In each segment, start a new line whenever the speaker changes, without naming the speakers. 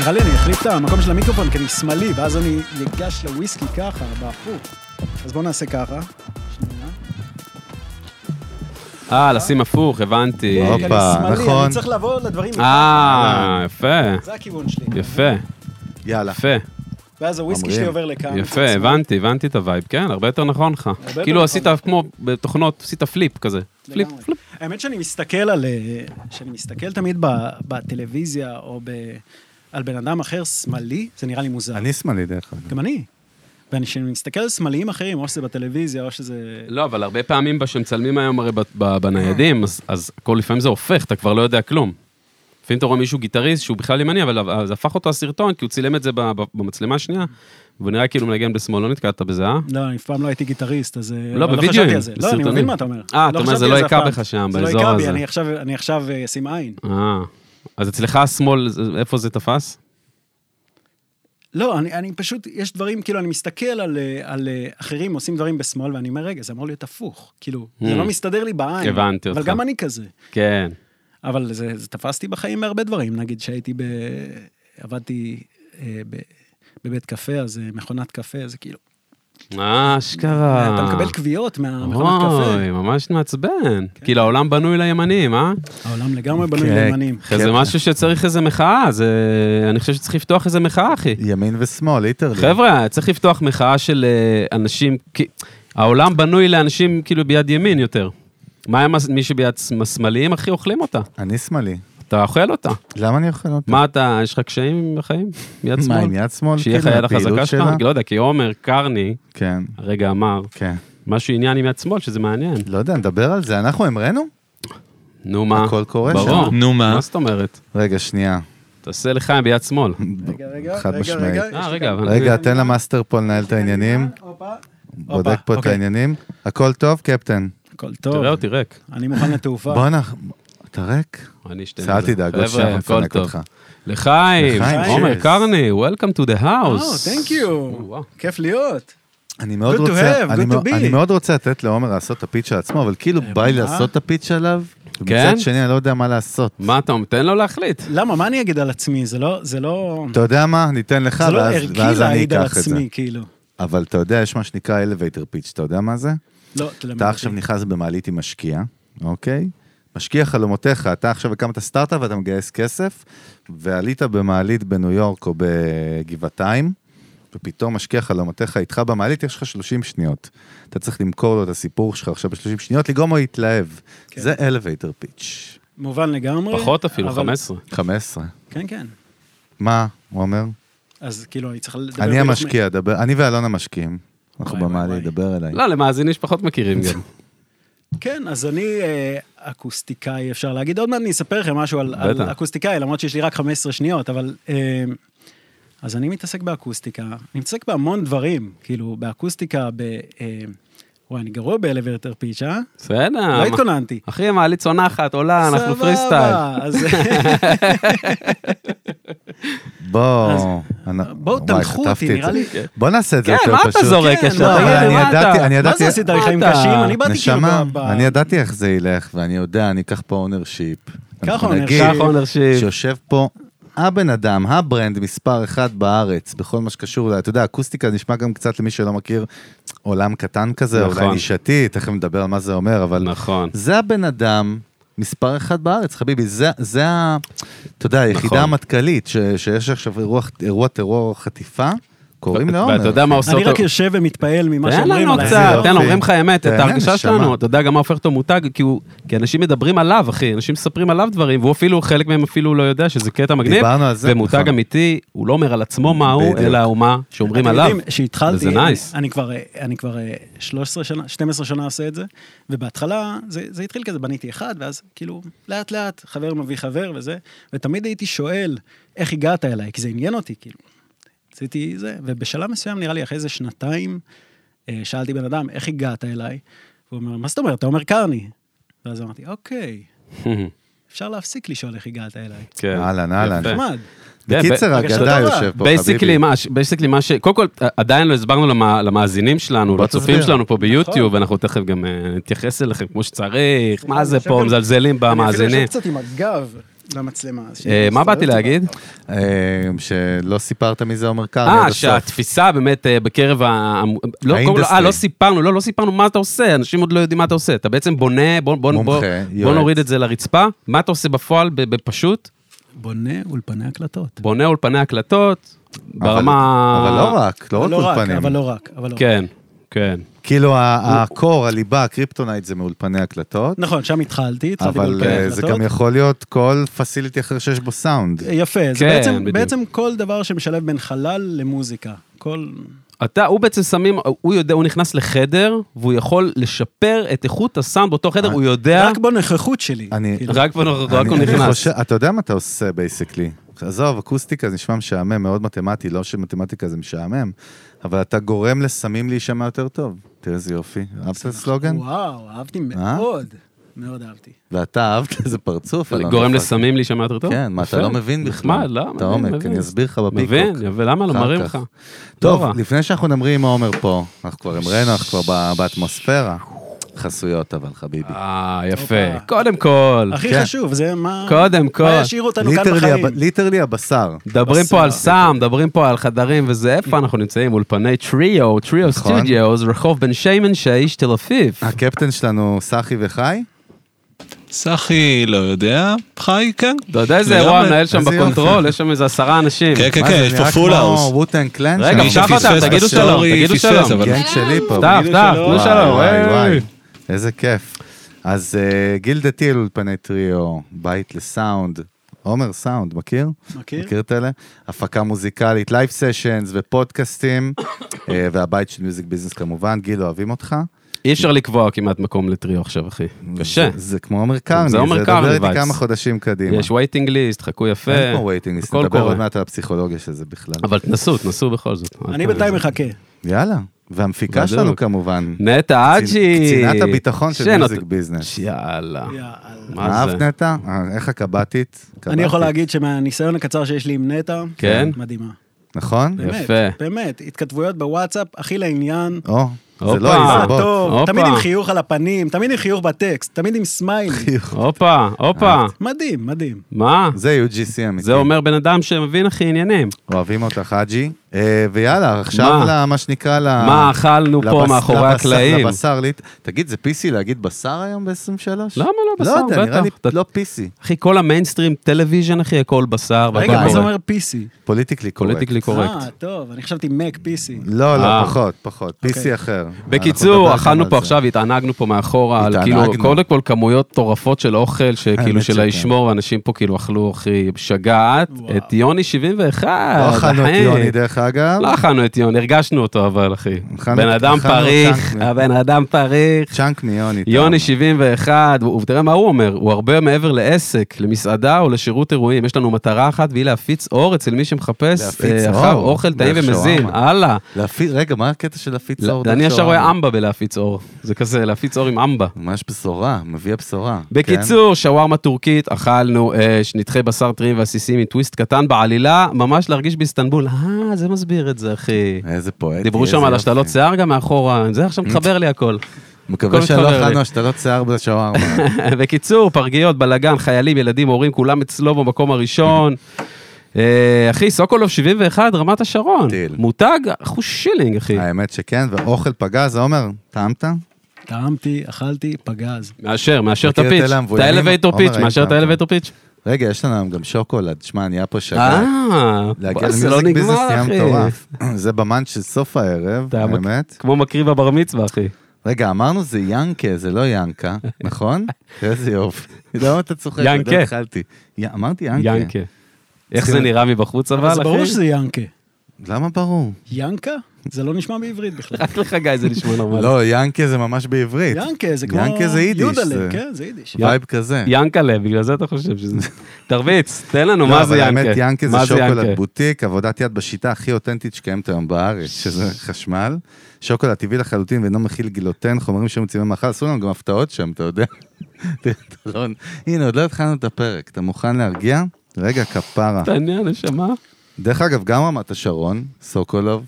את המקום של המיקרופון, כי אני שמאלי, ואז אני ניגש לוויסקי ככה, בהפוך. אז בואו נעשה ככה. שנייה.
אה, לשים הפוך, הבנתי.
וואו, כי אני
הופה,
שמאלי,
נכון.
אני צריך לבוא לדברים.
אה, יפה,
זה הכיוון שלי.
יפה,
יאללה.
יפה,
ואז הוויסקי
אומרים.
שלי עובר לכאן.
יפה,
מצד שמאל.
הבנתי, הבנתי את הווייב, כן, הרבה יותר נכון לך.
יותר נכון.
כאילו עשית כמו בתוכנות, עשית פליפ כזה. פליפ,
לגמרי.
פליפ.
האמת שאני מסתכל על... אה, שאני מסתכל תמיד ב- בטלוויזיה או ב- על בן אדם אחר שמאלי, זה נראה לי מוזר.
אני שמאלי דרך אגב.
גם אני. וכשאני מסתכל על שמאליים אחרים, או שזה בטלוויזיה, או שזה...
לא, אבל הרבה פעמים ב- שמצלמים היום הרי ב- ב- בניידים, אז- אז הכל לפעמים זה הופך, אתה כבר לא יודע כלום. לפעמים אתה רואה מישהו גיטריסט שהוא בכלל ימני, אבל אז הפך אותו הסרטון, כי הוא צילם את זה ב- ב- במצלמה השנייה, והוא נראה כאילו מנגן בשמאל, לא נתקעת בזה, אה?
לא, אני אף פעם לא הייתי גיטריסט, אז... אה,
לא,
אבל
בווידאוים,
חשבתי על זה. לא, אני
בסרטונים.
מבין מה אתה אומר.
אה, אתה אומר,
חשבתי
זה
על
לא
אף
היכה
פעם.
בך שם,
זה
באזור
לא היכה בי,
הזה.
אני עכשיו- אני עכשיו אה, אשים עין.
אה. אז אצלך השמאל, זה- איפה זה תפס?
לא, אני, אני פשוט, יש דברים, כאילו, אני מסתכל על, אה, על אה, אחרים עושים דברים בשמאל, ואני אומר, רגע, זה אמור להיות הפוך. כאילו, mm.
Hmm.
זה לא מסתדר לי בעין.
הבנתי
אבל
אותך.
גם אני כזה.
כן.
אבל זה, זה תפסתי בחיים מהרבה דברים. נגיד שהייתי ב... עבדתי אה, ב, בבית קפה, אז אה, מכונת קפה, זה כאילו,
אה, אשכרה.
אתה מקבל קביעות מהמכונת
אוי,
קפה. כן.
ממש מעצבן. כאילו העולם בנוי לימנים, אה?
העולם לגמרי בנוי
כן.
לימנים.
אחי, זה
כן.
משהו שצריך איזה מחאה, זה... אני חושב שצריך לפתוח איזה מחאה, אחי.
ימין ושמאל, ליטרלי.
חבר'ה, צריך לפתוח מחאה של אה, אנשים, כי העולם בנוי לאנשים כאילו ביד ימין יותר. מה עם הס- מי שביד שמ- שמאליים, אחי, אוכלים אותה.
אני שמאלי.
אתה אוכל אותה.
למה אני אוכל אותה?
מה אתה, יש לך קשיים בחיים? יד
כן. מה,
שמאל?
עם יד שמאל?
שיהיה לך
כאילו,
יד
הפעילות
החזקה שלך?
שלה?
לא יודע, כי עומר קרני
כן,
הרגע אמר
כן.
משהו עניין עם יד שמאל, שזה מעניין.
לא יודע, נדבר על זה. אנחנו המראנו?
נו מה?
הכל קורה
ברור.
שם.
נו מה?
מה זאת אומרת?
רגע, שנייה.
תעשה לחיים ביד שמאל.
רגע, רגע,
חד
רגע,
משמעית.
רגע. יש לי
אה, רגע,
כאן-
אבל...
רגע, תן למאסטר פה לנהל את העניינים.
הופה.
בודק פה את
אוקיי.
העניינים. הכל טוב, קפטן?
הכל טוב.
תראה אותי ריק.
אני מוכן לתעופה.
בואנה, אתה ריק?
אני אשתה
אז אל
מזה.
תדאג,
חבר'ה,
עוד שנייה
הכל
אנחנו נפנק
טוב.
אותך.
לחיים,
לחיים,
עומר
cheers.
קרני, Welcome to the
או,
house.
תנק יו.
וואו.
אה, כיף להיות.
אני מאוד
Good to
רוצה,
have,
אני
good to
מאוד-
be.
אני מאוד רוצה לתת לעומר לעשות את הפיץ' של עצמו, אבל כאילו בא לי
מה?
לעשות את הפיץ' עליו,
כן?
ומצד שני אני לא יודע מה לעשות.
מה אתה אומר? תן לו להחליט.
למה, מה אני אגיד על עצמי? זה לא, זה לא,
אתה יודע מה? ניתן לך,
זה לא
ואז-
ערכי
ואז אני
להעיד על
אקח את זה.
עצמי, כאילו.
אבל אתה יודע, יש מה שנקרא elevator pitch, אתה יודע מה זה?
לא, תלמד
אתה עכשיו
אותי.
נכנס במעלית עם משקיע, אוקיי? משקיע חלומותיך, אתה עכשיו הקמת סטארט-אפ ואתה מגייס כסף, ועלית במעלית בניו יורק או בגבעתיים, ופתאום משקיע חלומותיך איתך במעלית, יש לך 30 שניות. אתה צריך למכור לו את הסיפור שלך עכשיו ב-30 שניות, לגרום לו להתלהב.
כן.
זה elevator pitch.
מובן לגמרי.
פחות אפילו,
אבל-
15.
15.
כן, כן.
מה, הוא אומר?
אז כאילו, אני צריך לדבר...
אני
ביום-
המשקיע, דבר, אני ואלון המשקיעים. אנחנו
וואי,
במעלית,
וואי.
דבר אליי.
לא, למאזינים שפחות מכירים גם.
כן, אז אני אה, אקוסטיקאי, אפשר להגיד. עוד מעט אני אספר לכם משהו על, על
בטח.
אקוסטיקאי, למרות שיש לי רק 15 שניות, אבל... אה, אז אני מתעסק באקוסטיקה, אני מתעסק בהמון דברים, כאילו, באקוסטיקה, ב... אה, וואי, אני גרוע באלוורטר פיץ', אה?
בסדר.
לא התכוננתי.
אחי, מעלית צונחת, עולה, אה, אנחנו
סבבה,
פרי סטייל.
אז-
בואו. אנ-
בואו
וואי,
תנחו אותי,
חטפתי את
נראה
זה.
לי...
בוא נעשה את זה
כן,
יותר
מה
פשוט.
אתה זורק
כן,
ישר?
מה,
תגיד לי,
אני
מה אתה?
ידעתי, אני
מה זה
ידעתי,
עשית לי חיים
אתה-
קשים? אני באתי כאילו...
נשמה,
ב- ב-
אני לא ידעתי איך זה ילך, ואני יודע, אני אקח פה אונרשיפ.
ownership.
קח אונרשיפ.
שיושב פה הבן אדם, הברנד מספר אחת בארץ, בכל מה שקשור, ל- אתה יודע, אקוסטיקה נשמע גם קצת למי שלא מכיר, עולם קטן כזה,
נכון.
אולי נישתי, תכף נדבר על מה זה אומר, אבל
נכון.
זה הבן אדם מספר אחת בארץ, חביבי, זה, זה ה... אתה יודע,
נכון.
היחידה המטכ"לית, ש- שיש עכשיו אירוע- אירוע טרור חטיפה, קוראים לעומר.
ואתה יודע מה עושה
אני לא
אותו...
רק יושב ומתפעל ממה
תן
שאומרים
לנו
עליי.
קצת,
יופי.
תן, אומרים לך אמת, את
תהנה,
ההרגשה
נשמה.
שלנו, אתה יודע גם מה הופך אותו מותג, כי הוא- כי אנשים מדברים עליו, אחי, אנשים מספרים עליו דברים, והוא אפילו, חלק מהם אפילו לא יודע שזה קטע מגניב,
דיברנו על זה,
ומותג
נכון.
אמיתי, הוא לא אומר על עצמו מה הוא,
בדיוק.
אלא הוא מה שאומרים
אתם
עליו.
יודעים, שהתחלתי,
וזה נייס.
אני כבר, אה, אני כבר אה, 13 שנה, 12 שנה עושה את זה, ובהתחלה זה, זה התחיל כזה, בניתי אחד, ואז כאילו, לאט לאט, חבר מביא חבר וזה, ותמיד הייתי שואל, איך הגעת אליי? כי זה עניין אותי, כאילו. רציתי זה, ובשלב מסוים, נראה לי, אחרי איזה שנתיים, אה, שאלתי בן אדם, איך הגעת אליי? והוא אומר, מה זאת אומרת, אתה אומר קרני. ואז אמרתי, אוקיי, אפשר להפסיק לשאול איך הגעת אליי.
כן.
אהלן, אהלן.
יפה.
נחמד.
כן,
בקיצר,
ב-
אגדה
רגע,
יושב פה,
בייסיקלי
חביבי.
מה, ש- basically מה ש... קודם כל, ע- עדיין לא הסברנו למא- למאזינים שלנו,
בוא
לצופים
תסביר.
שלנו פה
נכון.
ביוטיוב, אנחנו תכף גם אה, נתייחס אליכם כמו שצריך, מה
אני
זה
יושב
פה,
גם-
מזלזלים
אני אפילו
במאזינים.
יושב קצת עם הגב. למצלמה. אז
אה,
שנייה,
מה באתי
הסתובבתי
להגיד?
אה, שלא סיפרת מי זה עומר קרעי. עד
אה,
הסוף.
שהתפיסה באמת אה, בקרב ה... לא, קודם כל,
האינדסטרי.
אה, לא סיפרנו, לא, לא סיפרנו מה אתה עושה, אנשים עוד לא יודעים מה אתה עושה. אתה בעצם בונה, בוא, בוא,
מומחה,
בוא, בוא
יועץ.
נוריד את זה לרצפה, מה אתה עושה בפועל ב- בפשוט?
בה. בונה אולפני הקלטות.
בונה אולפני הקלטות,
אבל-
ברמה...
אבל לא רק, לא רק
לא רק,
אולפנים.
אבל לא רק, אבל לא רק.
כן, כן.
כאילו ה- הקור, הליבה, הקריפטונייט זה מאולפני הקלטות,
נכון, שם התחלתי, התחלתי
אבל
באולפני
אה, זה
הקלטות. אה,
גם יכול להיות כל פסיליטי אחר שיש בו סאונד.
יפה, זה
כן,
בעצם,
בדיוק.
בעצם כל דבר שמשלב בין חלל למוזיקה. כל...
אתה, הוא בעצם שמים, הוא יודע, הוא נכנס לחדר, והוא יכול לשפר את איכות הסאונד באותו
אה,
חדר, הוא יודע,
רק בנוכחות שלי.
אני-
כאילו.
רק בנוכחות, רק
אני-
הוא
אני
נכנס.
חושב- אתה יודע מה אתה עושה בייסקלי. עזוב, אקוסטיקה זה נשמע משעמם, מאוד מתמטי, לא שמתמטיקה זה משעמם, אבל אתה גורם לסמים להישמע יותר טוב. תראה איזה יופי. אהבת את הסלוגן?
וואו, אהבתי
אה?
מאוד. מאוד אהבתי.
ואתה אהבת איזה פרצוף. אלון נכון.
גורם
דפק.
לסמים להישמע יותר טוב?
כן, מה, אתה
יפה.
לא מבין בכלל.
נחמד, לא,
את העומק,
מבין.
אני אסביר לך בפיקוק.
מבין, יפה, למה לא
אחר
מראים
כך.
לך? לא רע.
טוב, לפני שאנחנו מדברים עם עומר פה, אנחנו כבר המראנו, אנחנו כבר ב- באטמוספירה. חסויות אבל, חביבי.
אה, יפה.
הופה.
קודם כל,
הכי
כן.
חשוב, זה מה...
קודם כל.
מה ישאיר אותנו כאן
ליטרלי
בחיים.
הב- ליטרלי הבשר.
מדברים פה על
בשר.
סאם, מדברים פה על חדרים וזה, איפה אנחנו נמצאים? אולפני טריו, טריו
נכון. אה,
סטודיוס, רחוב בן שיימן שיש, תל אביב.
הקפטן שלנו, סחי וחי?
סחי, לא יודע, חי, כן.
אתה יודע איזה
לגמרי.
אירוע מנהל שם
איזה יופי.
בקונטרול? יש שם איזה עשרה אנשים.
כן, כן,
מה
כן,
זה,
יש פה
נראה
פול
כמו
האוס.
ווטן קלן
רגע,
שלנו.
מי
עכשיו
שפספס
אתה, תגידו לא. שלום,
בסטורי,
תגידו
פספס,
שלום.
אבל-
גנג שלי פה.
טאף,
תגידו
טאף,
שלום.
תנו
וואי,
שלום.
וואי,
היי.
וואי, איזה כיף. אז אה, גילדה טיל, אולפני טריו, בית לסאונד. עומר סאונד, מכיר?
מכיר?
מכיר את אלה? הפקה מוזיקלית, לייב סשנס ופודקאסטים, אה, והבית של מיוזיק ביזנס כמובן. גיל, אוהבים אותך.
אי אפשר לקבוע כמעט מקום לטריו עכשיו, אחי. קשה.
זה- זה כמו עומר קרני,
זה
זה
עומר
דבר
קרני
איתי
vibes.
כמה חודשים קדימה.
יש וייטינג ליסט, חכו יפה.
אין פה וייטינג,
הכל
נדבר
קורה.
עוד מעט על הפסיכולוגיה של זה בכלל.
אבל תנסו, תנסו בכל זאת.
אני בינתיים מחכה.
יאללה. והמפיקה
בדיוק.
שלנו כמובן.
נטע
קצין-
אג'י.
קצינת הביטחון של
שנות-
מיוזיק ביזנס.
יאללה.
יאללה.
מה
אהבת
זה?
נטע? אה, איך הקב"טית?
אני יכול
קב"טית,
להגיד שמהניסיון הקצר שיש לי עם נטע,
כן?
מדהימה.
נכון?
יפה.
באמת, באמת, התכתבויות בוואטסאפ, הכי לעניין.
או,
הופה.
זה לא איזבוט.
טוב,
הופה.
תמיד עם חיוך על הפנים, תמיד עם חיוך בטקסט, תמיד עם סמייל.
הופה, הופה.
מדהים, מדהים.
מה?
זה UGC אמיתי.
זה אומר בן אדם שמבין הכי עניינים.
אוהבים אותך, חאג'י. אה, ויאללה, עכשיו
מה?
למה שנקרא ל...
מה אכלנו פה
לבס-
מאחורי
לבשר-
הקלעים?
לבשר, ליט- תגיד, זה PC להגיד בשר היום ב-23?
למה לא בשר?
לא יודע, נראה לי
בטח.
לא PC.
אחי, כל המיינסטרים, טלוויז'ן, אחי, הכל בשר. והכל
רגע, מה זה
קורה.
אומר PC?
פוליטיקלי קורקט.
פוליטיקלי
אה,
קורקט.
טוב, אני חשבתי Mac PC.
לא,
אה.
לא, פחות, פחות. PC
אוקיי.
אחר. אנחנו נדבר
בקיצור,
גם
אכלנו
על
פה
זה.
עכשיו, התענגנו פה מאחורה, על
התענגנו.
כאילו, קודם כל כמויות מטורפות של אוכל, שכאילו
האמת
של
שכן.
האשמור, ואנשים פה כאילו אכלו, אחי, משגעת,
וואו.
את יוני 71.
לא אכלנו את
אחי.
יוני, דרך אגב.
אה, לא אכלנו את יוני, הרגשנו אותו אבל, אחי.
אכלנו-
בן אדם
אכלנו
פריך,
צ'אנק.
הבן אדם פריך.
צ'אנק מיוני.
יוני
טעם.
71, הוא- ותראה מה הוא אומר, הוא הרבה מעבר לעסק, למסעדה או לשירות אירועים. יש לנו מטרה אחת, והיא להפיץ אור אצל מי שמחפש
להפיץ
אה,
אור.
אחר אוכל טעים
דרך
ומזין.
שווארמה.
הלאה.
להפיץ, רגע, מה הקטע של להפיץ אור? דרך
אני ישר
שווארמה?
רואה אמבה בלהפיץ אור. זה כזה, להפיץ אור עם אמבה.
ממש בשורה, מביא הבשורה. כן?
בקיצור, שווארמה טורקית, אכלנו אה, נתחי בשר טריים ועסיסים עם טוויסט קטן בעלילה, ממש להרגיש באיסטנבול. אה, זה מסביר את זה, אחי.
כן? איזה פואטי.
דיברו
איזה
שם על
יופי.
השתלות שיער גם מאחורה, זה עכשיו מתחבר לי הכל.
מקווה
הכל
שלא
מתחבר לי.
אכלנו השתלות שיער בשווארמה.
בקיצור, פרגיות, בלאגן, חיילים, ילדים, הורים, כולם אצלו במקום הראשון. אה, אחי, סוקולוב 71, רמת השרון.
טיל. אה,
מותג, אחו שילינג, אחי.
האמת שכן, ואוכל פגז, עומר, טעמת?
טעמתי, אכלתי, פגז.
מאשר, מאשר את
מכיר את
הפיץ'.
אלה
את
המבוימים?
האלווייטור
עומר,
פיץ', מאשר את
ראית?
האלווייטור פיץ'.
רגע, יש לנו היום גם שוקולד, שמע, נהיה פה שגע.
אה,
להגיע
בוא, זה לא
למיוזיק ביזנס
נגמר,
נהיה
אחי.
מטורף. זה במאנץ' של סוף הערב,
אתה מכיר-
האמת.
כמו מקריב הבר מצווה, אחי.
רגע, אמרנו זה ינקה, זה לא ינקה, נכון? איזה יופי. למה אתה צוחק? עוד לא
ינקה.
התחלתי. י- אמרתי ינקה.
ינקה. איך זה
צריכים-
נראה מבחוץ אבל,
אבל
אחי?
זה ברור שזה ינקה.
למה ברור?
ינקה? זה לא נשמע בעברית בכלל.
רק לך, גיא, זה נשמע נורמלי.
לא, ינקה זה ממש בעברית.
ינקה זה כמו...
ינקה זה יידיש.
יודלה,
זה
כן, זה יידיש.
וייב כזה.
ינקלה, בגלל זה אתה חושב שזה... תרביץ, תן לנו,
לא,
מה
אבל
זה ינקה?
האמת, ינקה זה
מה
שוקולד
ינקה?
בוטיק, עבודת יד בשיטה הכי אותנטית שקיימת היום בארץ, שזה חשמל. שוקולד טבעי לחלוטין ואינו מכיל גילוטן, חומרים שמוצאים במאכל, עשו לנו גם הפתעות שם, אתה יודע. תראה, אתה לא- הנה, עוד לא התחלנו את הפרק, אתה מוכן להרגיע? רגע, כפרה.
תענה, נשמה.
דרך אגב, גם רמת השרון, סוקולוב,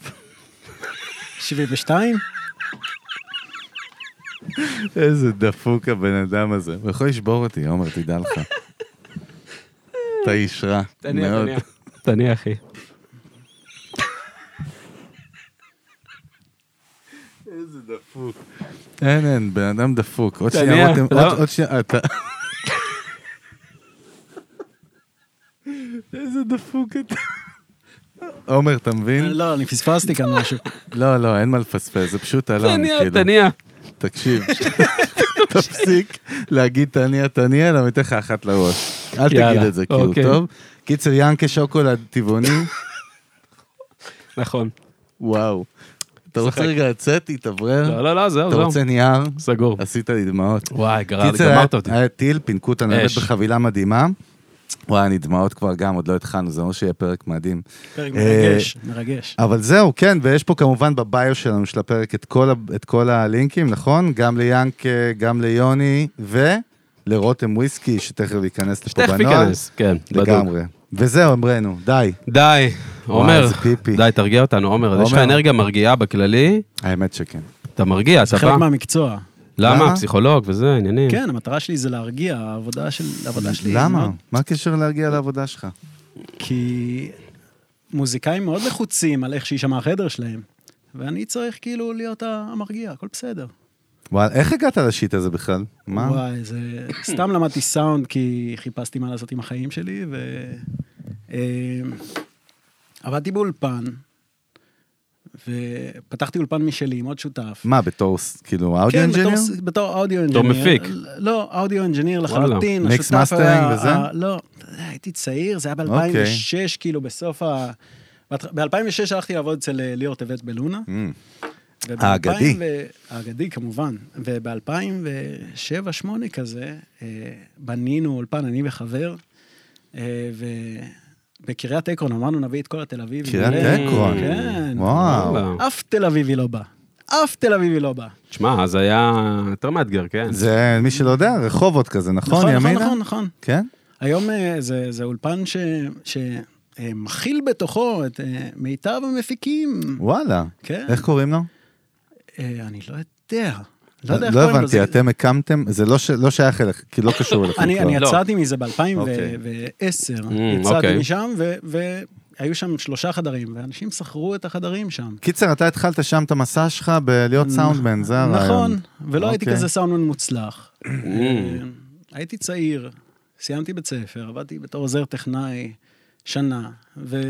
72?
איזה דפוק הבן אדם הזה. הוא יכול לשבור אותי, עומר, תדע לך. אתה איש רע.
תניח,
מאוד.
תניח. תניח, אחי.
אין, אין, בן אדם דפוק. עוד
תניח, לא?
שנייה, רותם,
למה?
עוד- עוד שנייה, אתה... איזה דפוק אתה. עומר, אתה מבין?
לא, אני פספסתי כאן משהו.
לא, לא, אין מה לפספס, זה פשוט אלון,
תניח,
כאילו.
תניח.
תקשיב, תפסיק להגיד תניע תניע, אלא אתן לך אחת לראש. אל תגיד
יאללה,
את זה, כאילו,
אוקיי.
טוב? קיצר, ינקה שוקולד טבעוני,
נכון.
וואו. אתה רוצה רגע לצאת,
לא,
להתאוורר?
לא, לא,
אה? אתה
זהו, זהו.
רוצה נייר?
סגור.
עשית לי דמעות.
וואי, גרר-
קיצר, היה-
גמרת אותי.
היה טיל, פינקו אותנו באמת
אש.
בחבילה מדהימה. וואי, אני דמעות כבר גם, עוד לא התחלנו, זה אומר שיהיה פרק מדהים.
פרק
אה,
מרגש, מרגש.
אבל זהו, כן, ויש פה כמובן בביו שלנו של הפרק את כל, ה- את כל הלינקים, נכון? גם ליאנק, גם ליוני, ולרותם וויסקי, שתכף ייכנס לפה
תכף
בנוהל.
ייכנס, כן, בדיוק.
לגמרי. וזהו, אמרנו, די.
די, עומר,
איזה פיפי.
די, תרגיע אותנו, עומר. יש לך
עומר.
אנרגיה מרגיעה בכללי,
האמת שכן.
אתה מרגיע, אתה
זה חלק
בא.
מהמקצוע.
כן.
למה?
למה?
פסיכולוג וזה, עניינים.
כן, המטרה שלי זה להרגיע, העבודה של- העבודה שלי... היא
למה?
מאוד-
מה הקשר להרגיע לעבודה שלך?
כי מוזיקאים מאוד לחוצים על איך שיישמע החדר שלהם, ואני צריך כאילו להיות המרגיע, הכל בסדר.
וואי, איך הגעת לשיט הזה בכלל? מה?
וואי, זה... סתם למדתי סאונד כי חיפשתי מה לעשות עם החיים שלי, ו... אה, עבדתי באולפן, ופתחתי אולפן משלי עם עוד שותף.
מה, בתור, ס- כאילו, אודיו
כן, בתור
אינג'יניר?
ס- בתור אודיו אינג'יניר.
בתור מפיק.
לא, אודיו אינג'יניר
וואלה.
לחלוטין.
מיקס
השותף
מאסטרינג
היה-
וזה? אוקיי.
ה- לא, אתה יודע, הייתי צעיר, זה היה ב-2006, כאילו בסוף ה... ב-2006 הלכתי לעבוד אצל אה, ליאור טבת בלונה. וב-
Mm. האגדי.
2000 ו- האגדי, כמובן. וב-2007-2008 כזה, אה, בנינו אולפן, אני וחבר, אה, ו... בקריית עקרון אמרנו נביא את כל התל אביב.
קריית עקרון.
כן.
וואו.
אף תל אביבי לא בא. אף תל אביבי לא בא.
תשמע, אז היה יותר מאתגר, כן.
זה, מי שלא יודע, רחובות כזה, נכון,
נכון,
ימינה?
נכון, נכון.
כן?
היום אה, זה, זה אולפן ש, שמכיל בתוכו את אה, מיטב המפיקים.
וואלה.
כן.
איך קוראים לו?
אה, אני לא יודע. לא יודע איך
לא
קוראים לו, זה-
הבנתי, אתם הקמתם, זה לא ש- לא שייך אליך, כי לא קשור אליכם.
אני,
כבר.
אני
לא.
יצאתי מזה ב-2010,
אוקיי.
Mm, אוקיי.
יצאתי משם, ו- והיו שם שלושה חדרים, ואנשים שכרו את החדרים שם.
קיצר, אתה התחלת שם את המסע שלך בלהיות סאונדמן, זה הרעיון.
נכון, ולא הייתי
אוקיי.
כזה סאונדמן מוצלח. אה, הייתי צעיר, סיימתי בית ספר, עבדתי בתור עוזר טכנאי שנה, ו...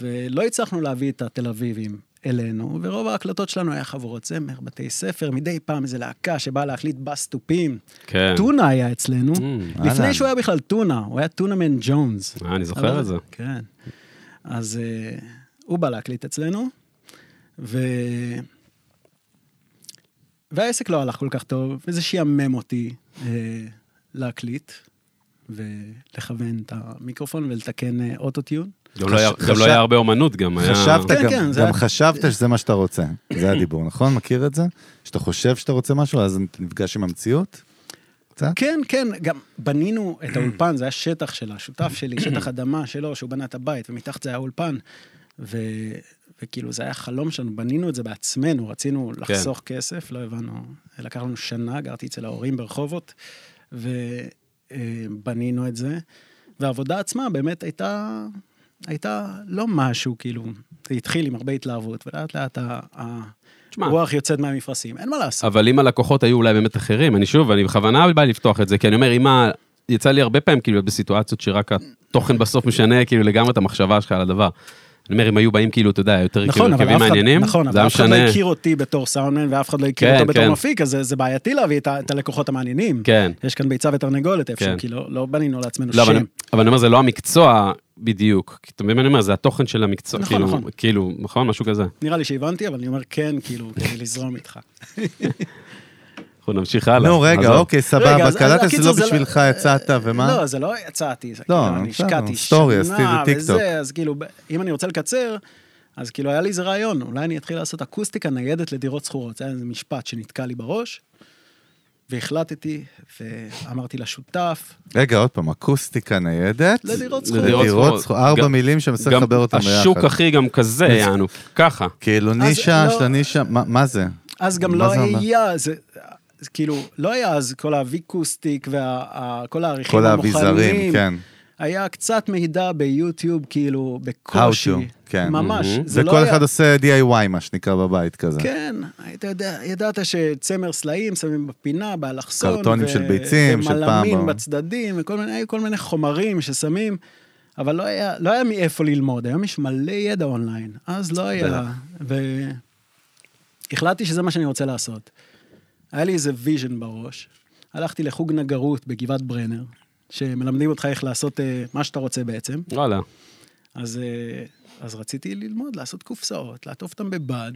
ולא הצלחנו להביא את התל אביבים אלינו, ורוב ההקלטות שלנו היה חבורות זמר, בתי ספר, מדי פעם איזה להקה שבאה להקליט בס תופים.
כן.
טונה היה אצלנו,
אהלן.
לפני שהוא היה בכלל טונה, הוא היה טונמן ג'ונס.
אה, אני זוכר
אבל-
את זה.
כן. אז אה, הוא בא להקליט אצלנו, ו... והעסק לא הלך כל כך טוב, וזה שיאמם אותי אה, להקליט ולכוון את המיקרופון ולתקן אה, אוטוטיון.
גם לא היה-
חשב-
גם לא היה הרבה אומנות, גם היה...
חשבת,
כן,
גם-
כן, זה
גם
היה-
חשבת שזה מה שאתה רוצה. זה הדיבור, נכון? מכיר את זה? שאתה חושב שאתה רוצה משהו, אז אתה נפגש עם המציאות? קצת?
כן, כן, גם בנינו את האולפן, זה היה שטח של השותף שלי, שטח אדמה שלו, שהוא בנה את הבית, ומתחת זה היה האולפן. ו... וכאילו זה היה חלום שלנו, בנינו את זה בעצמנו, רצינו לחסוך כסף, לא הבנו, לקח לנו שנה, גרתי אצל ההורים ברחובות, ובנינו את זה. והעבודה עצמה באמת הייתה, הייתה לא משהו, כאילו, זה התחיל עם הרבה התלהבות, ולאט לאט ה- ה-
תשמע.
הרוח יוצאת מהמפרשים, אין מה לעשות.
אבל אם הלקוחות היו אולי באמת אחרים, אני שוב, אני בכוונה בא לפתוח את זה, כי אני אומר, אם ה... יצא לי הרבה פעמים כאילו להיות בסיטואציות שרק התוכן בסוף משנה כאילו לגמרי את המחשבה שלך על הדבר. אני אומר, אם היו באים כאילו, אתה יודע, יותר כאילו
נכון, אבל
הרכבים
אף אחד-
מעניינים,
נכון,
זה
אבל
היה
אף אחד לא
משנה.
הכיר אותי בתור סאונדמן ואף אחד לא הכיר
כן,
אותו בתור
כן.
מפיק, אז זה- זה בעייתי להביא את ה- את הלקוחות המעניינים.
כן.
יש כאן ביצה ותרנגולת איפשהו,
כן.
כי לא לא בנינו לעצמנו
לא, אבל,
שם.
אני- אבל אני אומר, זה לא המקצוע בדיוק. כי אתה מבין מה אני אומר? זה התוכן של המקצוע.
נכון,
כאילו,
נכון.
כאילו, נכון? משהו כזה.
נראה לי שהבנתי, אבל אני אומר כן, כאילו, כדי לזרום איתך.
אנחנו נמשיך הלאה.
נו, רגע,
לא, עזוב.
אוקיי,
רגע,
סבבה,
אז- אז
קלטת שזה
הקיצור,
לא
זה לא-
בשבילך, יצאת, ומה?
לא, זה לא יצאתי, זה
לא,
כאילו, אני
בסדר,
השקעתי
סטורי, עשיתי
שנה
טיקטוק.
וזה, אז כאילו, ב- אם אני רוצה לקצר, אז כאילו היה לי איזה רעיון, אולי אני אתחיל לעשות אקוסטיקה ניידת לדירות שכורות, זה היה איזה משפט שנתקע לי בראש, והחלטתי, ואמרתי לשותף,
רגע, עוד פעם, אקוסטיקה ניידת.
לדירות שכורות.
לדירות
לדירות
שכורות. ארבע
גם-
מילים שאני מנסה
גם
לחבר אותם ביחד.
השוק הכי גם כזה, יענו, ככה.
כאילו
אז
נישה,
לא-
של הנישה, מה מה זה?
אז גם
מה
לא
זה אומר?
היה, זה, זה כאילו, לא היה אז כל האביקוסטיק וכל העריכים
כל
המוכנים.
האביזרים, כן.
היה קצת מידע ביוטיוב, כאילו, בקושי.
How to, כן.
ממש.
Mhm.
זה לא
וכל
היה...
אחד עושה DIY, מה שנקרא, בבית כזה.
כן, היית יודע, ידעת שצמר סלעים שמים בפינה, באלכסון.
קרטונים של ביצים, של פעם
ומלמים
ב-
בצדדים, וכל מיני, היו כל מיני חומרים ששמים, אבל לא היה, לא היה מאיפה ללמוד, היום יש מלא ידע אונליין. אז לא היה, והחלטתי שזה מה שאני רוצה לעשות. היה לי איזה ויז'ן בראש. הלכתי לחוג נגרות בגבעת ברנר, שמלמדים אותך איך לעשות אה, מה שאתה רוצה בעצם.
וואלה.
אז, אה, אז רציתי ללמוד, לעשות קופסאות, לעטוף אותם בבד,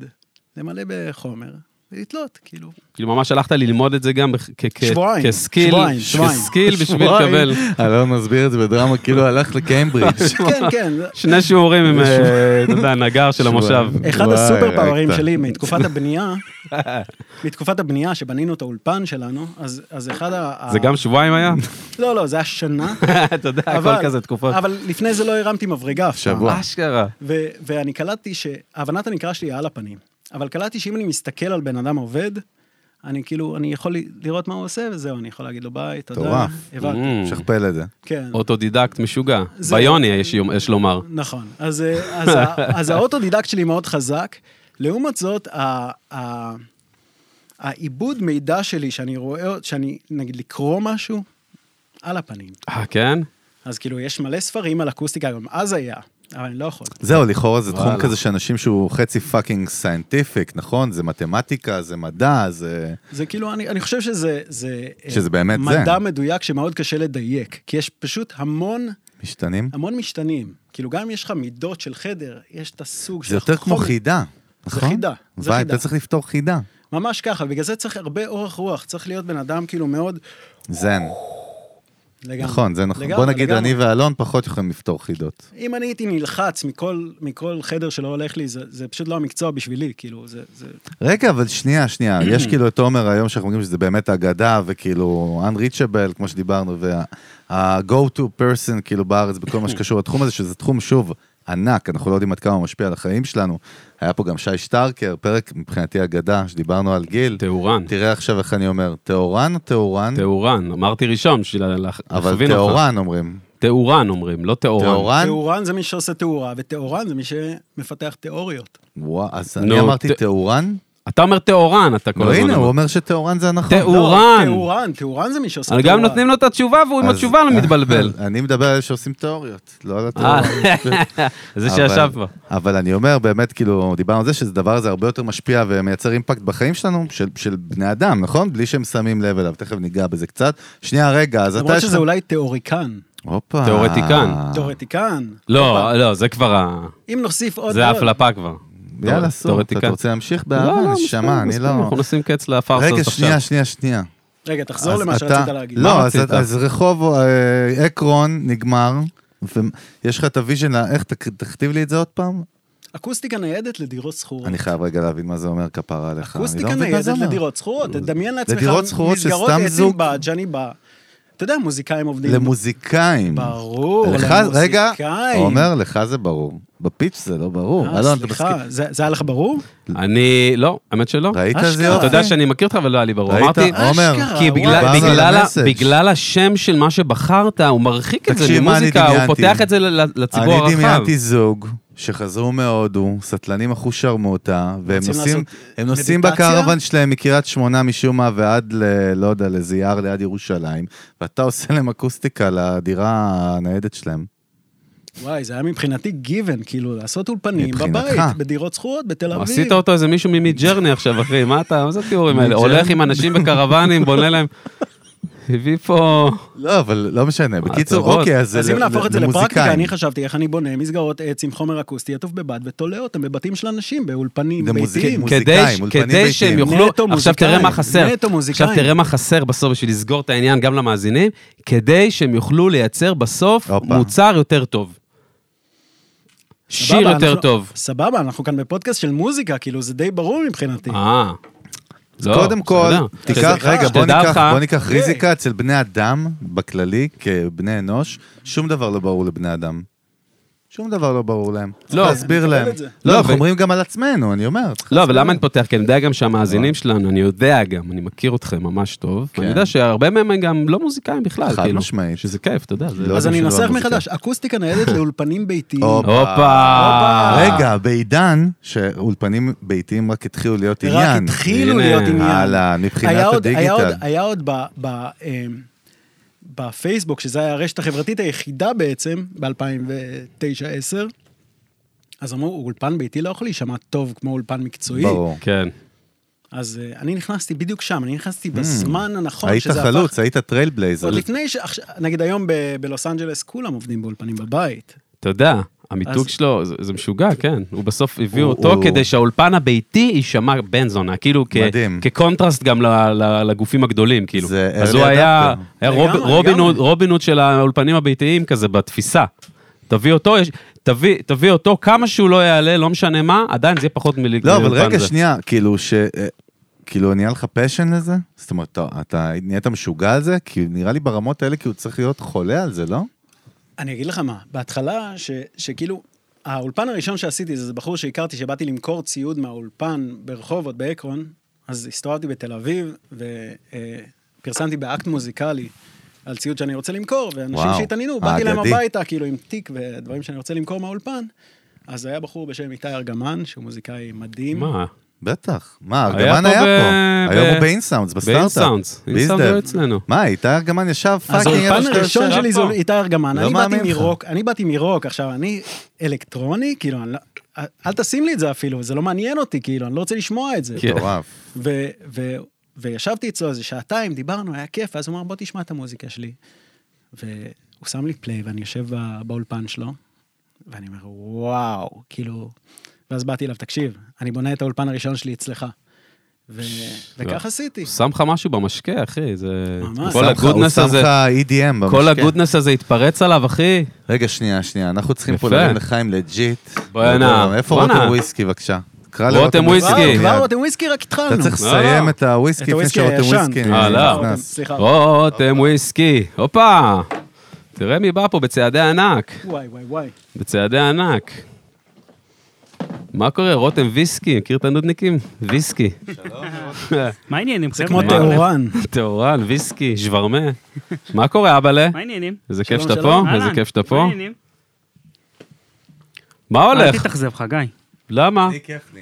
למלא בחומר, ולתלות, כאילו.
כאילו ממש הלכת ללמוד את זה גם בכ- כ- כ-
שבועיים,
כסקיל,
שבועיים, שבועיים.
כסקיל בשביל
וואי,
לקבל
אלון אה, לא מסביר את זה בדרמה, כאילו הלך לקיימברידג'.
כן, כן.
שני שיעורים עם, אה, אתה יודע, נגר של המושב.
שבועיים.
אחד
וואי,
הסופר פאוורים
ראית.
שלי מתקופת הבנייה, מתקופת הבנייה שבנינו את האולפן שלנו, אז, אז אחד ה...
זה
ה-
גם שבועיים היה?
לא, לא, זה היה שנה.
אתה יודע, הכל כזה תקופות.
אבל לפני זה לא הרמתי מברגה אף פעם.
שבוע. וואו.
אשכרה.
ו- ואני קלטתי שהבנת הנקרא שלי היא על הפנים. אבל קלטתי שאם אני מסתכל על בן אדם עובד, אני כאילו, אני יכול ל- לראות מה הוא עושה, וזהו, אני יכול להגיד לו ביי, תודה.
מטורף.
הבנתי,
Mm.
שכפל את זה.
כן.
אוטודידקט משוגע.
זה-
ביוני, יש יום- יש לומר.
נכון. אז, אה, אז, ה- אז האוטודידקט שלי מאוד חזק. לעומת זאת, ה- ה- העיבוד מידע שלי, שאני רואה, שאני, נגיד, לקרוא משהו, על הפנים.
אה, כן?
אז כאילו, יש מלא ספרים על אקוסטיקה, גם אז היה, אבל אני לא יכול.
זהו, לכאורה זה תחום
וואלה.
כזה שאנשים שהוא חצי פאקינג סיינטיפיק, נכון? זה מתמטיקה, זה מדע, זה...
זה כאילו, אני, אני חושב שזה... זה, אה,
שזה באמת זה.
מדע מדויק שמאוד קשה לדייק, כי יש פשוט המון,
משתנים?
המון משתנים. כאילו, גם אם יש לך מידות של חדר, יש את הסוג של...
זה יותר כמו
חומר.
חידה, נכון?
חידה, זה
וואי,
חידה.
אתה צריך לפתור חידה.
ממש ככה, בגלל זה צריך הרבה אורך רוח, צריך להיות בן אדם כאילו מאוד...
זן,
לגמרי.
נכון, זה נכון.
לגמרי,
בוא נגיד,
לגמרי.
אני ואלון פחות יכולים לפתור חידות.
אם אני הייתי נלחץ מכל, מכל חדר שלא הולך לי, זה, זה פשוט לא המקצוע בשבילי, כאילו, זה... זה...
רגע, אבל שנייה, שנייה, יש כאילו את עומר היום שאנחנו אומרים שזה באמת אגדה, וכאילו unreachable, כמו שדיברנו, וה-go to person כאילו בארץ בכל מה שקשור לתחום הזה, שזה תחום, שוב, ענק, אנחנו לא יודעים עד כמה הוא משפיע על החיים שלנו. היה פה גם שי שטרקר, פרק מבחינתי אגדה, שדיברנו על גיל.
טהורן.
תראה עכשיו איך אני אומר, טהורן או טהורן?
טהורן. אמרתי ראשון בשביל לה- לה-
אבל
להכווין אותך.
טהורן אומרים.
טהורן אומרים, לא טהורן.
טהורן?
תאורן זה מי שעושה תאורה, ותאורן זה מי שמפתח לא, תיאוריות.
וואו, אז
נו,
אני אמרתי
ט-
טהורן?
אתה אומר טהורן, אתה כל
לא,
הזמן.
הנה, הוא
אומר.
אומר שטהורן זה הנכון.
טהורן.
לא, תאורן, תאורן זה מי שעושה
אבל
תאורה.
גם נותנים לו את התשובה והוא עם
אז- אה,
התשובה לא מתבלבל.
אני מדבר על אלה שעושים תיאוריות, לא על
אה,
הטהורן.
זה
אבל-
שישב פה.
אבל אני אומר, באמת, כאילו, דיברנו על זה שזה דבר הזה הרבה יותר משפיע ומייצר אימפקט בחיים שלנו, של, של בני אדם, נכון? בלי שהם שמים לב אליו, תכף ניגע בזה קצת. שנייה, רגע, אז אתה...
למרות
יש
שזה
לך- אה.
אולי תיאוריקן.
הופה.
תיאורטיקן.
תיאורטיקן.
לא, לא, זה כבר ה...
אם נוסיף עוד...
זה
עוד-
ההפלפה כבר.
יאללה, סור,
תיאורטיקן.
אתה רוצה להמשיך
לא, לא,
באהבה? נשמה, אני
מספיק,
לא...
מספיק, אנחנו נשים קץ לפארסה הזאת
רגע,
עכשיו.
שנייה, שנייה, שנייה.
רגע, תחזור
אז
למה
אתה-
שרצית להגיד.
מה
לא, אז-
רצית?
אז רחוב אה, עקרון נגמר, ויש לך את הוויז'ן, ל- איך, תק- תכתיב לי את זה עוד פעם?
אוקיי. אקוסטיקה ניידת לדירות שכורות.
אני חייב רגע להבין מה זה אומר כפרה עליך. אני לא
אקוסטיקה
מבין מה זה
ניידת
אומר.
לדירות שכורות, תדמיין לעצמך
לדירות שכורות
מסגרות
שסתם זוג-
עצים בעג'ני בא. אתה יודע, מוזיקאים עובדים.
למוזיקאים.
ברור,
לך-
למוזיקאים.
רגע, הוא אומר, לך זה ברור. בפיץ' זה לא ברור.
אה,
אלון, אתה מסכים?
סליחה, זה זה היה לך ברור?
אני... לא, האמת שלא.
ראית
אשכרה.
איזה
אתה
יופי?
אתה יודע שאני מכיר אותך, אבל לא היה לי ברור.
ראית?
אמרתי,
עומר,
אשכרה,
כי בגלל,
וואו.
בגלל,
דיברנו על
ה-
המסאג'.
בגלל השם של מה שבחרת, הוא מרחיק את זה
תקשיב, מה אני
ממוזיקה, הוא
דמיינתי?
פותח את זה ל- ל- לציבור הרחב.
אני דמיינתי זוג שחזרו מהודו, סטלנים אחו שרמוטה, והם
רוצים
נוסעים,
לעשות
הם נוסעים
מדיטציה?
בקרוון שלהם מקריית שמונה משום מה ועד ל... לא יודע, לאיזה יער ליד ירושלים, ואתה עושה להם אקוסטיקה לדירה הניידת שלהם.
וואי, זה היה מבחינתי גיוון, כאילו, לעשות אולפנים
מבחינתך.
בבית, בדירות שכורות, בתל אביב.
עשית אותו איזה מישהו ממיט ג'רני עכשיו, אחי, מה אתה, מה זה התיאורים האלה?
מיט
הולך
ג'רני?
עם אנשים בקרוונים, בונה להם. הביא פה...
לא, אבל לא משנה. בקיצור,
אה, הטבות.
אוקיי, אז זה
אז אם
ל-
נהפוך את זה
למוזיקאים.
לפרקטיקה, אני חשבתי איך אני בונה מסגרות עץ עם חומר אקוסטי עטוף בבד ותולה אותם בבתים של אנשים, באולפנים
למוזיק-
ביתיים.
מוזיקאים,
כדי,
אולפנים ביתיים.
כדי שהם יוכלו,
נטו
עכשיו
מוזיקאים,
תראה מה חסר,
נטו מוזיקאים.
עכשיו תראה מה חסר בסוף בשביל לסגור את העניין גם למאזינים, כדי שהם יוכלו לייצר בסוף
הופה.
מוצר יותר טוב.
סבבה,
שיר יותר
אנחנו-
טוב.
סבבה, אנחנו כאן בפודקאסט של מוזיקה, כאילו, זה די ברור מבחינתי.
אה. לא,
קודם כל,
בסדר.
תיקח,
שזה-
רגע, בוא
שתדע
ניקח,
לך,
בוא ניקח
אוקיי.
ריזיקה אצל בני אדם, בכללי, כבני אנוש, שום דבר לא ברור לבני אדם. שום דבר לא ברור להם. צריך
לא.
להסביר להם.
את זה.
לא,
לא, אנחנו
ו-
אומרים גם על עצמנו, אני אומר. צריך
לא, אבל
להסביר
למה אני
להם.
פותח? כי אני יודע גם שהמאזינים שלנו, אני יודע גם, אני מכיר אתכם ממש טוב, ואני יודע שהרבה מהם הם גם לא מוזיקאים בכלל,
כן. חד
כאילו.
משמעית.
שזה כיף, אתה יודע. זה-
לא
אז
יודעים
אני
שלא
אנסח
המוזיקה.
מחדש, אקוסטיקה ניידת לאולפנים ביתיים.
הופה.
הופה!
רגע, בעידן שאולפנים ביתיים רק התחילו להיות
רק
עניין.
התחילו
הנה,
להיות עניין.
הלאה,
היה
מבחינת
עוד- היה עוד-
הדיגיטל.
היה עוד ב- ב- אמ, בפייסבוק, שזו הייתה הרשת החברתית היחידה בעצם, ב-2009-2010, אז אמרו, אולפן ביתי לא יכול להישמע טוב כמו אולפן מקצועי.
ברור.
כן.
אז אה, אני נכנסתי בדיוק שם, אני נכנסתי בזמן הנכון
Hmm. היית
שזה
חלוץ, היית טרייל בלייזר.
עוד לפני ש... עכשיו- נגיד היום ב- בלוס אנג'לס כולם עובדים באולפנים בבית.
אתה יודע, המיתוג
אז-
שלו, זה- זה משוגע, כן. הוא בסוף הביא
הוא-
אותו
הוא-
כדי שהאולפן הביתי יישמע בן זונה, כאילו כ-
מדהים.
כקונטרסט גם ל- ל- לגופים הגדולים, כאילו.
זה
אז
early
הוא היה
adapter.
היה רוב-
לגמרי,
רובין
לגמרי.
הוד- רובין הוד של האולפנים הביתיים כזה בתפיסה. תביא אותו, יש- תביא- תביא אותו, כמה שהוא לא יעלה, לא משנה מה, עדיין זה יהיה פחות מלי...
לא, אבל
מאולפן
רגע,
זה.
שנייה, כאילו ש... אה, כאילו, נהיה לך פשן לזה? זאת אומרת, אתה- אתה נהיית משוגע על זה? כי נראה לי ברמות האלה, כאילו, צריך להיות חולה על זה, לא?
אני אגיד לך מה, בהתחלה, ש, שכאילו, האולפן הראשון שעשיתי זה, זה בחור שהכרתי, שבאתי למכור ציוד מהאולפן ברחובות, באקרון, אז הסתובבתי בתל אביב, ופרסמתי באקט מוזיקלי על ציוד שאני רוצה למכור, ואנשים
וואו,
שהתעניינו, באתי להם
האגדי.
הביתה, כאילו, עם תיק ודברים שאני רוצה למכור מהאולפן. אז היה בחור בשם איתי ארגמן, שהוא מוזיקאי מדהים.
מה?
בטח. מה,
היה
ארגמן
פה
היה
ב-
פה.
ב-
היום הוא באינסאונדס, בסטארט-אפ.
באינסאונדס. אינסאונדס
ביזדב.
לא אצלנו.
מה, איתי ארגמן ישב
אז
פאקינג איפה
האולפן
שאתה
הראשון
יושב.
שלי זה
פה.
איתי ארגמן,
לא
אני באתי
מאמין לך.
מרוק, אני באתי מרוק, עכשיו אני אלקטרוני, כאילו, אני לא- אל תשים לי את זה אפילו, זה לא מעניין אותי, כאילו, אני לא רוצה לשמוע את זה.
כן.
מטורף.
ו- ו- וישבתי אצלו איזה שעתיים, דיברנו, היה כיף, ואז הוא אמר, בוא תשמע את המוזיקה שלי. והוא שם לי פליי, ואני יושב בא- באולפן שלו, ואני אומר, וואו, כאילו... ואז באתי אליו, תקשיב, אני בונה את האולפן הראשון שלי אצלך. ו-
לא.
וכך עשיתי.
הוא שם לך משהו במשקה, אחי, זה...
ממש.
כל
שם לך-
הגודנס הזה,
הוא שם לך EDM
כל
במשקה.
הגודנס הזה התפרץ עליו, אחי.
רגע, שנייה, שנייה, אנחנו צריכים פה
יפה.
להרים לחיים לג'יט. לא,
בואנה,
איפה
בואנה.
רותם וויסקי, בבקשה? קרא כן.
רותם
כבר-
וויסקי.
כבר רותם וויסקי רק התחלנו.
אתה צריך
לא,
לסיים
לא.
את הוויסקי לפני
הוויסקי
שרותם
הישן.
וויסקי.
אה, לא.
רותם,
נכנס.
סליחה.
רותם וויסקי, הופה. תראה מי בא פה בצעדי ענק,
וואי, וואי, וואי.
בצעדי ענק. מה קורה, רותם ויסקי, מכיר את הנודניקים? ויסקי.
מה העניינים?
זה
חבר'ה?
כמו
מה הולך?
טהורן.
טהורן, ויסקי, שוורמה. מה קורה, אבאלה?
מה העניינים?
איזה כיף
שלום,
שאתה פה,
שלום.
אה, איזה
אהלן,
כיף שאתה
מה
פה.
העניינים?
מה
אל
הולך?
תתאכזב, חגי.
למה?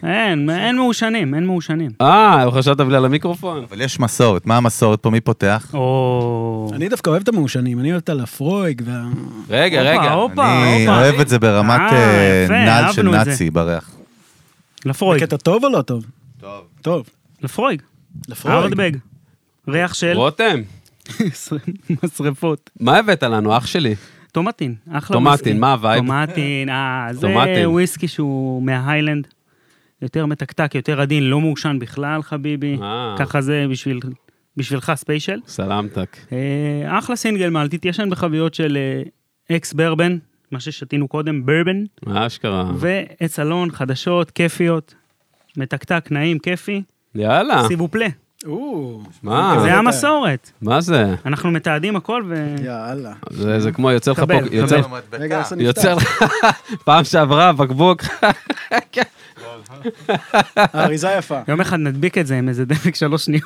אין, אין מעושנים, אין מעושנים.
אה, חשבת בגלל המיקרופון.
אבל יש מסורת, מה המסורת פה? מי פותח?
או...
אני דווקא אוהב את המעושנים, אני אוהב את הלפרויג וה...
רגע, רגע.
הופה,
אני
הופה.
אוהב את זה ברמת
אוקיי. אה,
אה,
יפה,
נעל של
אהבנו את זה.
נאצי, בריח.
לפרויג.
בקטע טוב או לא טוב? טוב. טוב.
לפרויג.
לפרויג.
ארדבג. ריח של
רותם,
משרפות.
מה הבאת לנו, אח שלי?
טומטין, אחלה וויסקי.
טומטין, מה הווייב?
טומטין, אה, זה
טומטין.
וויסקי שהוא מההיילנד. יותר מתקתק, יותר עדין, לא מעושן בכלל, חביבי.
אה.
ככה זה בשביל- בשבילך ספיישל.
סלמתק.
אה, אחלה סינגל מעל, תתיישן בחביות של אה, אקס ברבן, מה ששתינו קודם, ברבן,
מה אשכרה?
ועץ אלון, חדשות, כיפיות, מתקתק, נעים, כיפי,
יאללה,
סיבופלה.
או,
מה?
זה
אה.
המסורת.
מה זה?
אנחנו מתעדים הכל ו...
יאללה.
זה זה כמו יוצא לך פה,
קבל,
יוצא
קבל.
רגע, אז אני
יוצא לך, פעם שעברה, בקבוק.
האריזה יפה.
יום אחד נדביק את זה עם איזה דבק שלוש שניות.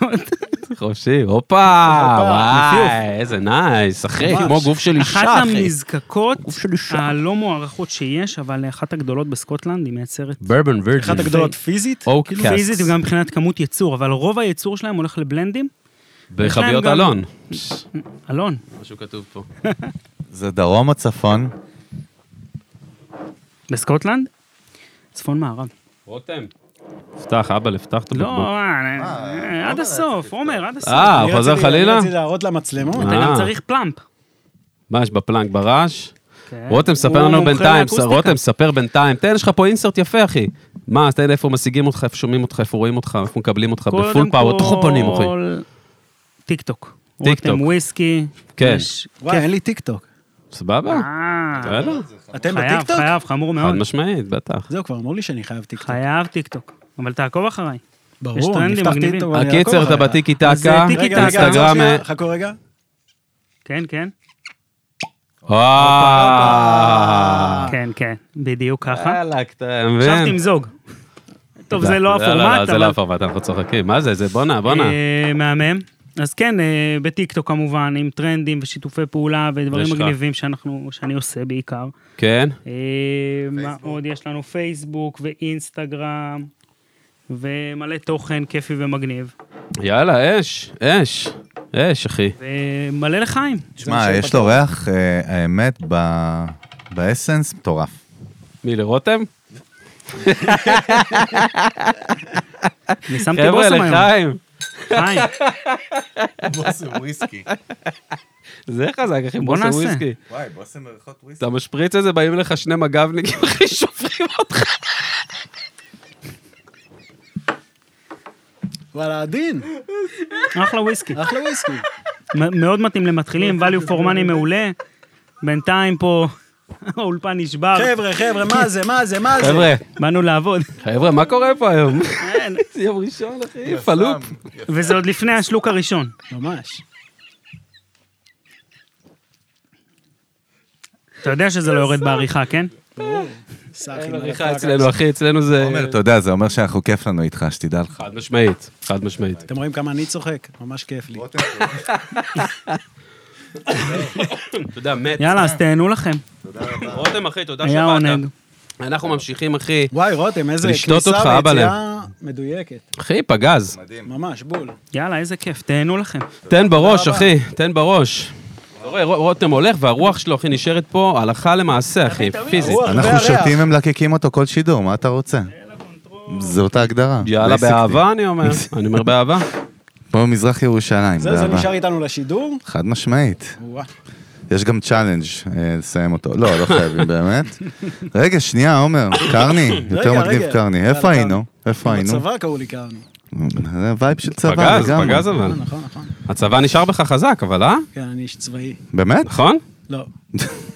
חופשי, הופה, וואי, איזה נייס, אחי,
ממש.
כמו גוף של אישה,
אחת
אחי.
המזקקות
גוף של אישה.
הלא מוערכות שיש, אבל אחת הגדולות בסקוטלנד, היא מייצרת כאילו
ברבן
אחת
וירג'ן.
הגדולות פיזית.
אוקאסט.
פיזית וגם מבחינת כמות ייצור, אבל רוב הייצור שלהם הולך לבלנדים.
בחביות
גם-
אלון.
אלון,
משהו כתוב פה.
זה דרום או צפון?
בסקוטלנד? צפון מערב.
רותם. פתח, אבא, לפתח את הבקבוק.
לא, אה, אה, עד הסוף, עומר, עד הסוף.
אה,
אני
הוא חוזר
רציתי-
חלילה?
אני רציתי להראות למצלמות.
אתה
אה.
גם צריך פלאמפ.
מה יש בפלנק ברעש?
כן.
רותם,
הוא
ספר לנו
מומחה
בינתיים,
לאקוסטיקה.
רותם, ספר בינתיים. תן, יש לך פה אינסרט יפה, אחי. מה, אז תן איפה משיגים אותך, איפה שומעים אותך, איפה רואים אותך, איפה מקבלים אותך,
קודם
בפול פאוור,
כל,
תחופונים, אחי.
טיק טוק.
טיק טוק.
רותם וויסקי.
כן.
יש-
וואי, אין לי טיקטוק.
סבבה?
אה,
בסדר?
אתם
חייב,
בטיקטוק?
חייב, חמור
חד
מאוד.
משמעית, בטח.
זהו, כבר אמרו לי שאני חייב טיקטוק.
חייב טיק טוק. אבל תעקוב אחריי. יש
ברור, אני
טרנדים
אפתח
מגניבים.
טיקטוק. ואני
הקיצר,
אעקוב
אתה
אחריה.
בתיקי
אז,
טקה,
אה, טיקי
רגע, רגע,
אינסטגרם,
עצור
אה,
שנייה, חכו רגע.
כן, כן.
אה, כן.
כן, כן, בדיוק ככה.
וואלכ, אתה
עכשיו
מבין?
תמזוג. טוב, זה
לא,
לא
לא,
הפורמט,
זה לא
אבל
הפורמט, אנחנו צוחקים. מה זה? זה בואנה, בואנה.
אה, מהמם. אז כן, אה, בטיקטוק כמובן, עם טרנדים ושיתופי פעולה ודברים
יש לך.
מגניבים שאנחנו, שאני עושה בעיקר.
כן?
אה, מה עוד? יש לנו פייסבוק ואינסטגרם, ומלא תוכן כיפי ומגניב.
יאללה, אש, אש, אש, אחי.
ומלא לחיים.
שמע, יש לו ריח, אה, האמת, ב- באסנס, מטורף.
מי, לרותם?
אני שמתי
חבר'ה,
בושם היום.
לחיים.
חיים.
בושם וויסקי.
זה חזק, אחי,
בוא
בוסר
נעשה.
וויסקי.
וואי, בושם מריחות וויסקי.
אתה משפריץ את זה, באים לך שני מג"בניקים, אחי, שופכים אותך.
וואלה, עדין,
אחלה וויסקי.
אחלה וויסקי.
מ- מאוד מתאים למתחילים, value for money מעולה. בינתיים פה האולפן נשבר,
חבר'ה, חבר'ה, מה זה, מה זה, מה זה?
חבר'ה,
באנו לעבוד.
חבר'ה, מה קורה פה היום?
כן,
זה יום ראשון, אחי, פלופ.
וזה עוד לפני השלוק הראשון.
ממש.
אתה יודע שזה לא יורד בעריכה, כן?
סאחי,
עריכה אצלנו, אחי, אצלנו זה...
עומר, אתה יודע, זה אומר שאנחנו כיף לנו איתך, שתדע לך.
חד משמעית, חד משמעית.
אתם רואים כמה אני צוחק? ממש כיף לי.
אתה יודע, מת.
יאללה, אז תהנו לכם.
רותם, אחי, תודה
היה
שבאת.
עונג.
אנחנו ממשיכים, אחי.
וואי, רותם, איזה
לשתות
כניסה
אותך, אבאלה.
ויציאה מדויקת.
אחי, פגז.
ממש, בול.
יאללה, איזה כיף, תהנו לכם.
תן בראש, אחי, תן בראש. אתה רואה, רו- רותם הולך, והרוח שלו, אחי, נשארת פה הלכה למעשה, אחי, פיזית.
הרוח
אנחנו
והריח.
שותים ומלקקים אותו כל שידור, מה אתה רוצה? זו אותה הגדרה.
יאללה,
basically.
באהבה, אני אומר. אני אומר באהבה.
פה במזרח ירושלים,
זה, זה
באהבה.
נשאר איתנו לשידור?
חד משמעית.
וואו.
יש גם צ'אלנג' אה, לסיים אותו. לא, לא חייבים באמת. רגע, שנייה, עומר, קרני, יותר
רגע,
מגניב
רגע.
קרני.
יאללה,
איפה
קרני.
היינו? איפה היינו?
בצבא קראו לי קרני.
זה וייב של צבא
פגז,
לגמרי.
פגז אבל.
נכון, נכון.
הצבא נשאר בך חזק, אבל אה?
כן, אני איש צבאי.
באמת?
נכון?
לא.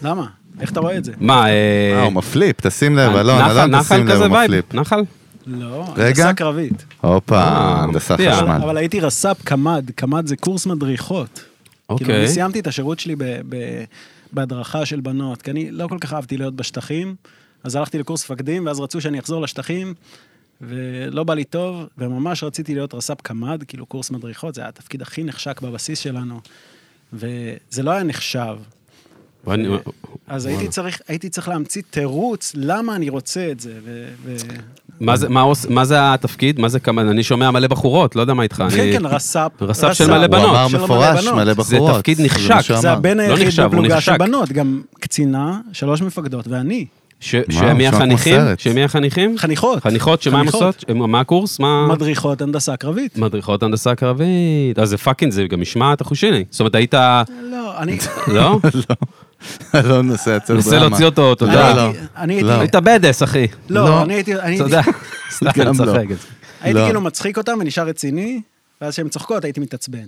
למה? איך אתה רואה את זה?
מה, אה,
אה, הוא מפליפ, תשים לב, אלון,
נחל-
אלון,
נחל
תשים לב,
כזה
הוא
וייב?
מפליפ.
נחל?
לא,
רגע.
הנדסה קרבית.
הופה,
אה,
הנדסה
מפתיע.
אבל
חשמל.
אבל הייתי רס"פ קמ"ד, קמ"ד זה קורס מדריכות. כאילו,
אוקיי.
אני סיימתי את השירות שלי ב- ב- בהדרכה של בנות, כי אני לא כל כך אהבתי להיות בשטחים, אז הלכתי לקורס מפקדים, ואז רצו שאני אחזור לשטחים, ולא בא לי טוב, וממש רציתי להיות רס"פ קמ"ד, כאילו קורס מדריכות, זה היה התפקיד הכי נחשק בבסיס שלנו, וזה לא היה נחשב.
בוא אני-
אז הייתי צריך, הייתי צריך להמציא תירוץ למה אני רוצה את זה, ו... ו...
מה זה- מה עוש- מה זה התפקיד? מה זה כמה... אני שומע מלא בחורות, לא יודע מה איתך. אני-
כן, כן, רס"פ.
רס"פ של מלא
הוא
בנות.
אמר
של מלא
מפורש,
בנות.
מלא
זה
בחורות.
תפקיד
מה
נחשק,
שהוא
זה
זה
אמר.
הבן
לא
היחיד
נחשב, הוא
בפלוגה של
נחשק.
בנות, גם קצינה, שלוש מפקדות, ואני.
ש- שמי
נשמע כמו
החניכים?
סרט.
שמי החניכים?
חניכות.
חניכות, שמה הן
חניכות.
עושות? הם- מה הקורס? מה...
מדריכות הנדסה קרבית.
מדריכות הנדסה קרבית. אז זה פאקינג, זה גם משמעת אחושיני. זאת אומרת, היית...
לא, אני...
לא?
אלון נוסע אצל
נסה להוציא אותו, תודה.
לא, לא.
אני הייתי- אני הייתי...
לא.
היית בדס, אחי.
לא, אני הייתי... אני
תודה.
הייתי-
סתם, אני
גם לא.
צוחק.
הייתי
לא.
כאילו מצחיק אותם ונשאר רציני, ואז כשהן צוחקות הייתי מתעצבן.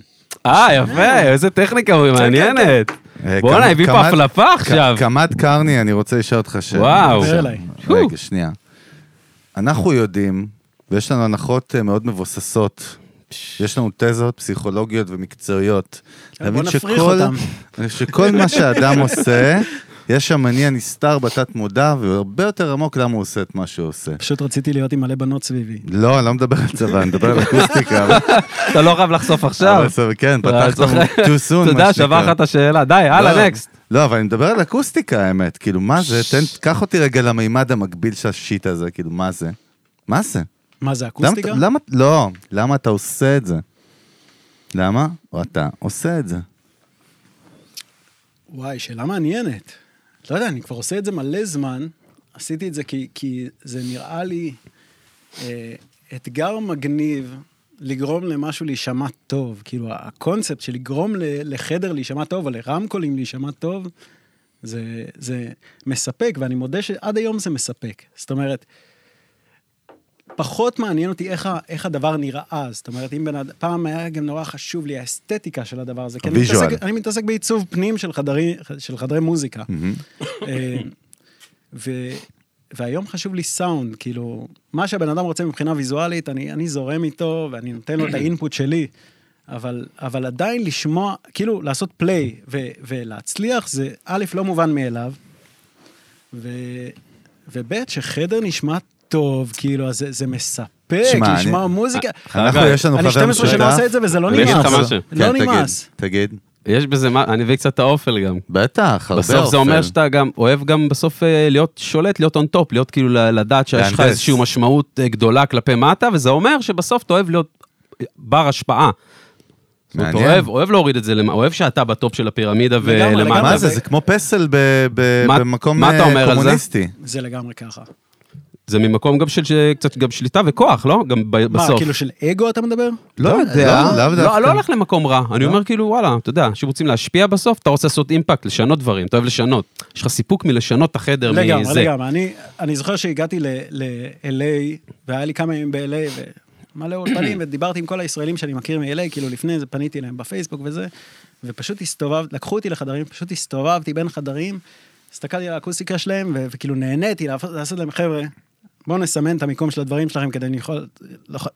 אה, יפה, איזה טכניקה הוא מעניינת.
אה,
בואנה,
כמה-
הביא פה
כמה-
הפלפה עכשיו.
קמ"ד קרני, אני רוצה לשאול אותך שאלה.
וואו.
דבר אליי.
רגע, שנייה. אנחנו יודעים, ויש לנו הנחות אה, מאוד מבוססות. יש לנו תזות פסיכולוגיות ומקצועיות.
כן, בוא
להבין
נפריך
שכל-
אותם.
שכל מה שאדם עושה, יש שם מניע נסתר בתת מודע, והרבה יותר עמוק למה הוא עושה את מה שהוא עושה.
פשוט רציתי להיות עם מלא בנות סביבי.
לא, אני לא מדבר על צבא, אני מדבר על אקוסטיקה. אבל-
אתה לא חייב לחשוף עכשיו.
אבל סבבה, כן,
רק
פתחת לנו
צריך-
too soon,
אה, אתה
מה
יודע, שווה לך
שנקרא.
את השאלה. די,
לא,
הלאה, נקסט.
לא, אבל אני מדבר על אקוסטיקה, האמת. כאילו, מה זה? תן, קח אותי רגע למימד המקביל של השיט הזה, כאילו, מה זה? מה זה?
מה זה,
למה,
אקוסטיקה?
למה, לא, למה אתה עושה את זה? למה? או אתה עושה את זה.
וואי, שאלה מעניינת. לא יודע, אני כבר עושה את זה מלא זמן. עשיתי את זה כי, כי זה נראה לי אה, אתגר מגניב לגרום למשהו להישמע טוב. כאילו, הקונספט של לגרום ל- לחדר להישמע טוב, או לרמקולים להישמע טוב, זה, זה מספק, ואני מודה שעד היום זה מספק. זאת אומרת, פחות מעניין אותי איך, ה- איך הדבר נראה. זאת אומרת, אם בן אדם, פעם היה גם נורא חשוב לי האסתטיקה של הדבר הזה. כי אני
הוויז'ואל.
מתעסק, אני מתעסק בעיצוב פנים של חדרי, של חדרי מוזיקה. אה, ו, והיום חשוב לי סאונד, כאילו, מה שהבן אדם רוצה מבחינה ויזואלית, אני, אני זורם איתו ואני נותן לו את האינפוט שלי. אבל, אבל עדיין לשמוע, כאילו, לעשות פליי ו- ולהצליח, זה א', לא מובן מאליו, ו, וב', שחדר נשמע טוב, כאילו, אז זה, זה מספק,
שמע,
לשמוע
אני-
מוזיקה.
אנחנו,
רגע,
יש לנו חבר
אני
משותף.
12 שנה עושה את זה וזה לא
אני אגיד לך
נמאס.
משהו.
לא
כן, תגיד,
נמאס.
תגיד.
יש בזה מה, אני מביא קצת את האופל גם.
בטח, הרבה
בסוף זה אומר שאתה גם אוהב גם בסוף אה, להיות שולט, להיות און טופ, להיות כאילו ל- לדעת שיש לך
מהנדס.
איזושהי משמעות אה, גדולה כלפי מטה, וזה אומר שבסוף אתה אוהב להיות אה, בר השפעה. זאת אומרת,
מעניין.
אוהב, אוהב להוריד את זה, למ- אוהב שאתה בטופ של הפירמידה
לגמרי,
ולמטה.
לגמרי.
מה זה? זה כמו פסל ב- ב-
מה-
במקום
מה אתה
אה,
אומר על זה?
קומוניסטי.
זה לגמרי ככה.
זה ממקום גם של של- קצת גם שליטה וכוח, לא? גם ב-
מה,
בסוף.
כאילו של אגו אתה מדבר?
לא יודע,
לא, לאו
לא
דווקא.
לא הולך למקום רע, אני אומר כאילו וואלה, אתה יודע, שרוצים להשפיע בסוף, אתה רוצה לעשות אימפקט, לשנות דברים, אתה אוהב לשנות. יש לך סיפוק מלשנות את החדר מזה.
לגמרי, לגמרי. אני, אני זוכר שהגעתי ל-LA, והיה לי כמה ימים ב-LA, ומלא אולפנים, ודיברתי עם כל הישראלים שאני מכיר מ-LA, כאילו לפני זה פניתי אליהם בפייסבוק וזה, ופשוט הסתובבתי, לקחו אותי לחדרים, פשוט הסתובבתי בין חדרים, הסתכלתי על האקוסטיקה שלהם, ו- וכאילו נהניתי לעשות, לעשות להם, חבר'ה, בואו נסמן את המיקום של הדברים שלכם כדי נוכל,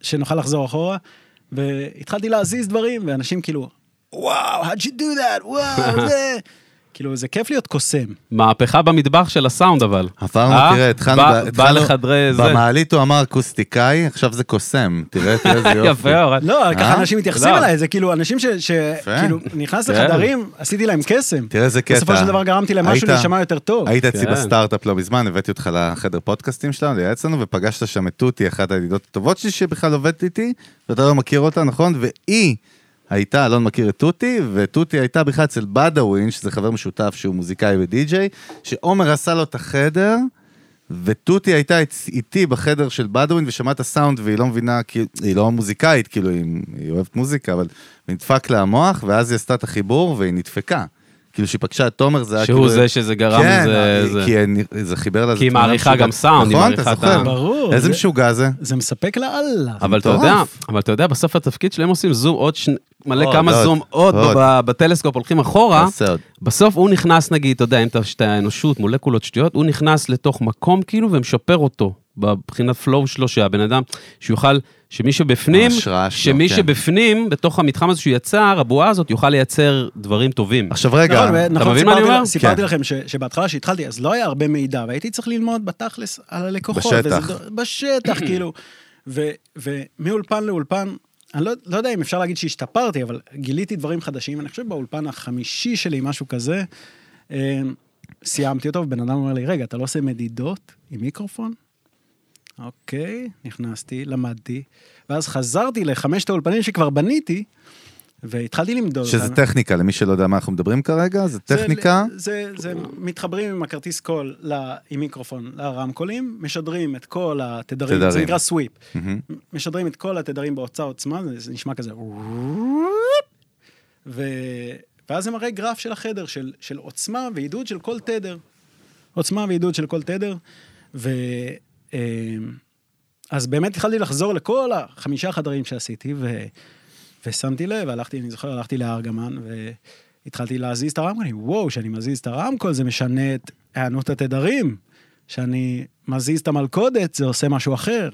שנוכל לחזור אחורה, והתחלתי להזיז דברים, ואנשים כאילו, וואו, how'd you do that, וואו, זה... כאילו, זה כיף להיות קוסם.
מהפכה במטבח של הסאונד אבל. אה?
עברנו, תראה, התחלנו...
בא-
ב-
בא
התחלנו-
לחדרי זה.
במעלית הוא אמר אקוסטיקאי, עכשיו זה קוסם. תראה, תראה איזה יופי.
יפה, אורן.
לא, ככה
אה?
אנשים מתייחסים
לא.
אליי, זה כאילו אנשים ש... ש- כאילו, נכנס
כן.
לחדרים, עשיתי להם קסם.
תראה איזה קטע.
בסופו של דבר גרמתי להם משהו
היית-
להישמע יותר טוב.
היית אצלי
כן.
בסטארט-אפ לא מזמן, הבאתי אותך לחדר פודקאסטים שלנו, לייעץ לנו, ופגשת שם את תותי, אחת הידידות הטובות שלי שבכלל עובדת איתי, ואתה לא מכיר אותה, נכון? והיא הייתה, אלון מכיר את תותי, ותותי הייתה בכלל אצל בדאווין, שזה חבר משותף שהוא מוזיקאי ודי-ג'יי, שעומר עשה לו את החדר, ותותי הייתה אצ- איתי בחדר של בדווין ושמעה את הסאונד והיא לא מבינה, כאילו, היא לא מוזיקאית, כאילו היא, היא אוהבת מוזיקה, אבל נדפק לה המוח ואז היא עשתה את החיבור והיא נדפקה. כאילו שהיא פגשה את תומר זה היה
שהוא
כאילו...
זה שזה גרם
כן,
לזה-
היא-
זה.
כי הן- זה חיבר לה...
כי היא
זה תמונה
מעריכה
משוגעת.
גם סאונד, היא
נכון, אתה
מעריכה את
זוכר.
ה-
ברור,
איזה
זה-
משוגע זה.
זה מספק לאללה.
אבל אתה
מטורף.
יודע, אבל אתה יודע, בסוף התפקיד שלהם עושים זום עוד שני... מלא
עוד,
כמה
עוד,
זום עוד ב-
עוד.
ב- בטלסקופ הולכים אחורה,
תעשה עוד.
בסוף הוא נכנס נגיד, אתה יודע, אם אתה שאתה האנושות, מולקולות שטויות, הוא נכנס לתוך מקום כאילו ומשפר אותו, מבחינת flow שלו, שהבן אדם, שיוכל, שמי שבפנים,
ההשראה שלו,
שמי
כן.
שבפנים, בתוך המתחם הזה שהוא יצר, הבועה הזאת, יוכל לייצר דברים טובים.
עכשיו רגע,
נכון, ו- נכון,
מבין מה אני
סיפרתי-
אומר?
סיפרתי
כן.
לכם ש- שבהתחלה שהתחלתי, אז לא היה הרבה מידע, והייתי צריך ללמוד בתכלס על הלקוחות.
בשטח.
וזה דו- בשטח, כאילו. ו- ומאולפן לאולפן, אני לא- לא יודע אם אפשר להגיד שהשתפרתי, אבל גיליתי דברים חדשים. אני חושב באולפן החמישי שלי, משהו כזה, אה, סיימתי אותו, ובן אדם אומר לי, רגע, אתה לא עושה מדידות עם מיקרופון? אוקיי, נכנסתי, למדתי, ואז חזרתי לחמשת האולפנים שכבר בניתי, והתחלתי למדוד
שזה
אותם.
טכניקה, למי שלא יודע מה אנחנו מדברים כרגע, זה טכניקה.
זה, זה, זה מתחברים עם הכרטיס קול ל, עם מיקרופון לרמקולים, משדרים את כל התדרים, זה
תדרים.
נקרא סוויפ. משדרים את כל התדרים באוצר עוצמה, זה, זה נשמע כזה... ו... ואז זה מראה גרף של החדר, של, של עוצמה ועידוד של כל תדר. עוצמה ועידוד של כל תדר. ו... אמ, אז באמת התחלתי לחזור לכל החמישה חדרים שעשיתי, ו... ושמתי לב, הלכתי, אני זוכר, הלכתי לארגמן, והתחלתי להזיז את הרמקול, אני, וואו, כשאני מזיז את הרמקול זה משנה את הענות התדרים. כשאני מזיז את המלכודת זה עושה משהו אחר.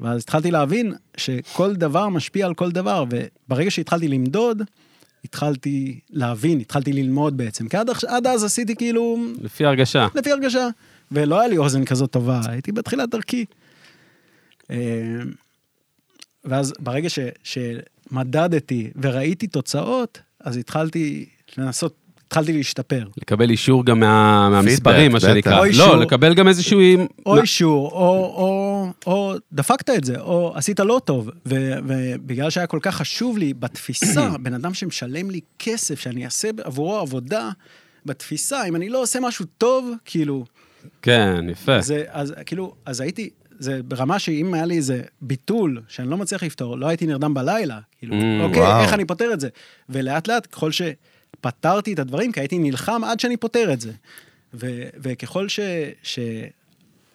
ואז התחלתי להבין שכל דבר משפיע על כל דבר, וברגע שהתחלתי למדוד, התחלתי להבין, התחלתי ללמוד בעצם. כי עד, עכש- עד אז עשיתי כאילו,
לפי הרגשה.
לפי הרגשה, ולא היה לי אוזן כזאת טובה, הייתי בתחילת דרכי. אה, ואז ברגע ש, שמדדתי וראיתי תוצאות, אז התחלתי לנסות, התחלתי להשתפר.
לקבל אישור גם מה, מהמספרים, מה
בטח.
שנקרא.
או
לא,
אישור.
לקבל גם איזשהו... לא.
או אישור, או, או, או דפקת את זה, או עשית לא טוב. ו, ובגלל שהיה כל כך חשוב לי בתפיסה, בן אדם שמשלם לי כסף, שאני אעשה עבורו עבודה, בתפיסה, אם אני לא עושה משהו טוב, כאילו,
כן, יפה.
זה, אז כאילו, אז הייתי, זה ברמה שאם היה לי איזה ביטול שאני לא מצליח לפתור, לא הייתי נרדם בלילה. כאילו,
Mm,
אוקיי,
וואו.
איך אני פותר את זה? ולאט לאט, ככל שפתרתי את הדברים, כי הייתי נלחם עד שאני פותר את זה. ו, וככל ש,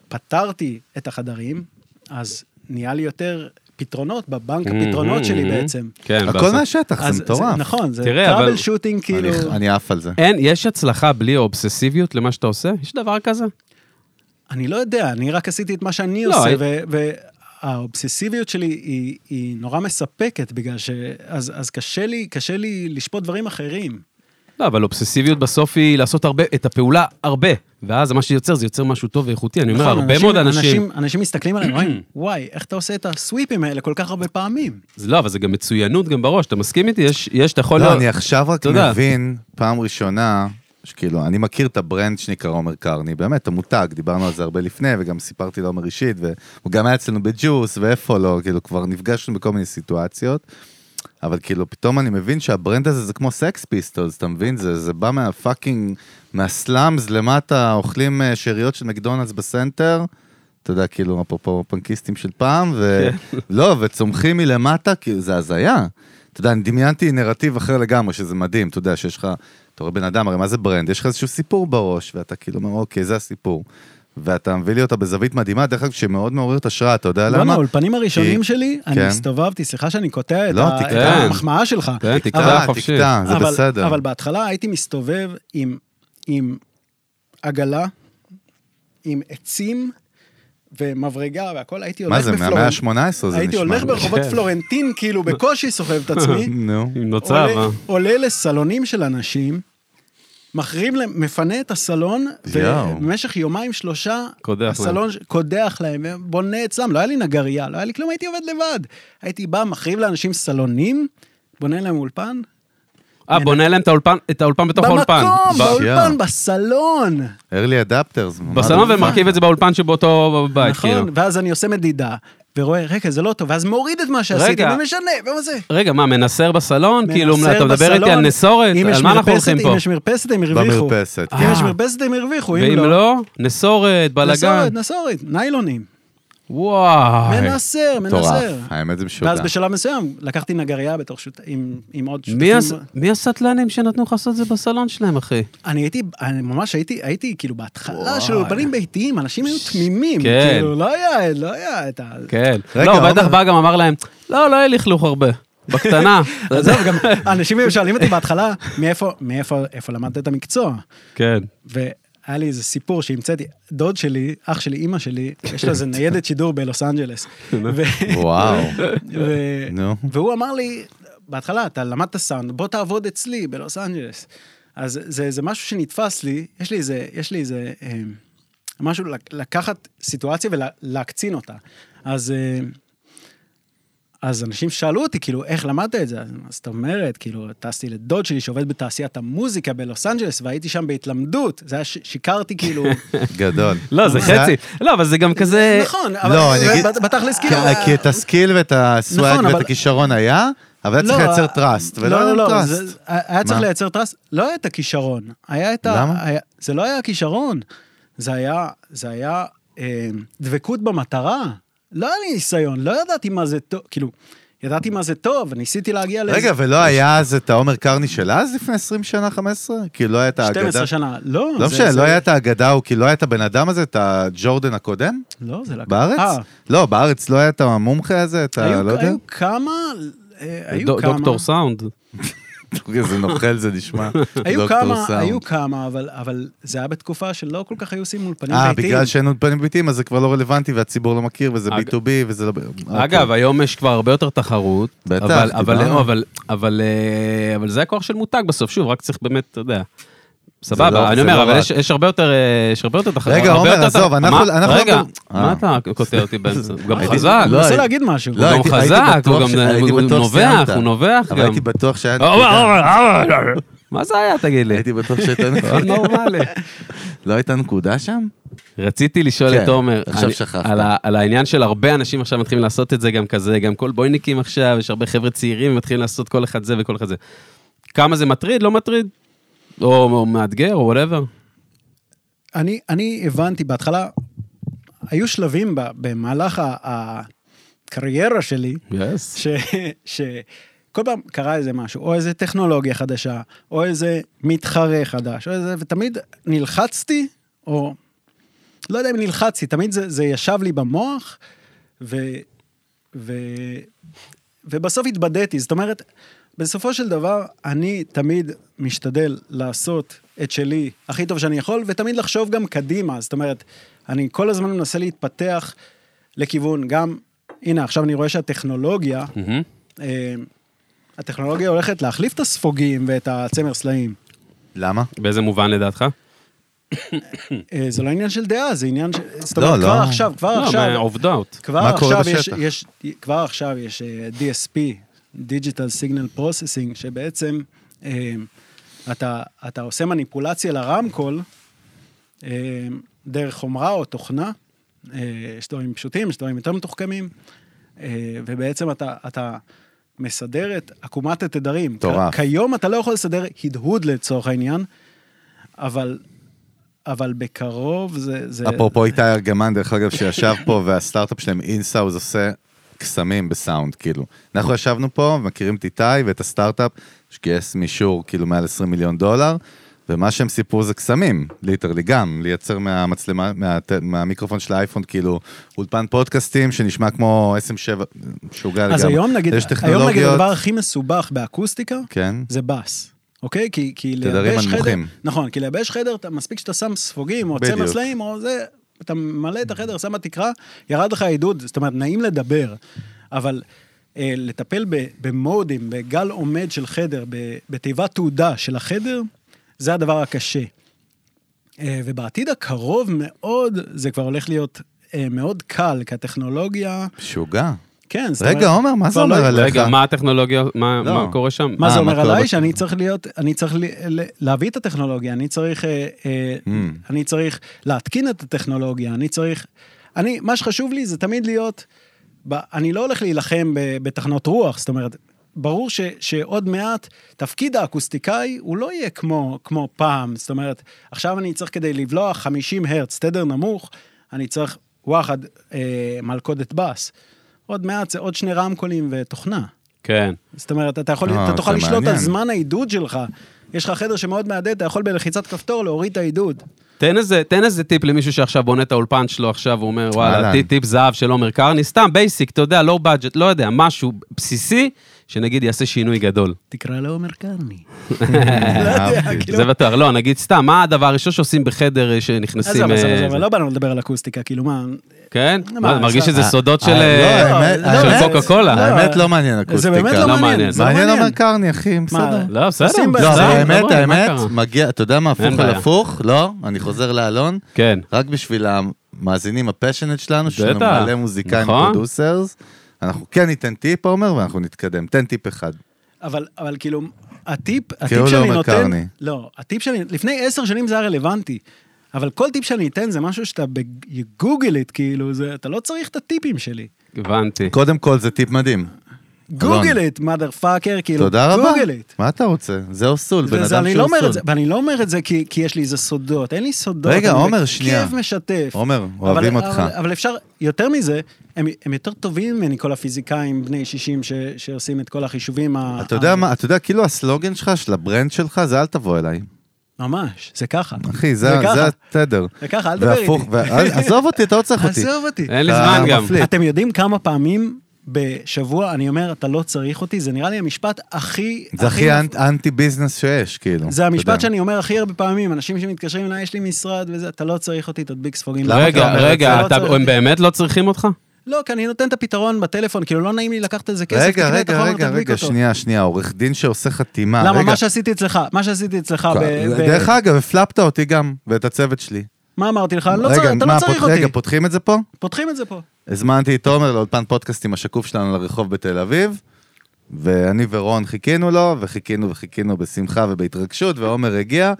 שפתרתי את החדרים, אז נהיה לי יותר פתרונות בבנק הפתרונות שלי
Mhm, mhm.
בעצם.
כן,
הכל
בסוף.
מהשטח,
אז
Mm-hmm. זה מטורף.
נכון, זה
תראה, אבל-
טראבל שוטינג, כאילו...
אני- אני עף על זה.
אין, יש הצלחה בלי האובססיביות למה שאתה עושה? יש דבר כזה?
אני לא יודע, אני רק עשיתי את מה שאני
לא,
עושה,
אני-
ו- האובססיביות שלי היא, היא נורא מספקת, בגלל ש... אז, אז קשה לי, קשה לי לשפוט דברים אחרים.
לא, אבל אובססיביות בסוף היא לעשות הרבה, את הפעולה הרבה, ואז מה שיוצר, זה יוצר משהו טוב ואיכותי. אני אומר,
נכון,
הרבה מאוד אנשים...
אנשים, אנשים מסתכלים עליהם, אומרים, וואי, איך אתה עושה את הסוויפים האלה כל כך הרבה פעמים?
זה לא, אבל זה גם מצוינות גם בראש, אתה מסכים איתי? יש, יש, אתה יכול...
לא, אני עכשיו רק
אתה יודע.
מבין, פעם ראשונה, שכאילו, אני מכיר את הברנד שנקרא עומר קרני, באמת, המותג, דיברנו על זה הרבה לפני, וגם סיפרתי לעומר אישית, והוא גם היה אצלנו בג'וס, ואיפה לא, כאילו, כבר נפגשנו בכל מיני סיטואציות. אבל כאילו, פתאום אני מבין שהברנד הזה זה כמו סקס פיסטולס, אתה מבין? זה, זה בא מהפאקינג, מהסלאמס למטה, אוכלים אה, שאריות של מקדונלדס בסנטר, אתה יודע, כאילו, אפרופו פנקיסטים של פעם, ו...
כן.
לא, וצומחים מלמטה, כאילו, זה הזיה. אתה יודע, אני דמיינתי נרטיב אחר לגמרי, שזה מדהים, אתה יודע, שיש לך, אתה רואה בן אדם, הרי מה זה ברנד? יש לך איזשהו סיפור בראש, ואתה כאילו אומר, אוקיי, זה הסיפור. ואתה מביא לי אותה בזווית מדהימה, דרך אגב, שמאוד מעוררת השראה, אתה יודע
למה?
למה?
לא, האולפנים הראשונים שלי,
כן.
אני הסתובבתי, סליחה שאני קוטע את
לא,
ה- את
תקטע.
המחמאה שלך.
כן, תקטע
אבל-
תקטע,
חופשי.
תקטע, זה
אבל-
בסדר.
אבל בהתחלה הייתי מסתובב עם, עם עגלה, עם עצים ומברגה והכל, הייתי הולך
מה זה,
בפלורנט.
מהמאה ה-18 זה נשמע.
הייתי הולך
לי.
ברחובות
כן.
פלורנטין, כאילו בקושי סוחב את עצמי.
נו.
עם נוצב,
עולה,
אה?
עולה לסלונים של אנשים, מחרים, להם- מפנה את הסלון,
יואו.
ובמשך יומיים שלושה,
קודח להם.
הסלון ש- קודח להם, בונה אצלם, לא היה לי נגרייה, לא היה לי כלום, הייתי עובד לבד. הייתי בא, מחריב לאנשים סלונים, בונה להם אולפן.
אה, בונה להם את האולפן, את האולפן בתוך האולפן.
במקום,
ב- אה,
באולפן,
יואו.
בסלון.
early adapters. מה
בסלון
זה?
ומרכיב את זה באולפן שבאותו בית, כאילו.
נכון, ואז אני עושה מדידה, ורואה, רגע, זה לא טוב, ואז מוריד את מה שעשיתי,
רגע.
ומשנה, ומה זה.
רגע, מה, מנסר בסלון? כאילו,
מנסר
אתה מדבר איתי על
בסלון,
נסורת?
אם יש
על מה אנחנו
מרפסת,
הולכים פה?
אם יש מרפסת, הם הרוויחו.
במרפסת,
אם
כן.
יש מרפסת, הם הרוויחו, אם
ואם לא, נסורת, בלאגן.
נסורת, נסורת, ניילונים.
וואי.
מנסר,
מטורף,
מנסר.
האמת זה משוגע.
ואז בשלב מסוים לקחתי נגרייה בתוך שות... עם, עם עוד
מי הס-
שותפים.
מי הסטלנים שנתנו לך לעשות את זה בסלון שלהם, אחי?
אני הייתי, אני ממש הייתי, הייתי כאילו בהתחלה של אולפנים ביתיים, אנשים היו תמימים.
כן.
כאילו, לא היה, לא היה את ה...
כן.
רגע,
לא, בטח
עומר.
בא גם אמר להם, לא, לא יהיה לכלוך הרבה. בקטנה.
עזוב, גם אנשים היו שואלים אותי בהתחלה, מאיפה, מאיפה, איפה למדת את המקצוע?
כן.
והיה לי איזה סיפור שהמצאתי, דוד שלי, אח שלי, אימא שלי, יש לו איזה ניידת שידור בלוס אנג'לס. ו-
וואו.
ו-
נו.
והוא אמר לי, בהתחלה, אתה למדת סאונד, בוא תעבוד אצלי בלוס אנג'לס. אז זה, זה משהו שנתפס לי, יש לי איזה, יש לי איזה אה, משהו לק- לקחת סיטואציה ולהקצין אותה. אז, אה, אז אנשים שאלו אותי, כאילו, איך למדת את זה? אז מה זאת אומרת, כאילו, טסתי לדוד שלי שעובד בתעשיית המוזיקה בלוס אנג'לס, והייתי שם בהתלמדות. זה היה, ש- שיקרתי כאילו...
גדול.
לא, זה
זה-
חצי. לא, אבל זה גם כזה...
נכון, אבל
לא, אני אגיד...
בתכלס כאילו...
כי- כי את הסקיל ואת הסוואג
נכון, אבל-
ואת הכישרון היה, אבל היה צריך
לא,
לייצר
אה,
טראסט, ולא
לא,
היה
לא, לא,
טראסט.
זה- היה צריך
מה?
לייצר טראסט, לא היה את הכישרון, היה את ה...
למה?
היה- זה לא היה הכישרון, זה היה, זה היה אה, דבקות במטרה. לא היה לי ניסיון, לא ידעתי מה זה טוב, כאילו, ידעתי מה זה טוב, ניסיתי להגיע לאיזה...
רגע, ולא היה אז את העומר קרני של אז לפני 20 שנה, 15? כאילו לא היה את האגדה...
12 שנה, לא,
לא
זה-
משנה,
זה-
לא היה את האגדה, הוא כאילו לא היה את הבן אדם הזה, את הג'ורדן הקודם?
לא, זה לא... אה,
בארץ? לא, בארץ לא היה את המומחה הזה, את ה...
היו-
לא יודע?
היו כמה, אה, היו
דו-
כמה,
דוקטור סאונד.
איזה נוכל אוקיי, זה נשמע.
היו
דוקטור
כמה,
סאונד.
היו כמה, אבל- אבל זה היה בתקופה שלא כל כך היו עושים אולפנים
אה,
ביתיים.
בגלל שאין אולפנים ביתיים, אז זה כבר לא רלוונטי והציבור לא מכיר, וזה
אג-
B2B, וזה לא... אוקיי.
אגב, היום יש כבר הרבה יותר תחרות.
בטח,
אבל- אבל- לא,
דיברנו.
אבל- אבל אה, אבל זה הכוח של מותג בסוף. שוב, רק צריך באמת, אתה יודע.
לא-
סבבה, אני
זה
אומר,
לא
אבל
רק.
יש- יש הרבה יותר אה, יש הרבה יותר תחרות.
רגע,
הרבה
עומר,
יותר
עזוב,
תח-
אנחנו-
מה-
אנחנו-
רגע,
אה.
מה אתה קוטע אותי באמצע? הוא גם
הייתי-
חזק.
הוא
לא,
מנסה
הייתי-
להגיד משהו.
הוא
לא,
גם
הייתי- הייתי
חזק,
בטוח
הוא גם- אה,
ש- הייתי
הוא- הוא
בטוח
נובח,
שסיימת.
הוא נובח
אבל
גם.
הייתי בטוח שהיה...
אה, אה, אה, אה, אה. מה זה היה, תגיד לי?
הייתי בטוח שהייתה נקודה.
נורמלי.
לא הייתה נקודה שם?
רציתי לשאול
כן,
את עומר,
עכשיו
אני-
שכחת.
על ה- על העניין של הרבה אנשים עכשיו מתחילים לעשות את זה גם כזה, גם כל בויניקים עכשיו, יש הרבה חבר'ה צעירים מתחילים לעשות כל אחד זה וכל אחד זה. כמה זה מטריד, לא מטריד? או או מאתגר, או וואטאבר?
אני, אני הבנתי בהתחלה, היו שלבים ב- במהלך ה- הקריירה שלי,
יס.
ש, שכל פעם קרה איזה משהו, או איזה טכנולוגיה חדשה, או איזה מתחרה חדש, או איזה, ותמיד נלחצתי, או לא יודע אם נלחצתי, תמיד זה, זה ישב לי במוח, ו, ו, ובסוף התבדיתי. זאת אומרת, בסופו של דבר, אני תמיד משתדל לעשות את שלי הכי טוב שאני יכול, ותמיד לחשוב גם קדימה. זאת אומרת, אני כל הזמן מנסה להתפתח לכיוון גם הנה, עכשיו אני רואה שהטכנולוגיה,
מהמם.
אה, הטכנולוגיה הולכת להחליף את הספוגים ואת הצמר סלעים.
למה?
באיזה מובן לדעתך?
לא,
אה, זה לא עניין של דעה, זה עניין של... זאת
לא,
אומרת, כבר
לא.
עכשיו, כבר
לא,
עכשיו,
מהעובדות.
כבר
מה קורה
עכשיו יש,
בשטח?
יש, כבר עכשיו יש אה, DSP, Digital Signal Processing, שבעצם אה, אתה, אתה עושה מניפולציה לרמקול אה, דרך חומרה או תוכנה, אה, יש דברים פשוטים, יש דברים יותר מתוחכמים, אה, ובעצם אתה, אתה מסדר את עקומת התדרים.
מטורף.
כ- כיום אתה לא יכול לסדר הדהוד לצורך העניין, אבל... אבל בקרוב זה... זה...
אפרופו איתי ארגמן, דרך אגב, שישב פה, והסטארט-אפ שלהם, אינסאוז, עושה קסמים בסאונד, כאילו. אנחנו ישבנו פה, ומכירים את איתי ואת הסטארט-אפ, שגייס מישור, כאילו, מעל 20 מיליון דולר, ומה שהם סיפרו זה קסמים, ליטרלי גם, לייצר מהמצלמה, מהט- מהמיקרופון של האייפון, כאילו, אולפן פודקאסטים, שנשמע כמו SM7, משוגע לגמרי.
אז היום נגיד,
יש
היום נגיד
טכנולוגיות,
הדבר הכי מסובך באקוסטיקה
כן.
זה בס, אוקיי? כי, כי
תדרים
לייבש חדר,
הנמוכים.
נכון, כי לייבש חדר, אתה, מספיק שאתה שם ספוגים או צמר
בדיוק.
סלעים או זה, אתה מלא את החדר, שם בתקרה, ירד לך העידוד, זאת אומרת, נעים לדבר, אבל אה, לטפל ב, במודים, בגל עומד של חדר, ב, בתיבת תעודה של החדר, זה הדבר הקשה. אה, ובעתיד הקרוב מאוד, זה כבר הולך להיות אה, מאוד קל, כי הטכנולוגיה...
משוגע.
כן, זאת
רגע, עומר, מה זה
כבר לא-
אומר עליך?
רגע, מה הטכנולוגיה, מה
לא.
מה קורה שם?
מה
אה,
זה
מה
אומר
קורה
עליי?
בטכנולוגיה?
שאני צריך להיות, אני צריך ל- ל- להביא את הטכנולוגיה, אני צריך, אה, אה,
Hmm.
אני צריך להתקין את הטכנולוגיה, אני צריך... אני, מה שחשוב לי זה תמיד להיות... ב, אני לא הולך להילחם ב- בתחנות רוח, זאת אומרת, ברור ש, שעוד מעט תפקיד האקוסטיקאי הוא לא יהיה כמו, כמו פעם, זאת אומרת, עכשיו אני צריך כדי לבלוע 50 הרץ, תדר נמוך, אני צריך וואחד אה, מלכודת בס. עוד מעט זה עוד שני רמקולים ותוכנה.
כן.
זאת אומרת, אתה יכול,
אה,
אתה
זה
תוכל לשלוט על
מעניין.
זמן העידוד שלך. יש לך חדר שמאוד מהדהד, אתה יכול בלחיצת כפתור להוריד את העידוד.
תן איזה, תן איזה טיפ למישהו שעכשיו בונה את האולפן שלו עכשיו, הוא אומר, וואלה,
אהלן.
טיפ, טיפ זהב של עומר קרני, סתם בייסיק, אתה יודע, לואו בדג'ט, לא יודע, משהו בסיסי, שנגיד יעשה שינוי גדול.
תקרא לעומר קרני. לא כאילו-
אהבתי.
זה בטוח, לא, נגיד סתם, מה הדבר הראשון שעושים בחדר אה, שנכנסים...
עזוב, עזוב,
אה,
עזוב,
זה-
לא באנו לדבר על אקוסטיקה, כאילו מה...
כן?
מה,
מה, מרגיש
סתם.
שזה סודות של...
לא אה,
אה,
לא, האמת-
של
האמת-
קוקה קולה.
האמת לא מעניין אקוסטיקה.
זה באמת
לא
לא
מעניין.
מעניין. זה לא
מעניין
מעניין.
אומר קרני, אחי, בסדר.
לא, בסדר.
עושים
בסדר,
לא, אבל
בסדר,
האמת,
דברי, מה
האמת,
קרה?
מגיע, אתה יודע מה,
אין
הפוך על
בעיה.
הפוך, לא? אני חוזר לאלון,
כן.
רק בשביל המאזינים הפשנט שלנו, שיש לנו
בטח.
מלא מוזיקאים
נכון.
פרודוסרס, אנחנו כן ניתן טיפ, עומר, ואנחנו נתקדם. תן טיפ אחד.
אבל, אבל כאילו, הטיפ,
כאילו
הטיפ שאני
לעומר
נותן...
קרני.
לא, הטיפ שאני... לפני עשר שנים זה היה רלוונטי. אבל כל טיפ שאני אתן זה משהו שאתה בגוגלית, כאילו, זה, אתה לא צריך את הטיפים שלי.
הבנתי.
קודם כל, זה טיפ מדהים.
כאילו, גוגלית, mother fucker, כאילו,
תודה רבה.
גוגלית.
מה אתה רוצה? זה אוסול, בן
וזה-
אדם
אני
שהוא
לא אומר
אוסול.
את זה, ואני לא אומר את זה כי, כי יש לי איזה סודות, אין לי סודות.
רגע,
אני
עומר,
בכיף
שנייה.
משתף.
עומר,
אבל-
אוהבים
אבל-
אותך.
אבל אפשר, יותר מזה, הם, הם יותר טובים ממני, כל הפיזיקאים בני 60 ש, שעושים את כל החישובים. ה-
אתה יודע
ה-
מה, אתה יודע, כאילו הסלוגן שלך, של הברנד שלך, זה אל תבוא אליי.
ממש, זה ככה.
אחי, זה
זה ככה.
זה התדר.
זה ככה, אל תדבר
והפוך,
איתי.
ו- עזוב אותי, אתה לא צריך אותי.
עזוב אותי.
אין לי
אתה
זמן גם.
מפליא.
אתם יודעים כמה פעמים בשבוע אני אומר, אתה לא צריך אותי? זה נראה לי המשפט הכי...
זה הכי אנ- אנטי ביזנס שיש, כאילו.
זה
אתה יודע.
המשפט שאני אומר הכי הרבה פעמים, אנשים שמתקשרים אליי, יש לי משרד וזה, אתה לא צריך אותי, תדביק ספוגים.
למה אתה
רגע,
אומר את
רגע,
לא
אתה-
צריך-
הם באמת לא צריכים אותך?
לא, כי אני נותן את הפתרון בטלפון, כאילו לא נעים לי לקחת איזה כסף,
רגע,
תקנה את
רגע,
החומר,
רגע,
תדביק
רגע,
אותו.
שנייה, שנייה, עורך דין שעושה חתימה.
למה,
רגע,
מה שעשיתי אצלך, מה שעשיתי אצלך, ב- ב-
דרך אגב, הפלפת אותי גם, ואת הצוות שלי.
מה אמרתי לך? אני לא
רגע,
צריך- אתה
מה,
לא צריך
פות- רגע,
אותי.
פותחים את זה פה?
פותחים את זה פה.
הזמנתי את תומר לאולפן פודקאסט עם השקוף שלנו לרחוב בתל אביב, ואני ורון חיכינו לו, וחיכינו וחיכינו בשמחה ובהתרגשות, ועומר הגיע,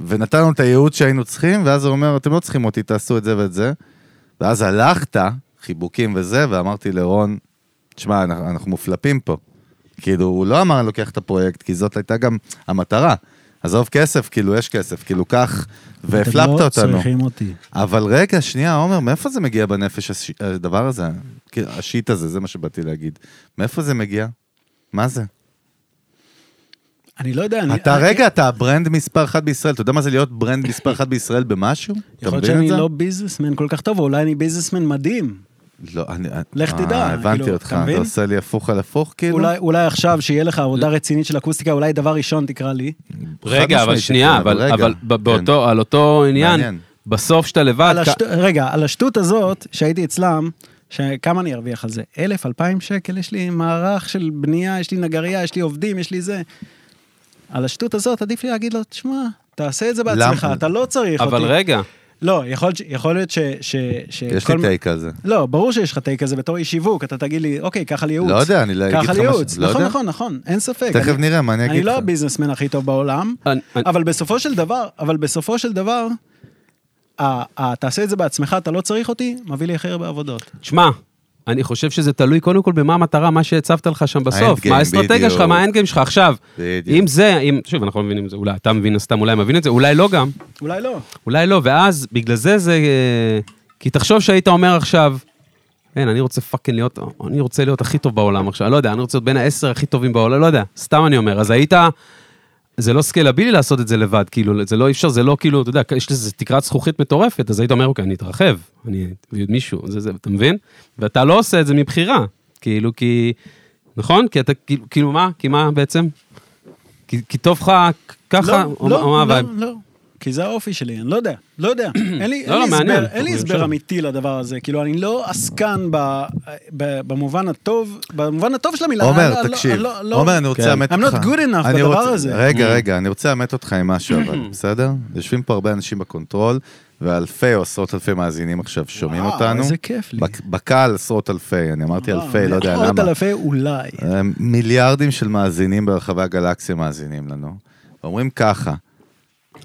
ונתנו את הייעוץ שהיינו צריכים, ואז הוא אומר, אתם לא צריכים אותי, תעשו את זה ואת זה. ואז הלכת, חיבוקים וזה, ואמרתי לרון, תשמע, אנחנו, אנחנו מופלפים פה. כאילו, הוא לא אמר, אני לוקח את הפרויקט, כי זאת הייתה גם המטרה. עזוב כסף, כאילו, יש כסף, כאילו, קח,
לא
והפלפת אותנו.
אותי.
אבל רגע, שנייה, עומר, מאיפה זה מגיע בנפש, הש- הדבר הזה, כאילו, השיט הזה, זה מה שבאתי להגיד. מאיפה זה מגיע? מה זה?
אני לא יודע, אני...
אתה,
אני-
רגע, אתה הברנד מספר אחת בישראל, אתה יודע מה זה להיות ברנד מספר אחת בישראל במשהו? אתה
יכול להיות
מבין את
שאני
זה?
לא ביזנסמן כל כך טוב, או אולי אני ביזנסמן מדהים.
לא, אני...
לך
אה,
תדע,
הבנתי
כאילו,
אותך,
אתה מבין?
אתה עושה לי הפוך על הפוך, כאילו?
אולי- אולי עכשיו, שיהיה לך עבודה רצינית של אקוסטיקה, אולי דבר ראשון תקרא לי.
רגע, אבל
משמעית,
שנייה,
כן,
אבל
רגע,
אבל ב-
כן.
באותו, על אותו עניין,
מעניין.
בסוף שאתה לבד,
על
כ-
השט- רגע, על השטות הזאת שהייתי אצלם, שכמה אני ארוויח על זה? אלף, אלפיים שקל? יש לי מערך של בנייה, יש לי נגרייה, יש לי עובדים, יש לי זה. על השטות הזאת עדיף לי להגיד לו, תשמע, תעשה את זה בעצמך,
למה?
אתה לא צריך אותי.
אבל רגע,
לא, יכול, יכול להיות ש... ש, ש
יש
כל-
לי טייק על זה.
לא, ברור שיש לך טייק כזה בתור איש שיווק, אתה תגיד לי, אוקיי, ככה לייעוץ.
לא יודע, אני לא אגיד לך
ככה
משהו.
לייעוץ,
לא
נכון,
יודע.
נכון, נכון, אין ספק.
תכף
אני-
נראה מה אני
אני
אגיד
לא
לך.
הביזנסמן הכי טוב בעולם,
אני- אני-
אבל בסופו של דבר, אבל בסופו של דבר, ה- ה- תעשה את זה בעצמך, אתה לא צריך אותי, מביא לי הכי הרבה עבודות.
תשמע, אני חושב שזה תלוי קודם כל במה המטרה, מה שהצבת לך שם בסוף.
האנד-גיים,
מה האסטרטגיה
בדיוק.
שלך, מה האנדגיים שלך עכשיו.
בדיוק.
אם זה, אם, שוב, אנחנו לא מבינים את זה, אולי אתה מבין סתם, אולי מבין את זה, אולי לא גם,
אולי לא.
אולי לא, ואז בגלל זה זה... אה, כי תחשוב שהיית אומר עכשיו, אין, אני רוצה פאקינג להיות, אני רוצה להיות הכי טוב בעולם עכשיו, אני לא יודע, אני רוצה להיות בין העשר הכי טובים בעולם, לא יודע, סתם אני אומר, אז היית... זה לא סקלבילי לעשות את זה לבד, כאילו, זה לא אי אפשר, זה לא כאילו, אתה יודע, יש לזה תקרת זכוכית מטורפת, אז היית אומר, אוקיי, אני אתרחב, אני אביא עוד מישהו, זה, זה, אתה מבין? ואתה לא עושה את זה מבחירה, כאילו, כי, נכון? כי אתה, כאילו, כאילו מה? כי מה בעצם? כי, כי טוב לך ככה?
לא,
או,
לא,
מה- או מה
לא,
הווייב?
לא. כי זה האופי שלי, אני לא יודע, לא יודע. אין לי,
לא,
אין לי
לא, מעניין.
הסבר, אין לי
אני
הסבר
חושב.
אמיתי לדבר הזה. כאילו, אני לא עסקן ב- ב- במובן הטוב, במובן הטוב של המילה. אני לא-
עומר,
אני לא-
תקשיב.
אני לא- Mm. לא-
עומר, אני רוצה
כן.
לאמת
I'm
אותך.
not good enough
אני
בדבר
רוצה-
הזה. Mm.
רגע, רגע, אני רוצה לאמת אותך עם משהו, אבל בסדר? יושבים פה הרבה אנשים בקונטרול, ואלפי או עשרות אלפי מאזינים עכשיו שומעים
וואו,
אותנו.
איזה כיף לי.
בק- בקהל עשרות אלפי, אני אמרתי אלפי, לא יודע
אה, מאות
למה.
אלפי אולי.
אה, מיליארדים של מאזינים ברחבי הגלקסיה מאזינים לנו. אומרים ככה,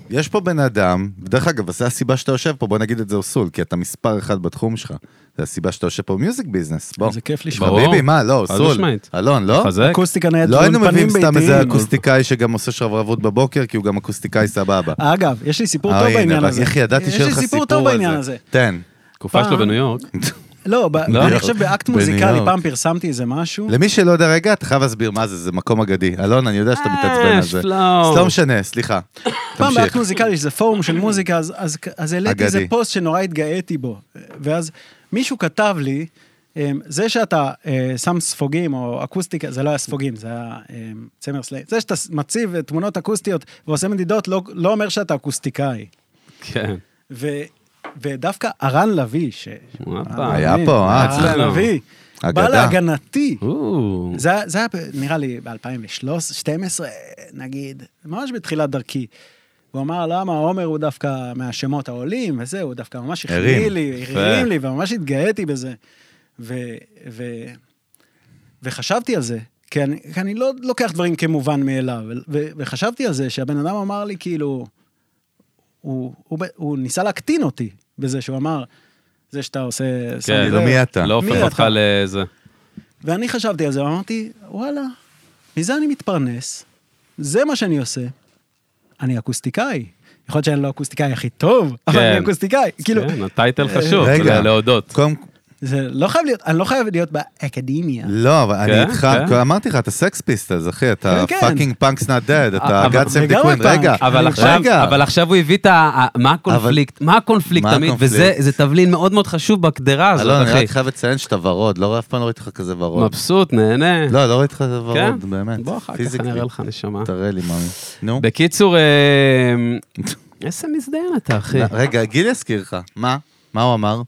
יש פה בן אדם, ודרך אגב, זו הסיבה שאתה יושב פה, בוא נגיד את זה אוסול, כי אתה מספר אחד בתחום שלך. זו הסיבה שאתה יושב פה במיוזיק ביזנס, בוא.
איזה כיף לשמוע.
ברור.
חביבי, מה, לא,
חד
אוסול.
משמעית.
אלון, לא?
חזק.
אקוסטיקה ניידת
לא היינו
ואולפנים
מביאים סתם איזה
ביתיים.
אקוסטיקאי שגם עושה שרברבות בבוקר, כי הוא גם אקוסטיקאי סבבה.
אגב, יש לי סיפור טוב
אה, הנה,
בעניין
אבל
הזה.
איך ידעתי
יש
שיהיה
לי
לך
סיפור
סיפור
טוב
על
בעניין
זה.
הזה.
תן.
תקופה שלו
פעם-
בניו יורק.
לא, ב-
לא?
אני חושב באקט
בניו
מוזיקלי,
יורק.
פעם פרסמתי איזה משהו.
למי שלא יודע רגע, אתה חייב להסביר מה זה, זה מקום אגדי. אלון, אני יודע שאתה
אה,
מתעצבן על זה.
שלום.
אז לא משנה, סליחה.
פעם באקט
תמשיך.
מוזיקלי, שזה פורום של מוזיקה, אז- אז- אז העליתי איזה
אגדי.
פוסט שנורא התגאיתי בו. ואז מישהו כתב לי, אמ, זה שאתה אה, שם ספוגים או אקוסטיקה, זה לא היה ספוגים, זה היה אמ, צמר סלעים. זה שאתה מציב תמונות אקוסטיות ועושה מדידות, לא- לא אומר שאתה אקוסטיקאי.
כן.
ו- ודווקא הרן לביא, ש...
וואפה.
היה פה, אה,
הרן
אצלנו.
לביא, בא
אגדה.
להגנתי.
או,
זה היה- זה היה ב- נראה לי ב-2013-2012, נגיד, ממש בתחילת דרכי. הוא אמר, למה עומר הוא דווקא מהשמות העולים, וזה, הוא דווקא ממש החמיא
הרים.
לי,
יפה.
הרים לי, וממש התגאיתי בזה. ו- ו- וחשבתי על זה, כי אני, כי אני לא לוקח דברים כמובן מאליו, ו- וחשבתי על זה שהבן אדם אמר לי, כאילו, הוא, הוא, ב- הוא ניסה להקטין אותי בזה שהוא אמר, זה שאתה עושה... שם
כן,
לי
לא
לב."
מי אתה.
לא
מי
הופך
אתה?
אותך לזה.
ואני חשבתי על זה, ואמרתי, וואלה, מזה אני מתפרנס, זה מה שאני עושה, אני אקוסטיקאי. יכול להיות שאני לא האקוסטיקאי הכי טוב, אבל
כן.
אני אקוסטיקאי. כאילו,
כן, הטייטל חשוב,
רגע.
אתה יודע, להודות.
קודם,
זה לא חייב להיות, אני לא חייב להיות באקדמיה.
לא, אבל אני
כן,
איתך,
כן.
אמרתי לך, אתה סקס פיסטלס, אחי, אתה
כן, כן.
פאקינג פאנקס נאט דד, אתה
אבל-
גאדסם
לגמרי
דיקווין,
פאנק.
רגע.
אבל
אני-
עכשיו,
רגע.
אבל עכשיו הוא הביא את ה... ה- מה הקונפליקט, מה הקונפליקט
מה
תמיד,
הקונפליקט?
וזה זה תבלין מאוד מאוד חשוב בקדרה
אלון,
הזאת,
אני
אחי.
רק חייב לציין שאתה ורוד, לא אף פעם לא ראיתי אותך כזה ורוד.
מבסוט, נהנה.
לא, לא ראיתי אותך כזה
כן?
ורוד, באמת.
בוא אחר כך
פיזית.
אני אראה לך, נשמה.
תראה לי, מאמי. נו.
בקיצור, אה, איזה מזדיין אתה,
לא.
אחי.
רגע, גיל יזכיר לך. מה? מה הוא אמר?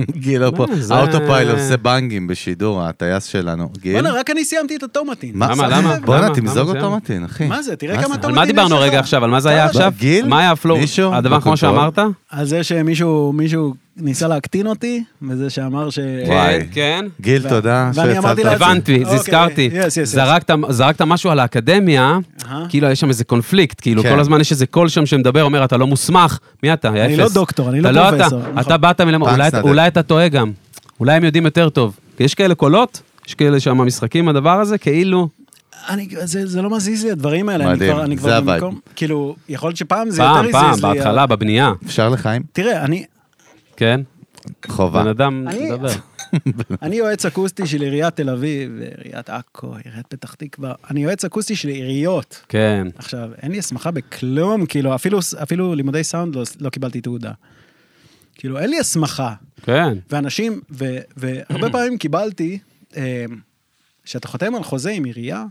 גיל לא פה.
מה, זה-
האוטופיילוט עושה בנגים בשידור, הטייס שלנו. גיל?
בואנה, רק אני סיימתי את הטומטין.
מה-
למה, למה?
בואנה,
למה?
תמזוג
למה זה?
אותו מתין, אחי.
מה זה? תראה
מה
כמה
זה?
על
טומטין
מה דיברנו
יש לך.
רגע עכשיו? על מה זה היה
כמה?
עכשיו?
גיל?
מה היה הפלואו?
מישהו?
הדבר האחרון
בקונטרול?
שאמרת?
על זה שמישהו מישהו ניסה להקטין אותי, וזה שאמר ש...
וואי.
כן, כן.
גיל,
ו-
תודה
ואני
שהצלת
אמרתי
אותי.
לעצמי-
הבנתי,
אוקיי,
זזכרתי.
yes, yes, yes.
זרקת- זרקת משהו על האקדמיה,
אהה.
כאילו יש שם איזה קונפליקט, כאילו
כן.
כל הזמן יש איזה קול שם שמדבר, אומר, אתה לא מוסמך, מי אתה? היה
אני
אפס.
לא דוקטור, אני לא
אתה אתה.
פרופסור, נכון.
אתה באת מלמוד,
פאנקס
אולי אתה-
נדב.
אולי אתה טועה גם, אולי הם יודעים יותר טוב. כי יש כאלה קולות, יש כאלה שם משחקים, הדבר הזה, כאילו,
אני, זה, זה לא מזיז לי הדברים האלה, אני
מדהים,
כבר, אני
זה
כבר
הווייב.
במקום, כאילו, יכול להיות שפעם זה
פעם,
יותר
פעם,
הזיז לי. אה,
בהתחלה, בבנייה,
אפשר לחיים?
תראה, אני,
כן?
חובה.
בן אדם
אני-
מדבר.
אני יועץ אקוסטי של עיריית תל אביב, עיריית עכו, עיריית פתח תקווה. אני יועץ אקוסטי של עיריות.
כן.
עכשיו, אין לי הסמכה בכלום, כאילו, אפילו, אפילו לימודי סאונד לא, לא קיבלתי תעודה. כאילו, אין לי הסמכה.
כן.
ואנשים, ו, והרבה פעמים קיבלתי, אה, כשאתה חותם על חוזה עם עירייה,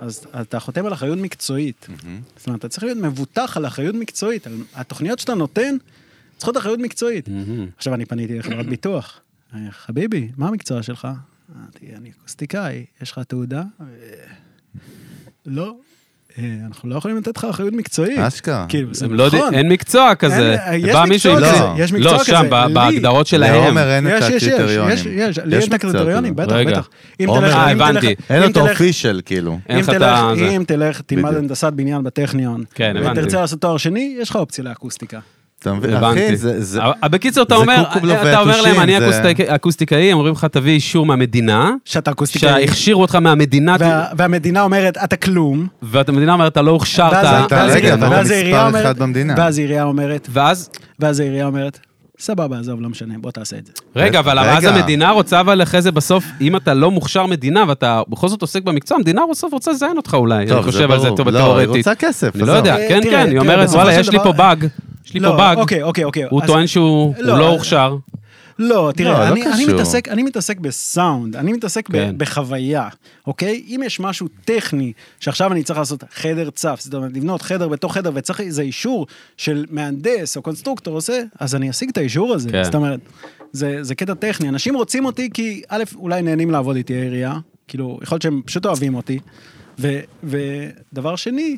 אז אתה חותם על אחריות
Mm-hmm.
מקצועית. זאת אומרת, אתה צריך להיות מבוטח על אחריות מקצועית, על התוכניות שאתה נותן, צריכות אחריות מקצועית.
מהמם.
עכשיו אני פניתי לחברת ביטוח. אה, חביבי, מה המקצוע שלך? אמרתי, אני אקוסטיקאי, יש לך תעודה? אה, לא, אה, אנחנו לא יכולים לתת לך אחריות מקצועית.
אשכרה.
כאילו, זה
הם לא יודעים,
נכון.
אין מקצוע כזה.
אין- אה, יש
בא
מקצוע
מישהו עם
כזה,
כזה.
יש מקצוע
לא, שם,
כזה,
ב-
לי.
בהגדרות שלהם.
לעומר אין את
יש, יש, יש,
הקריטריונים.
יש, יש, לי
יש
יש את
מקצוע,
הקריטריונים,
כאילו.
בטח,
רגע.
בטח. אם
עומר,
תלך-
אה,
אם תלך-
הבנתי.
אין
אם
אותו
תלך-
אופישל, כאילו.
אין
אם
לך את
תלך-
ה- זה.
אם תלך, תלמד
בדיוק.
הנדסת בניין בטכניון,
כן, הבנתי.
ותרצה לעשות תואר שני, יש לך אופציה לאקוסטיקה.
אתה מבין? אחי,
הבנתי.
זה... זה-
אבל- בקיצור, אתה
זה
אומר,
קוקובלה
אתה אומר להם,
והיתושים,
אני
זה-
אקוסטיק- אקוסטיקאי, הם אומרים לך, תביא אישור מהמדינה,
שאתה אקוסטיקאי,
שהכשירו אותך מהמדינה,
כן. וה- והמדינה אומרת, אתה כלום.
והמדינה אומרת, אתה לא הוכשרת.
ואז-
אתה
ואז-
רגע,
ואז
אבל
העירייה
מספר
אומרת-
אחד במדינה.
ואז העירייה אומרת,
ואז,
ואז העירייה אומרת, סבבה, עזוב, לא משנה, בוא תעשה את זה.
רגע, אבל
רגע.
אז המדינה רוצה, אבל אחרי זה בסוף, אם אתה לא מוכשר מדינה ואתה בכל זאת עוסק במקצוע, המדינה בסוף רוצה לזיין אותך אולי. אני
זה
חושב על זה
ברור.
טוב
לא, היא
בתיאורטית.
רוצה כסף.
אני לא
עזוב.
יודע,
אה,
כן,
תראה,
כן, היא
תראה,
אומרת,
בסופו
וואלה,
של
יש לי
דבר-
פה באג, יש לי פה
לא,
באג.
אוקיי, אוקיי, אוקיי.
הוא
אז-
טוען שהוא
לא,
הוא לא
אה,
הוכשר.
לא,
לא,
תראה,
לא
אני, אני,
קשור.
מתעסק, אני מתעסק בסאונד, אני מתעסק
כן.
ב, בחוויה, אוקיי? אם יש משהו טכני, שעכשיו אני צריך לעשות חדר צף, זאת אומרת, לבנות חדר בתוך חדר, וצריך איזה אישור של מהנדס או קונסטרוקטור עושה, אז אני אשיג את האישור הזה.
כן.
זאת אומרת, זה, זה קטע טכני. אנשים רוצים אותי כי, א', אולי נהנים לעבוד איתי העירייה, כאילו, יכול להיות שהם פשוט אוהבים אותי, ו, ודבר שני,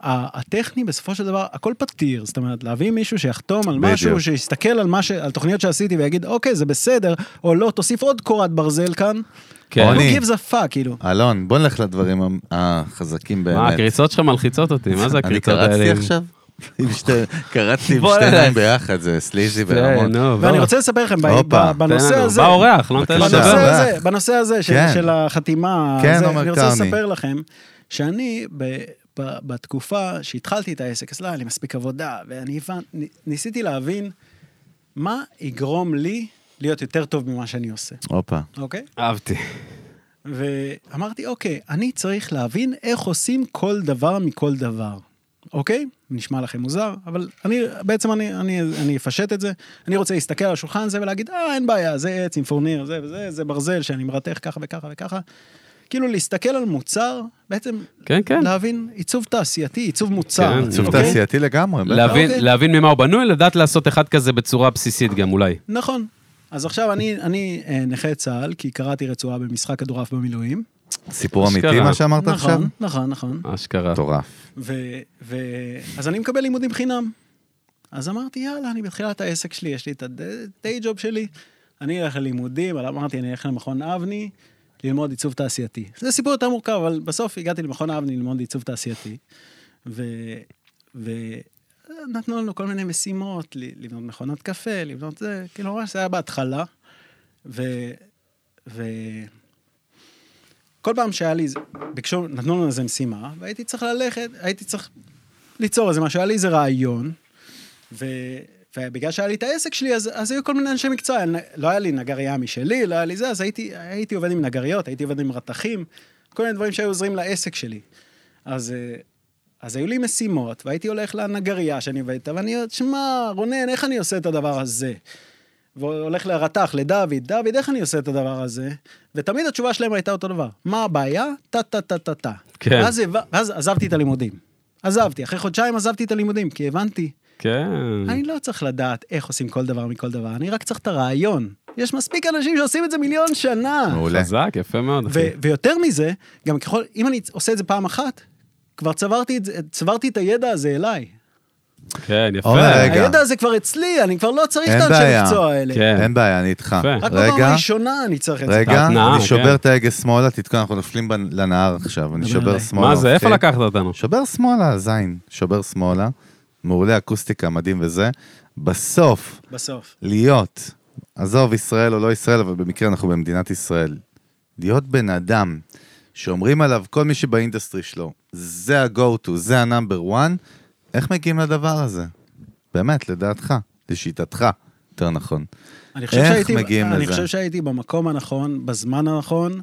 ה- הטכני בסופו של דבר הכל פתיר זאת אומרת להביא מישהו שיחתום על משהו
בדיוק.
שיסתכל על מה ש... על תוכניות שעשיתי ויגיד אוקיי זה בסדר או לא תוסיף עוד קורת ברזל כאן.
כן.
לא
אני-
give a fuck כאילו.
אלון, בוא נלך לדברים המ- החזקים באמת.
מה, הקריצות שלך מלחיצות אותי, מה זה
אני
הקריצות האלה?
קרצתי עכשיו? עם שתי- קרצתי עם
בוא
שתי
נלך.
עיניים ביחד, זה סליזי
כן,
ורמון.
נו, בוא.
ואני רוצה לספר לכם ב-
לא. הופה,
ב- בנושא
תן לנו.
הזה,
בא אורח, לא נותן
בבקשה.
לדבר.
בנושא
אורח.
הזה, בנושא הזה של-
כן.
של החתימה,
כן,
הזה,
עומר
אני רוצה
קרני.
לספר לכם שאני ב- ב- בתקופה שהתחלתי את העסק, אז לא היה לי מספיק עבודה, ואני הבנ- נ- ניסיתי להבין מה יגרום לי להיות יותר טוב ממה שאני עושה,
הופה.
אוקיי?
אהבתי.
ואמרתי, אוקיי, אני צריך להבין איך עושים כל דבר מכל דבר, אוקיי? נשמע לכם מוזר, אבל אני, בעצם אני, אני, אני אפשט את זה. אני רוצה להסתכל על השולחן הזה ולהגיד, אה, אין בעיה, זה עץ עם פורניר, זה וזה, זה ברזל שאני מרתך ככה וככה וככה. כאילו, להסתכל על מוצר, בעצם
כן, כן.
להבין עיצוב תעשייתי, עיצוב מוצר.
כן,
עיצוב
אוקיי?
תעשייתי לגמרי. בטח.
להבין-
אוקיי.
להבין ממה הוא בנוי, לדעת לעשות אחד כזה בצורה בסיסית גם אולי.
נכון. אז עכשיו אני, אני אה, נכה צה"ל, כי קראתי רצועה במשחק כדורעף במילואים.
סיפור
אשכרה.
אמיתי מה שאמרת עכשיו?
נכון, נכון, נכון.
אשכרה.
מטורף.
ו, ו... אז אני מקבל לימודים חינם. אז אמרתי, יאללה, אני בתחילת העסק שלי, יש לי את הדיי ג'וב שלי, אני אלך ללימודים, אבל אמרתי, אני אלך למכון אבני, ללמוד עיצוב תעשייתי. זה סיפור יותר מורכב, אבל בסוף הגעתי למכון אבני ללמוד עיצוב תעשייתי, ו... ו... נתנו לנו כל מיני משימות, ל- לבנות מכונת קפה, לבנות זה, כאילו ממש זה היה בהתחלה. ו... ו... כל פעם שהיה לי, ביקשו, נתנו לנו איזה משימה, והייתי צריך ללכת, הייתי צריך ליצור איזה משהו, היה לי איזה רעיון, ו... ובגלל שהיה לי את העסק שלי, אז, אז היו כל מיני אנשי מקצוע, היה נ- לא היה לי נגר ים משלי, לא היה לי זה, אז הייתי, הייתי עובד עם נגריות, הייתי עובד עם רתכים, כל מיני דברים שהיו עוזרים לעסק שלי. אז, אה, אז היו לי משימות, והייתי הולך לנגרייה שאני עובד איתה, ואני אומר, שמע, רונן, איך אני עושה את הדבר הזה? והולך לרתח, לדוד, דוד, איך אני עושה את הדבר הזה? ותמיד התשובה שלהם הייתה אותו דבר. מה הבעיה? טה-טה-טה-טה-טה.
כן.
ואז, הבנ- ואז עזבתי את הלימודים. עזבתי, אחרי חודשיים עזבתי את הלימודים, כי הבנתי,
כן.
אני לא צריך לדעת איך עושים כל דבר מכל דבר, אני רק צריך את הרעיון. יש מספיק אנשים שעושים את זה מיליון שנה.
מעולה.
אה, חזק, יפה מאוד, אחי.
ו- ויותר מזה, גם ככל, אם אני עושה את זה פעם אחת, כבר צברתי את, זה- צברתי את הידע הזה אליי.
כן, יפה.
עומר, רגע.
הידע הזה כבר אצלי, אני כבר לא צריך
אין
את האנשי
בעיה.
המקצוע האלה.
כן.
אין בעיה, אני איתך.
יפה.
רק לא בפעם
רגע,
הראשונה אני צריך את זה.
רגע,
ההתנעה,
אני
כן.
שובר את ההגה שמאלה, תתקע, אנחנו נופלים בנ- לנהר עכשיו, אני
דבר
שובר
אליי.
שמאלה.
מה זה, איפה
מפחיד.
לקחת אותנו?
שובר שמאלה, זין, שובר שמאלה. מעולה, אקוסטיקה, מדהים וזה. בסוף,
בסוף.
להיות, עזוב ישראל או לא ישראל, אבל במקרה אנחנו במדינת ישראל, להיות בן אדם שאומרים עליו כל מי שבאינדסטרי שלו, זה ה-go to, זה ה-number one, איך מגיעים לדבר הזה? באמת, לדעתך, לשיטתך, יותר נכון.
אני חושב
איך
שהייתי-
מגיעים
אני
לזה?
חושב שהייתי במקום הנכון, בזמן הנכון,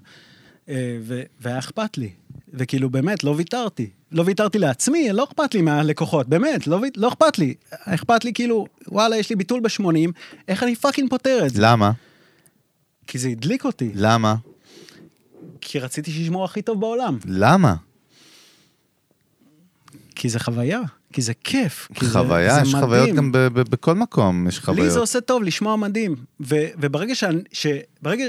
אה, ו- והיה אכפת לי. וכאילו, באמת, לא ויתרתי. לא ויתרתי לעצמי, לא אכפת לי מהלקוחות, באמת, לא, וית- לא אכפת לי. אכפת לי כאילו, וואלה, יש לי ביטול ב-80, איך אני פאקינג פותר את זה?
למה?
כי זה הדליק אותי,
למה?
כי רציתי שישמעו הכי טוב בעולם,
למה?
כי זה חוויה. כי זה כיף. כי זה-
חוויה,
זה
יש
מדהים.
חוויות גם ב- ב- בכל מקום, יש
לי זה
חוויות.
עושה טוב לשמוע מדהים. ו- וברגע ש... ש... ברגע...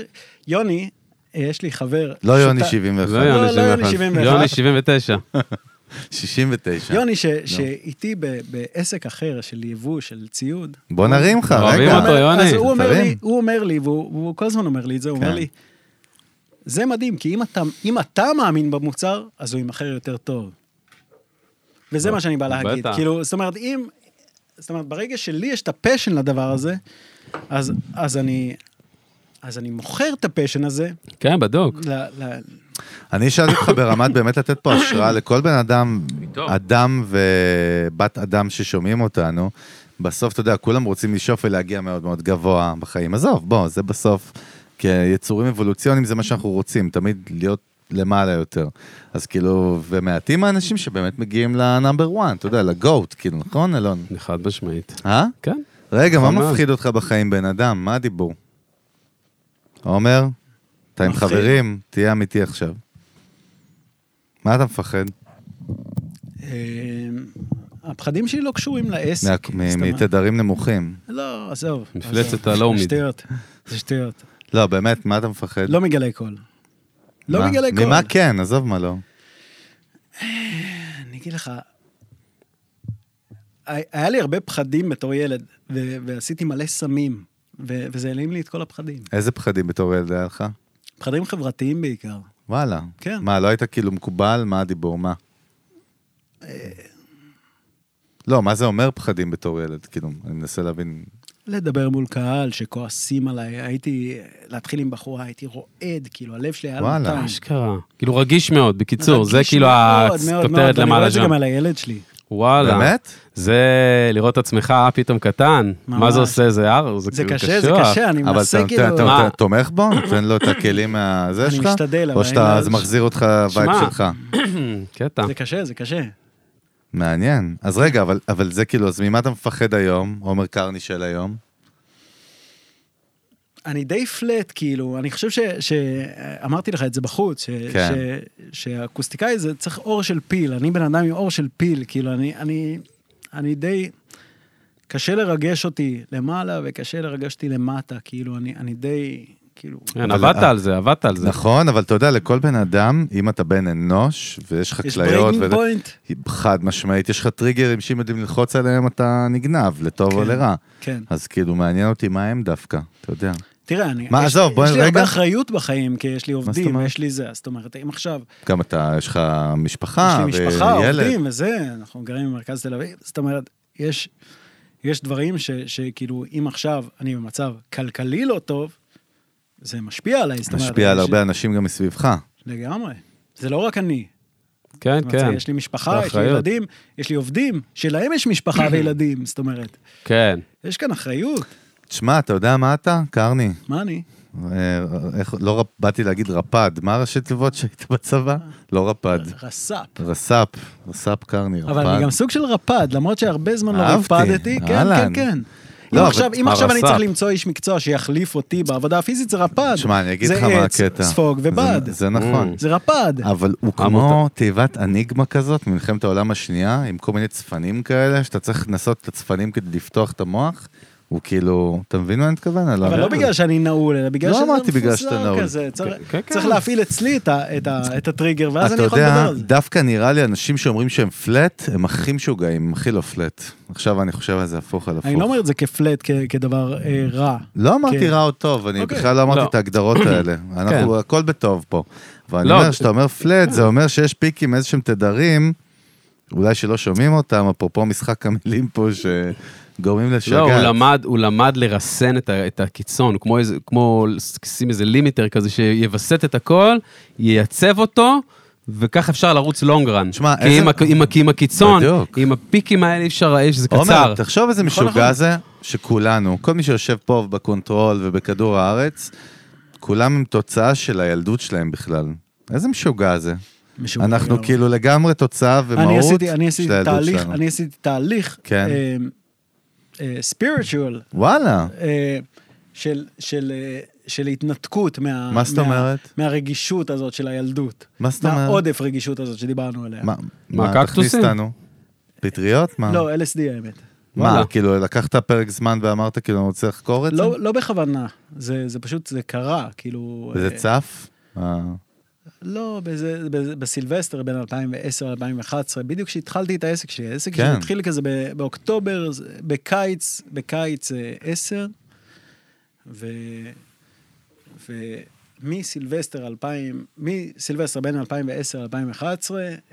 יוני, אה, יש לי חבר...
לא
שותף-
יוני 71,
לא יוני
לא, לא יוני
71.
71.
יוני 79. כן.
69.
יוני, ש- שאיתי ב- בעסק אחר של יבוא, של ציוד,
בוא נרים לך,
אוהבים
רגע.
הוא אומר-
אותו, יוני.
אז הוא אומר
תרים.
לי, הוא אומר לי, והוא והוא כל הזמן אומר לי את זה, הוא
כן.
אומר לי, זה מדהים, כי אם אתה- אם אתה מאמין במוצר, אז הוא ימכר יותר טוב. וזה
לא,
מה שאני בא להגיד.
בטח.
כאילו, זאת אומרת, אם... זאת אומרת, ברגע שלי יש את הפשן לדבר הזה, אז, אז אני... אז אני מוכר את הפשן הזה,
כן, בדוק.
ל, ל,
אני שאלתי אותך ברמת באמת לתת פה השראה לכל בן אדם,
פתאום.
אדם ובת אדם ששומעים אותנו. בסוף, אתה יודע, כולם רוצים לשאוף ולהגיע מאוד מאוד גבוה בחיים. עזוב, בוא, זה בסוף, כיצורים אבולוציוניים זה מה שאנחנו רוצים, תמיד להיות למעלה יותר. אז כאילו, ומעטים האנשים שבאמת מגיעים לנאמבר 1, אתה יודע, לגוט, כאילו, נכון, אלון?
חד משמעית.
אה?
כן.
רגע, מה
נכון מאוד.
מפחיד אותך בחיים, בן אדם? מה הדיבור? עומר, אתה עם
מפחיד.
חברים, תהיה אמיתי עכשיו. מה אתה מפחד?
אה, הפחדים שלי לא קשורים לעסק.
מה-
זאת
מ-
אומרת-
מתדרים נמוכים.
לא, עזוב.
מפלצת
עזוב.
הלאומיד.
זה שטויות, זה שטויות.
לא, באמת, מה אתה מפחד?
לא מגלי קול. לא
מה?
מגלי קול.
ממה כן, עזוב מה לא.
אני אגיד לך, הי- היה לי הרבה פחדים בתור ילד, ו- ועשיתי מלא סמים, ו- וזה העלים לי את כל הפחדים.
איזה פחדים בתור ילד היה לך?
פחדים חברתיים בעיקר.
וואלה.
כן.
מה, לא היית כאילו מקובל? מה הדיבור? מה? לא, מה זה אומר פחדים בתור ילד? כאילו, אני מנסה להבין.
לדבר מול קהל שכועסים עליי, הייתי, להתחיל עם בחורה, הייתי רועד, כאילו, הלב שלי היה
וואלה.
נותן.
אשכרה. כאילו רגיש מאוד, בקיצור, זה
רגיש
כאילו
מאוד, מאוד, מאוד.
הכותרת
אני רואה
למעלה
את זה
שם.
גם על הילד שלי.
וואלה.
באמת?
זה לראות את עצמך אה, פתאום קטן. מה
ממש.
זה עושה? זה הר? זה
זה
כאילו
קשה, זה
קשוח.
קשה, אני
אבל
מנסה
אתה
כאילו...
נותן, אתה
מה?
נותן- תומך בו? נותן לו את הכלים מהזה
אני
שלך?
משתדל, אבל
או שאתה,
אין-
זה מחזיר אותך לווייב
שמע.
שלך.
קטע.
זה קשה, זה קשה.
מעניין. אז רגע, אבל, אבל זה כאילו, אז ממה אתה מפחד היום, עומר קרני של היום?
אני די פלט, כאילו, אני חושב ש... ש... אמרתי לך את זה בחוץ, ש...
כן.
ש... שהאקוסטיקאי זה צריך אור של פיל, אני בן אדם עם אור של פיל, כאילו, אני, אני, אני די... קשה לרגש אותי למעלה וקשה לרגש אותי למטה, כאילו, אני, אני די, כאילו...
כן,
אבל-
עבדת על זה, עבדת על זה.
נכון, אבל אתה יודע, לכל בן אדם, אם אתה בן אנוש, ויש לך
יש
כליות,
בריינג
וזה-
פוינט.
חד משמעית, יש לך טריגרים שאם יודעים ללחוץ עליהם אתה נגנב, לטוב או
כן.
לרע.
כן.
אז כאילו, מעניין אותי מה הם דווקא, אתה יודע.
תראה, אני...
מה,
יש,
עזוב, בוא
יש לי הרבה
רגע.
אחריות בחיים, כי יש לי
זאת
עובדים,
אומרת?
יש לי זה, זאת אומרת, אם עכשיו...
גם אתה, יש לך
יש לי
משפחה,
משפחה,
וילד.
עובדים וזה, אנחנו גרים במרכז תל אביב, זאת אומרת, יש, יש דברים ש, שכאילו, אם עכשיו אני במצב כלכלי לא טוב, זה משפיע עליי, זאת אומרת.
משפיע על
יש-
הרבה אנשים גם מסביבך.
לגמרי. זה לא רק אני.
כן,
זאת אומרת,
כן.
יש לי משפחה, יש לי
באחריות.
ילדים, יש לי עובדים, שלהם יש משפחה וילדים, זאת אומרת.
כן.
יש כאן אחריות,
תשמע, אתה יודע מה אתה, קרני?
מה אני?
אה, איך, לא רפ, באתי להגיד רפד, מה הראשי תיבות שהיית בצבא? לא רפד,
רס"פ.
רס"פ, רס"פ קרני, רפד.
אבל אני גם סוג של רפד, למרות שהרבה זמן לא
אהבתי,
רפדתי. כן, כן,
אהלן.
כן. אם
לא, אבל
עכשיו, אם
מה,
עכשיו אני
רס"פ?
צריך למצוא איש מקצוע שיחליף אותי בעבודה הפיזית, זה רפד.
תשמע, אני אגיד
זה
לך מה
עץ,
הקטע.
ספוג ובד.
זה, זה נכון.
זה רפד.
אבל הוא כמו תיבת אניגמה כזאת, מלחמת העולם השנייה, עם כל מיני צפנים כאלה, שאתה צריך לנסות את הצפנים כדי לפתוח את המוח, הוא כאילו, אתה מבין מה אני מתכוון? אלון?
אבל לא בגלל שאני נעול, אלא בגלל
לא
שזה
אמרתי בגלל שאתה
מפוזר
נעול.
כזה. צריך-
כן, כן.
צריך להפעיל אצלי את ה- את ה- את הטריגר, ואז אני
אתה
יכול לדבר
יודע,
על זה.
דווקא נראה לי אנשים שאומרים שהם פלט, הם הכי משוגעים, הם הכי לא פלט. עכשיו אני חושב על זה הפוך על הפוך.
אני לא אומר את זה כפלט, כ- כדבר אה, רע.
לא אמרתי
כן.
רע או טוב, אני
אוקיי.
בכלל לא אמרתי
לא. כן.
את ההגדרות האלה. אנחנו, הכל בטוב פה. אבל אני
לא,
אומר,
זה-
כשאתה אומר פלט, זה אומר שיש פיקים, איזשהם תדרים, אולי שלא שומעים אותם, אפרופו משחק המילים פה, שגורמים לשגעת.
לא, הוא למד, הוא למד לרסן את, ה, את הקיצון, הוא כמו, איזה, כמו לשים איזה לימיטר כזה שיווסת את הכל, ייצב אותו, וכך אפשר לרוץ לונגרן.
תשמע,
כי
איזה-
עם, הק- עם, ה- כי עם הקיצון,
בדיוק.
עם הפיקים האלה אי אפשר, יש זה קצר.
עומר, תחשוב איזה
נכון,
משוגע זה, שכולנו, כל מי שיושב פה בקונטרול ובכדור הארץ, כולם הם תוצאה של הילדות שלהם בכלל. איזה משוגע זה.
משוגע
אנחנו
לגמרי.
כאילו לגמרי תוצאה
אני
ומהות
עשיתי- אני עשיתי
של הילדות
תהליך,
שלנו.
אני עשיתי תהליך, אה,
כן.
ספיריטואל,
וואלה.
אה, של, של, אה, של התנתקות מה...
מה זאת
מה-
אומרת?
מהרגישות הזאת של הילדות.
מה זאת אומרת?
מהעודף רגישות הזאת שדיברנו עליה.
מה,
מה,
מה, תכניס
קקטוסים?
אותנו. פטריות? מה?
לא, LSD האמת.
מה,
וואלה.
כאילו, לקחת פרק זמן ואמרת, כאילו, אני רוצה לחקור את זה?
לא, לא בכוונה, זה, זה פשוט, זה קרה, כאילו...
וזה
אה,
צף? אה,
לא, בזה, בזה, בסילבסטר בין 2010 ל-2011, בדיוק כשהתחלתי את העסק שלי, העסק
כן.
שלי התחיל כזה ב- באוקטובר, זה- בקיץ, בקיץ אה, 10, ו... ומסילבסטר 2000, מסילבסטר בין 2010 ל-2011,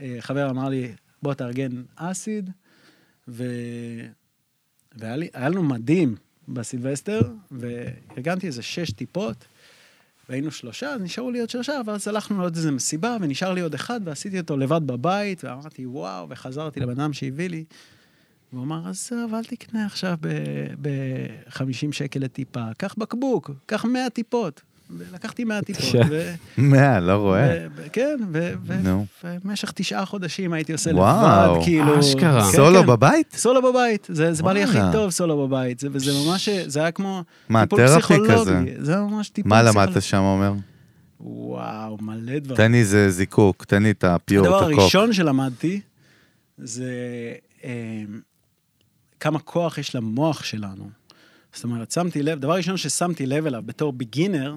אה, חבר אמר לי, בוא תארגן אסיד, ו... והיה לי, היה לנו מדהים בסילבסטר, וארגנתי איזה שש טיפות. והיינו שלושה, אז נשארו לי עוד שלושה, ואז הלכנו לעוד איזה מסיבה, ונשאר לי עוד אחד, ועשיתי אותו לבד בבית, ואמרתי, וואו, וחזרתי לבן אדם שהביא לי. והוא אמר, עזוב, אל תקנה עכשיו ב-50 שקל לטיפה, קח בקבוק, קח 100 טיפות. ולקחתי 100 טיפות, ו...
מה, לא רואה.
ו- ו- כן, ו- ו-
נו.
ובמשך תשעה חודשים הייתי עושה
וואו.
לבד, כאילו...
אשכרה.
כן,
סולו
כן.
בבית?
סולו בבית, זה, זה בא לי הכי
וואלה.
טוב סולו בבית, זה, וזה ממש, זה היה כמו
מה,
טיפול
תרפי
פסיכולוגי,
כזה?
זה היה ממש טיפול
מה
פסיכולוגי.
למדת שם, עומר?
וואו, מלא דברים.
תן לי איזה זיקוק, תן לי את הפיור, את
לא. הדבר
הקוק.
הראשון שלמדתי זה אה, כמה כוח יש למוח שלנו. זאת אומרת, שמתי לב, דבר ראשון ששמתי לב אליו בתור בגינר,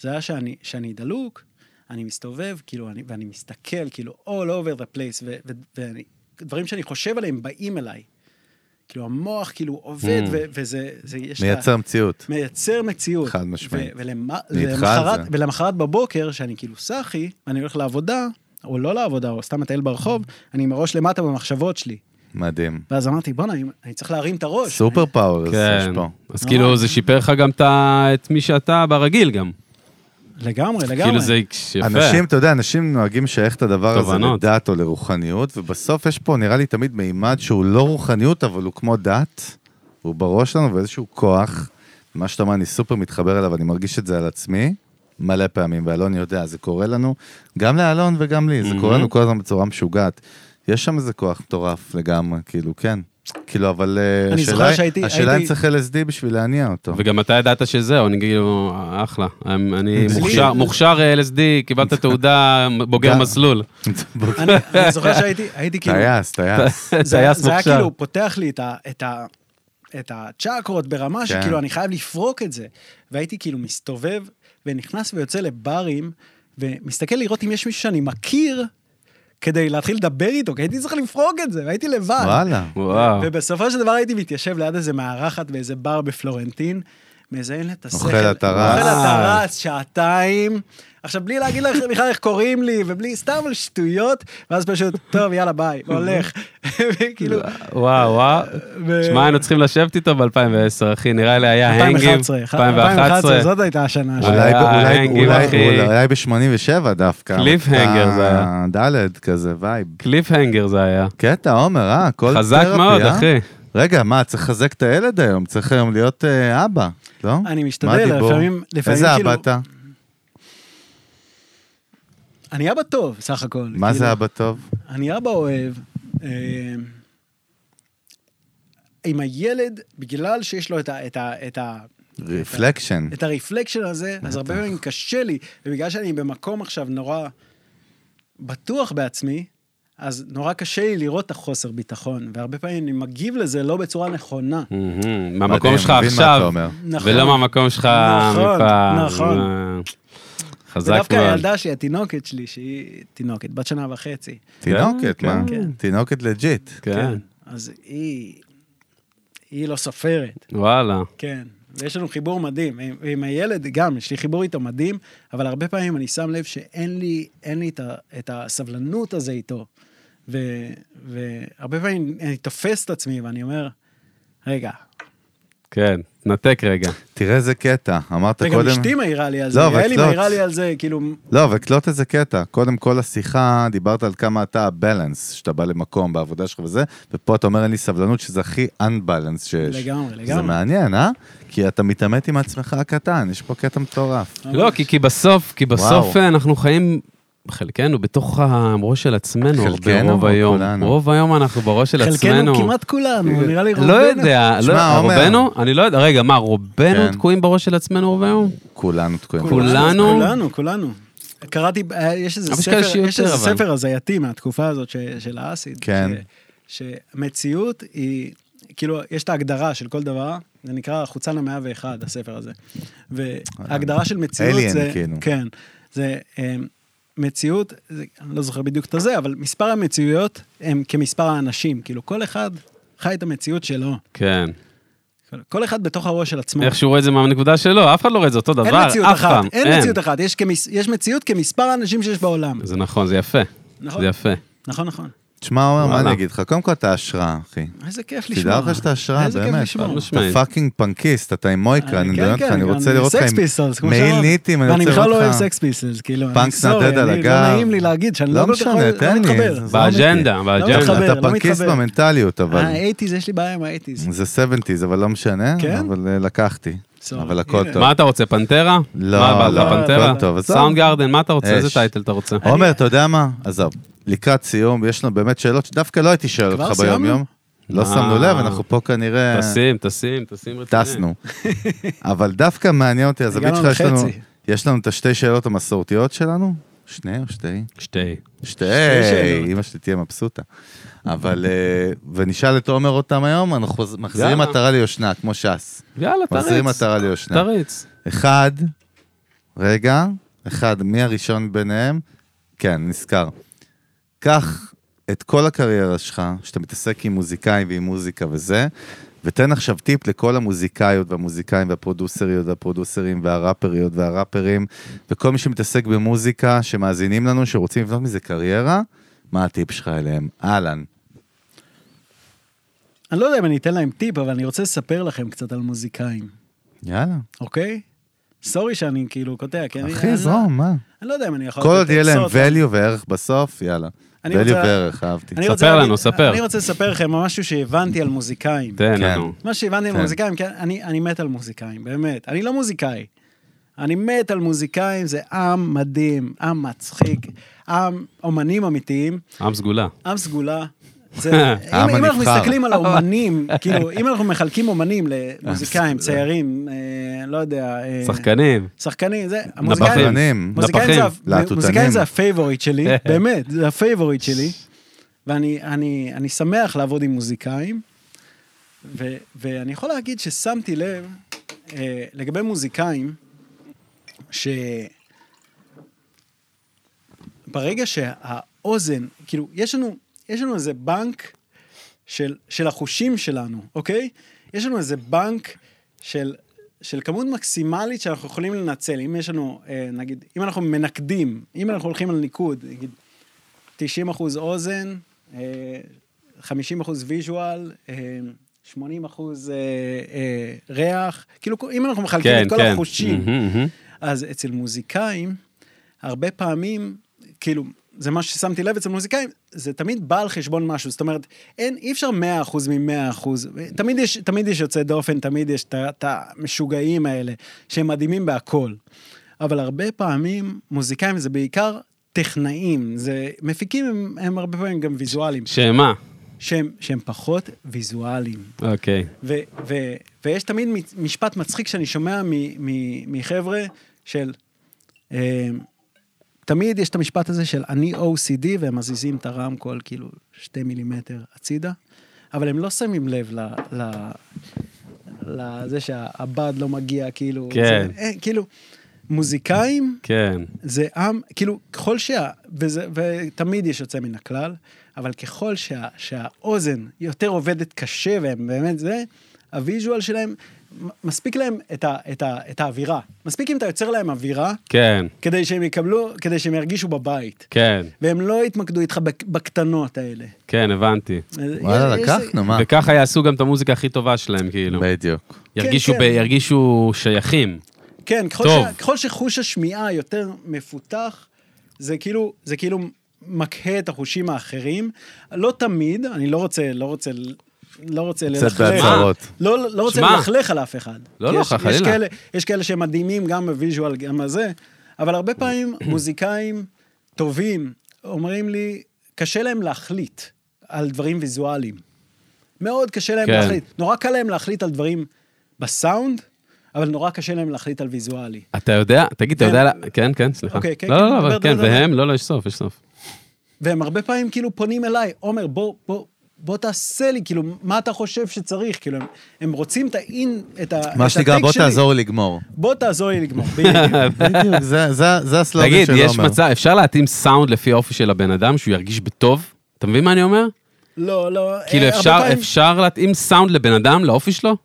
זה היה שאני, שאני דלוק, אני מסתובב, כאילו, אני, ואני מסתכל, כאילו, all over the place, ו, ו, ואני, דברים שאני חושב עליהם באים אליי. כאילו, המוח כאילו עובד,
Mm.
ו, וזה, זה, יש את ה-
מייצר מציאות.
מייצר מציאות.
חד משמעית.
ו- ולמה-
אני איתך
ולמחרת-
על זה.
ולמחרת בבוקר, שאני כאילו סאחי, ואני הולך לעבודה, או לא לעבודה, או סתם מטייל ברחוב, אני עם הראש למטה במחשבות שלי.
מדהים.
ואז אמרתי, בואנה, אני- אני צריך להרים את הראש.
סופר פאוורס יש
כן.
פה. אה.
אז כאילו זה שיפר לך גם את ה- את מי שאתה ברגיל גם.
לגמרי, לגמרי.
כאילו זה יפה.
אנשים, אתה יודע, אנשים נוהגים לשייך את הדבר הזה
תובנות.
לדת או לרוחניות, ובסוף יש פה, נראה לי, תמיד מימד שהוא לא רוחניות, אבל הוא כמו דת, הוא בראש שלנו ואיזשהו כוח. מה שאתה אומר, אני סופר מתחבר אליו, אני מרגיש את זה על עצמי מלא פעמים, ואלון יודע, זה קורה לנו, גם לאלון וגם לי, זה קורה לנו כל הזמן בצורה משוגעת. יש שם איזה כוח מטורף לגמרי, כאילו, כן. כאילו, אבל אה,
אני זוכר
השאלה היא-
שהייתי-
השאלה אם
הייתי-
צריך LSD בשביל להניע אותו.
וגם אתה ידעת שזהו, אני כאילו, אחלה. אני- אני
זה-
מוכשר- מוכשר אה, LSD, קיבלת תעודה בוגר
גם-
מסלול.
אני אני זוכר שהייתי הייתי כאילו...
טייס, טייס.
זה היה-
טייס
זה היה
מוכשר.
כאילו פותח לי את ה- את ה... את הצ'קרות ברמה
כן.
שכאילו אני חייב לפרוק את זה. והייתי כאילו מסתובב ונכנס ויוצא לברים ומסתכל לראות אם יש מישהו שאני מכיר כדי להתחיל לדבר איתו, כי הייתי צריך לפרוק את זה והייתי לבד.
וואלה.
וואו.
ובסופו של דבר הייתי מתיישב ליד איזה מארחת באיזה בר בפלורנטין, מזיין לה את השכל.
אוכל לה את הרס.
אוכל לה את הרס, שעתיים. עכשיו, בלי להגיד לך בכלל איך קוראים לי, ובלי סתם על שטויות, ואז פשוט, טוב, יאללה, ביי, הולך. וכאילו,
וואו, וואו.
ו-
שמע, היינו צריכים לשבת איתו ב-2010, אחי, נראה לי היה הנגים.
2011, 2011, זאת הייתה השנה שלי.
אולי,
היה
אולי,
הנגים,
אולי,
אחי.
אולי ב-87 דווקא.
קליפהנגר זה היה.
ד' כזה וייב.
קליפהנגר זה היה.
קטע, עומר, אה? הכל
חזק
תרפי,
מאוד,
אה?
אחי.
רגע, מה, צריך לחזק את הילד היום, צריך היום להיות אה, אבא, לא?
אני משתדל,
מה הדיבור?
לפעמים- לפעמים
איזה
כאילו-
אבא אתה?
אני אבא טוב, סך הכל.
מה
כאילו,
זה אבא טוב?
אני אבא אוהב. אה, עם הילד, בגלל שיש לו את ה- את ה- את ה...
רפלקשן.
את הרפלקשן הזה, אז הרבה פעמים קשה לי, ובגלל שאני במקום עכשיו נורא בטוח בעצמי, אז נורא קשה לי לראות את החוסר ביטחון, והרבה פעמים אני מגיב לזה לא בצורה נכונה.
מהמם,
מדהים,
מהמקום שלך
אוקיי, מבין מה אתה
עכשיו, כן,
אומר.
נכון.
ולא מהמקום שלך
נכון,
מפעם.
נכון.
אה, חזק
ודווקא
מאוד.
הילדה שלי, התינוקת שלי, שהיא תינוקת, בת שנה וחצי.
תינוקת,
כן,
מה?
כן.
תינוקת לג'יט.
כן,
אז היא... היא לא סופרת,
וואלה.
כן. ויש לנו חיבור מדהים. עם, עם הילד גם, יש לי חיבור איתו מדהים, אבל הרבה פעמים אני שם לב שאין לי, אין לי את, ה, את הסבלנות הזה איתו. ו, והרבה פעמים אני תופס את עצמי ואני אומר, רגע,
כן, תנתק רגע.
תראה איזה קטע, אמרת
וגם
קודם...
אשתי מעירה לי על זה,
לא, אבל
יעלי
את לא-
מעירה לי על זה, כאילו,
לא, אבל קלוט איזה קטע. קודם כל השיחה, דיברת על כמה אתה הבלנס, שאתה בא למקום בעבודה שלך וזה, ופה אתה אומר אין לי סבלנות, שזה הכי unbalance שיש.
לגמרי,
זה
לגמרי.
מעניין, אה? כי אתה מתעמת עם עצמך הקטן, יש פה קטע מטורף.
לא, כי- כי בסוף, כי בסוף
וואו.
אה, אנחנו חיים, חלקנו, בתוך הראש של עצמנו, הרבה
חלקנו
רוב
או
היום.
כולנו? אה,
רוב היום אנחנו בראש של עצמנו.
חלקנו, כמעט כולנו, נראה לי רובנו.
לא יודע,
שמע,
לא,
עומר.
רובנו, אני לא יודע, רגע, מה, רובנו
כן.
תקועים בראש של עצמנו רוב היום?
כולנו תקועים.
כולנו.
כולנו, כולנו. קראתי, אה, יש איזה
אבל יש כאלה
ספר, יש
שיותר,
איזה
אבל.
ספר הזייתי מהתקופה הזאת ש- של האסיד.
כן.
ש- שמציאות היא, כאילו, יש את ההגדרה של כל דבר, זה נקרא חוצן המאה ואחד, הספר הזה. וההגדרה של מציאות
Alien,
זה...
כאילו.
כן, זה אמ, מציאות, זה, אני לא זוכר בדיוק את הזה, אבל מספר המציאויות הם כמספר האנשים, כאילו, כל אחד חי את המציאות שלו.
כן.
כל אחד בתוך הראש של עצמו.
איך שהוא רואה את זה מהנקודה שלו, אף אחד לא רואה את זה אותו דבר,
אין
אף פעם.
מציאות אחת, אין מציאות אחת, יש כמס- יש מציאות כמספר האנשים שיש בעולם.
זה נכון, זה יפה.
נכון.
זה יפה.
נכון, נכון.
תשמע, עומר, מה
וואלה.
אני אגיד לך? קודם כל, אתה השראה, אחי.
איזה כיף לשמוע.
תדע לך שאתה השראה,
איזה כיף
באמת.
לשמוע.
חד
אתה
משמעית.
פאקינג פנקיסט, אתה עם מויקה, אני
כן,
מדבר איתך,
כן,
אני רוצה
גם
לראות אותך
סקס פיסטלס,
עם
כמו
מעיל
שאמרתי.
ניטים, אני
ואני
רוצה
בכלל לא אוהב
לראות אותך.
סקס פיסטלס, כאילו, אני
פאנקס
סורי,
נדד על
אני-
הגב.
לא נעים לי להגיד שאני
לא
לא כל כך
משנה,
יכול-
תן
לא
לי,
מתחבר.
זה-
באג'נדה,
לא
באג'נדה.
מתחבר,
אתה
לא
פנקיסט
מתחבר. אה,
במנטליות, אבל.
האייטיז, יש לי בעיה עם האייטיז.
זה 70's, אבל לא משנה,
כן?
אבל אה, לקחתי.
סורי,
אבל הכל
הנה.
טוב.
מה אתה רוצה, פנטרה?
לא,
מה בא לך,
לא,
פנטרה?
הכל טוב, עזוב.
סאונד גארדן, מה אתה רוצה?
אש.
איזה טייטל אתה רוצה?
עומר, אתה יודע מה? עזוב, לקראת סיום, יש לנו באמת שאלות שדווקא לא הייתי שואל
כבר
אותך
סיימנו?
ביום-יום. לא
אה.
שמנו לב, אנחנו פה כנראה
תשים, תשים, תשים רציני.
אה. טסנו. אבל דווקא מעניין אותי, הזווית
הגענו
שלך, יש לנו-
לחצי.
יש לנו את השתי שאלות המסורתיות שלנו? שני או שתי?
שתי.
שתי,
שאלות.
אמא שלי תהיה מבסוטה. אבל, אה, ונשאל את עומר אותם היום, אנחנו חוז- מחזירים
יאללה.
עטרה ליושנה, כמו ש"ס.
יאללה,
מחזירים
תריץ.
עטרה ליושנה.
תריץ.
אחד, רגע, אחד, מי הראשון ביניהם? כן, נזכר. קח את כל הקריירה שלך, שאתה מתעסק עם מוזיקאים ועם מוזיקה וזה, ותן עכשיו טיפ לכל המוזיקאיות והמוזיקאים והפרודוסריות והפרודוסרים והראפריות והראפרים, וכל מי שמתעסק במוזיקה, שמאזינים לנו, שרוצים לבנות מזה קריירה, מה הטיפ שלך אליהם? אהלן.
אני לא יודע אם אני אתן להם טיפ, אבל אני רוצה לספר לכם קצת על מוזיקאים,
יאללה.
אוקיי? סורי שאני כאילו קוטע, כי אני... אני
אחי,
לא-
זרום, מה?
אני לא יודע אם אני יכול...
כל
לתת
עוד יהיה להם
עצות,
value וערך בסוף, יאללה. value
אני רוצה-
וערך, אהבתי.
אני רוצה
ספר
להגיד-
לנו, ספר.
אני רוצה לספר לכם משהו שהבנתי על מוזיקאים.
תן
כן.
לנו.
מה שהבנתי על
כן.
מוזיקאים, כן, אני, אני מת על מוזיקאים, באמת. אני לא מוזיקאי. אני מת על מוזיקאים, זה עם מדהים, עם מצחיק, עם אומנים אמיתיים,
עם סגולה.
עם סגולה. זה,
העם
אם, אם אנחנו
הנבחר.
מסתכלים על האומנים, כאילו, אם אנחנו מחלקים אומנים למוזיקאים, ציירים, אה, לא יודע, אה,
שחקנים.
שחקנים, זה,
נפחים.
מוזיקאים זה ה-
נפחים, להטוטנים.
מוזיקאים זה הפייבוריט שלי, באמת, זה הפייבוריט שלי. ואני אני, אני שמח לעבוד עם מוזיקאים, ו, ואני יכול להגיד ששמתי לב, אה, לגבי מוזיקאים, ש... ברגע שהאוזן, כאילו, יש לנו, יש לנו איזה בנק של, של החושים שלנו, אוקיי? יש לנו איזה בנק של, של כמות מקסימלית שאנחנו יכולים לנצל. אם יש לנו, אה, נגיד, אם אנחנו מנקדים, אם אנחנו הולכים על ניקוד, נגיד, 90 אחוז אוזן, אה, 50 אחוז ויז'ואל, אה, 80 אחוז אה, אה, ריח, כאילו, אם אנחנו מחלקים
כן,
את כל
כן.
החושים,
מהמם, מהמם.
אז אצל מוזיקאים, הרבה פעמים, כאילו, זה מה ששמתי לב אצל מוזיקאים, זה תמיד בא על חשבון משהו. זאת אומרת, אין, אי אפשר 100% מ-100%. תמיד יש, תמיד יש יוצא דופן, תמיד יש את ה- את המשוגעים האלה, שהם מדהימים בהכל. אבל הרבה פעמים, מוזיקאים זה בעיקר טכנאים, זה מפיקים הם, הם הרבה פעמים גם ויזואליים,
שמה?
שהם, שהם פחות ויזואליים.
אוקיי.
ו- ו- ויש תמיד מ- משפט מצחיק שאני שומע מ- מ- מחבר'ה של... אה, תמיד יש את המשפט הזה של אני OCD, והם מזיזים את הרמקול כאילו שתי מילימטר הצידה, אבל הם לא שמים לב ל... ל- לזה שהבד לא מגיע, כאילו...
כן.
זה, אין, כאילו, מוזיקאים
כן.
זה עם, כאילו, ככל שה... וזה, ותמיד יש יוצא מן הכלל, אבל ככל שה, שהאוזן יותר עובדת קשה, והם באמת זה, הוויז'ואל שלהם, מ- מספיק להם את, ה, את, ה, את האווירה. מספיק אם אתה יוצר להם אווירה,
כן.
כדי שהם יקבלו, כדי שהם ירגישו בבית.
כן.
והם לא יתמקדו איתך בק- בקטנות האלה.
כן, הבנתי.
וואלה,
יש- יש-
לקחנו, מה?
וככה יעשו גם את המוזיקה הכי טובה שלהם, כאילו.
בדיוק.
ירגישו
כן.
ב- ירגישו שייכים.
כן, ככל,
טוב.
ש, ככל שחוש השמיעה יותר מפותח, זה כאילו, זה כאילו מקהה את החושים האחרים. לא תמיד, אני לא רוצה, לא רוצה, לא רוצה
קצת
ללכלך.
בהצהרות.
לא, לא רוצה
שמע.
ללכלך על אף אחד.
לא,
כי
לא,
יש- יש
חס וחלילה.
כאלה, יש כאלה שהם מדהימים גם בוויז'ואל, גם בזה, אבל הרבה פעמים מוזיקאים טובים אומרים לי, קשה להם להחליט על דברים ויזואליים. מאוד קשה להם
כן.
להחליט. נורא קל להם להחליט על דברים בסאונד, אבל נורא קשה להם להחליט על ויזואלי.
אתה יודע, תגיד, אתה
והם-
יודע, לה- כן, כן, סליחה.
אוקיי, כן,
לא,
כן,
לא, לא,
דבר,
אבל
דבר,
כן,
דבר.
והם, לא, לא, יש סוף, יש סוף.
והם הרבה פעמים כאילו פונים אליי, עומר, בוא, בוא, בוא תעשה לי, כאילו, מה אתה חושב שצריך? כאילו, הם, הם רוצים את האין, את ה... את
מה שנקרא,
הטייק
בוא
שלי.
תעזור לי לגמור.
בוא תעזור לי לגמור, בדיוק.
בדיוק, זה- זה- לא, זה הסלוגן של
תגיד,
עומר.
יש מצב, אפשר להתאים סאונד לפי האופי של הבן אדם, שהוא ירגיש בטוב? אתה מבין מה אני אומר?
לא, לא.
כאילו
אה,
אפשר,
הרבה פעמים-
אפשר להתאים סאונד לבן אדם, לאופי שלו?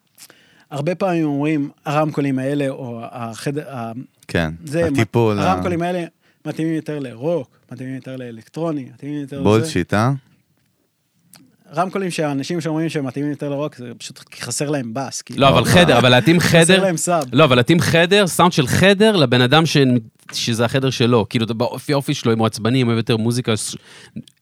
הרבה פעמים אומרים, הרמקולים האלה, או החדר, ה-
כן,
זה,
הטיפול. ה-
הרמקולים האלה מתאימים יותר לרוק, מתאימים יותר לאלקטרוני, מתאימים יותר לזה.
בולשיט, אה?
רמקולים שהאנשים שאומרים שהם מתאימים יותר לרוק, זה פשוט כי חסר להם בס. כאילו.
לא, אבל חדר, אבל להתאים
חסר
חדר,
להם סאב.
לא, אבל להתאים חדר, סאונד של חדר לבן אדם ש... שזה החדר שלו. כאילו, אתה- באופי האופי שלו, אם הוא עצבני, אם אוהב יותר מוזיקה, ש-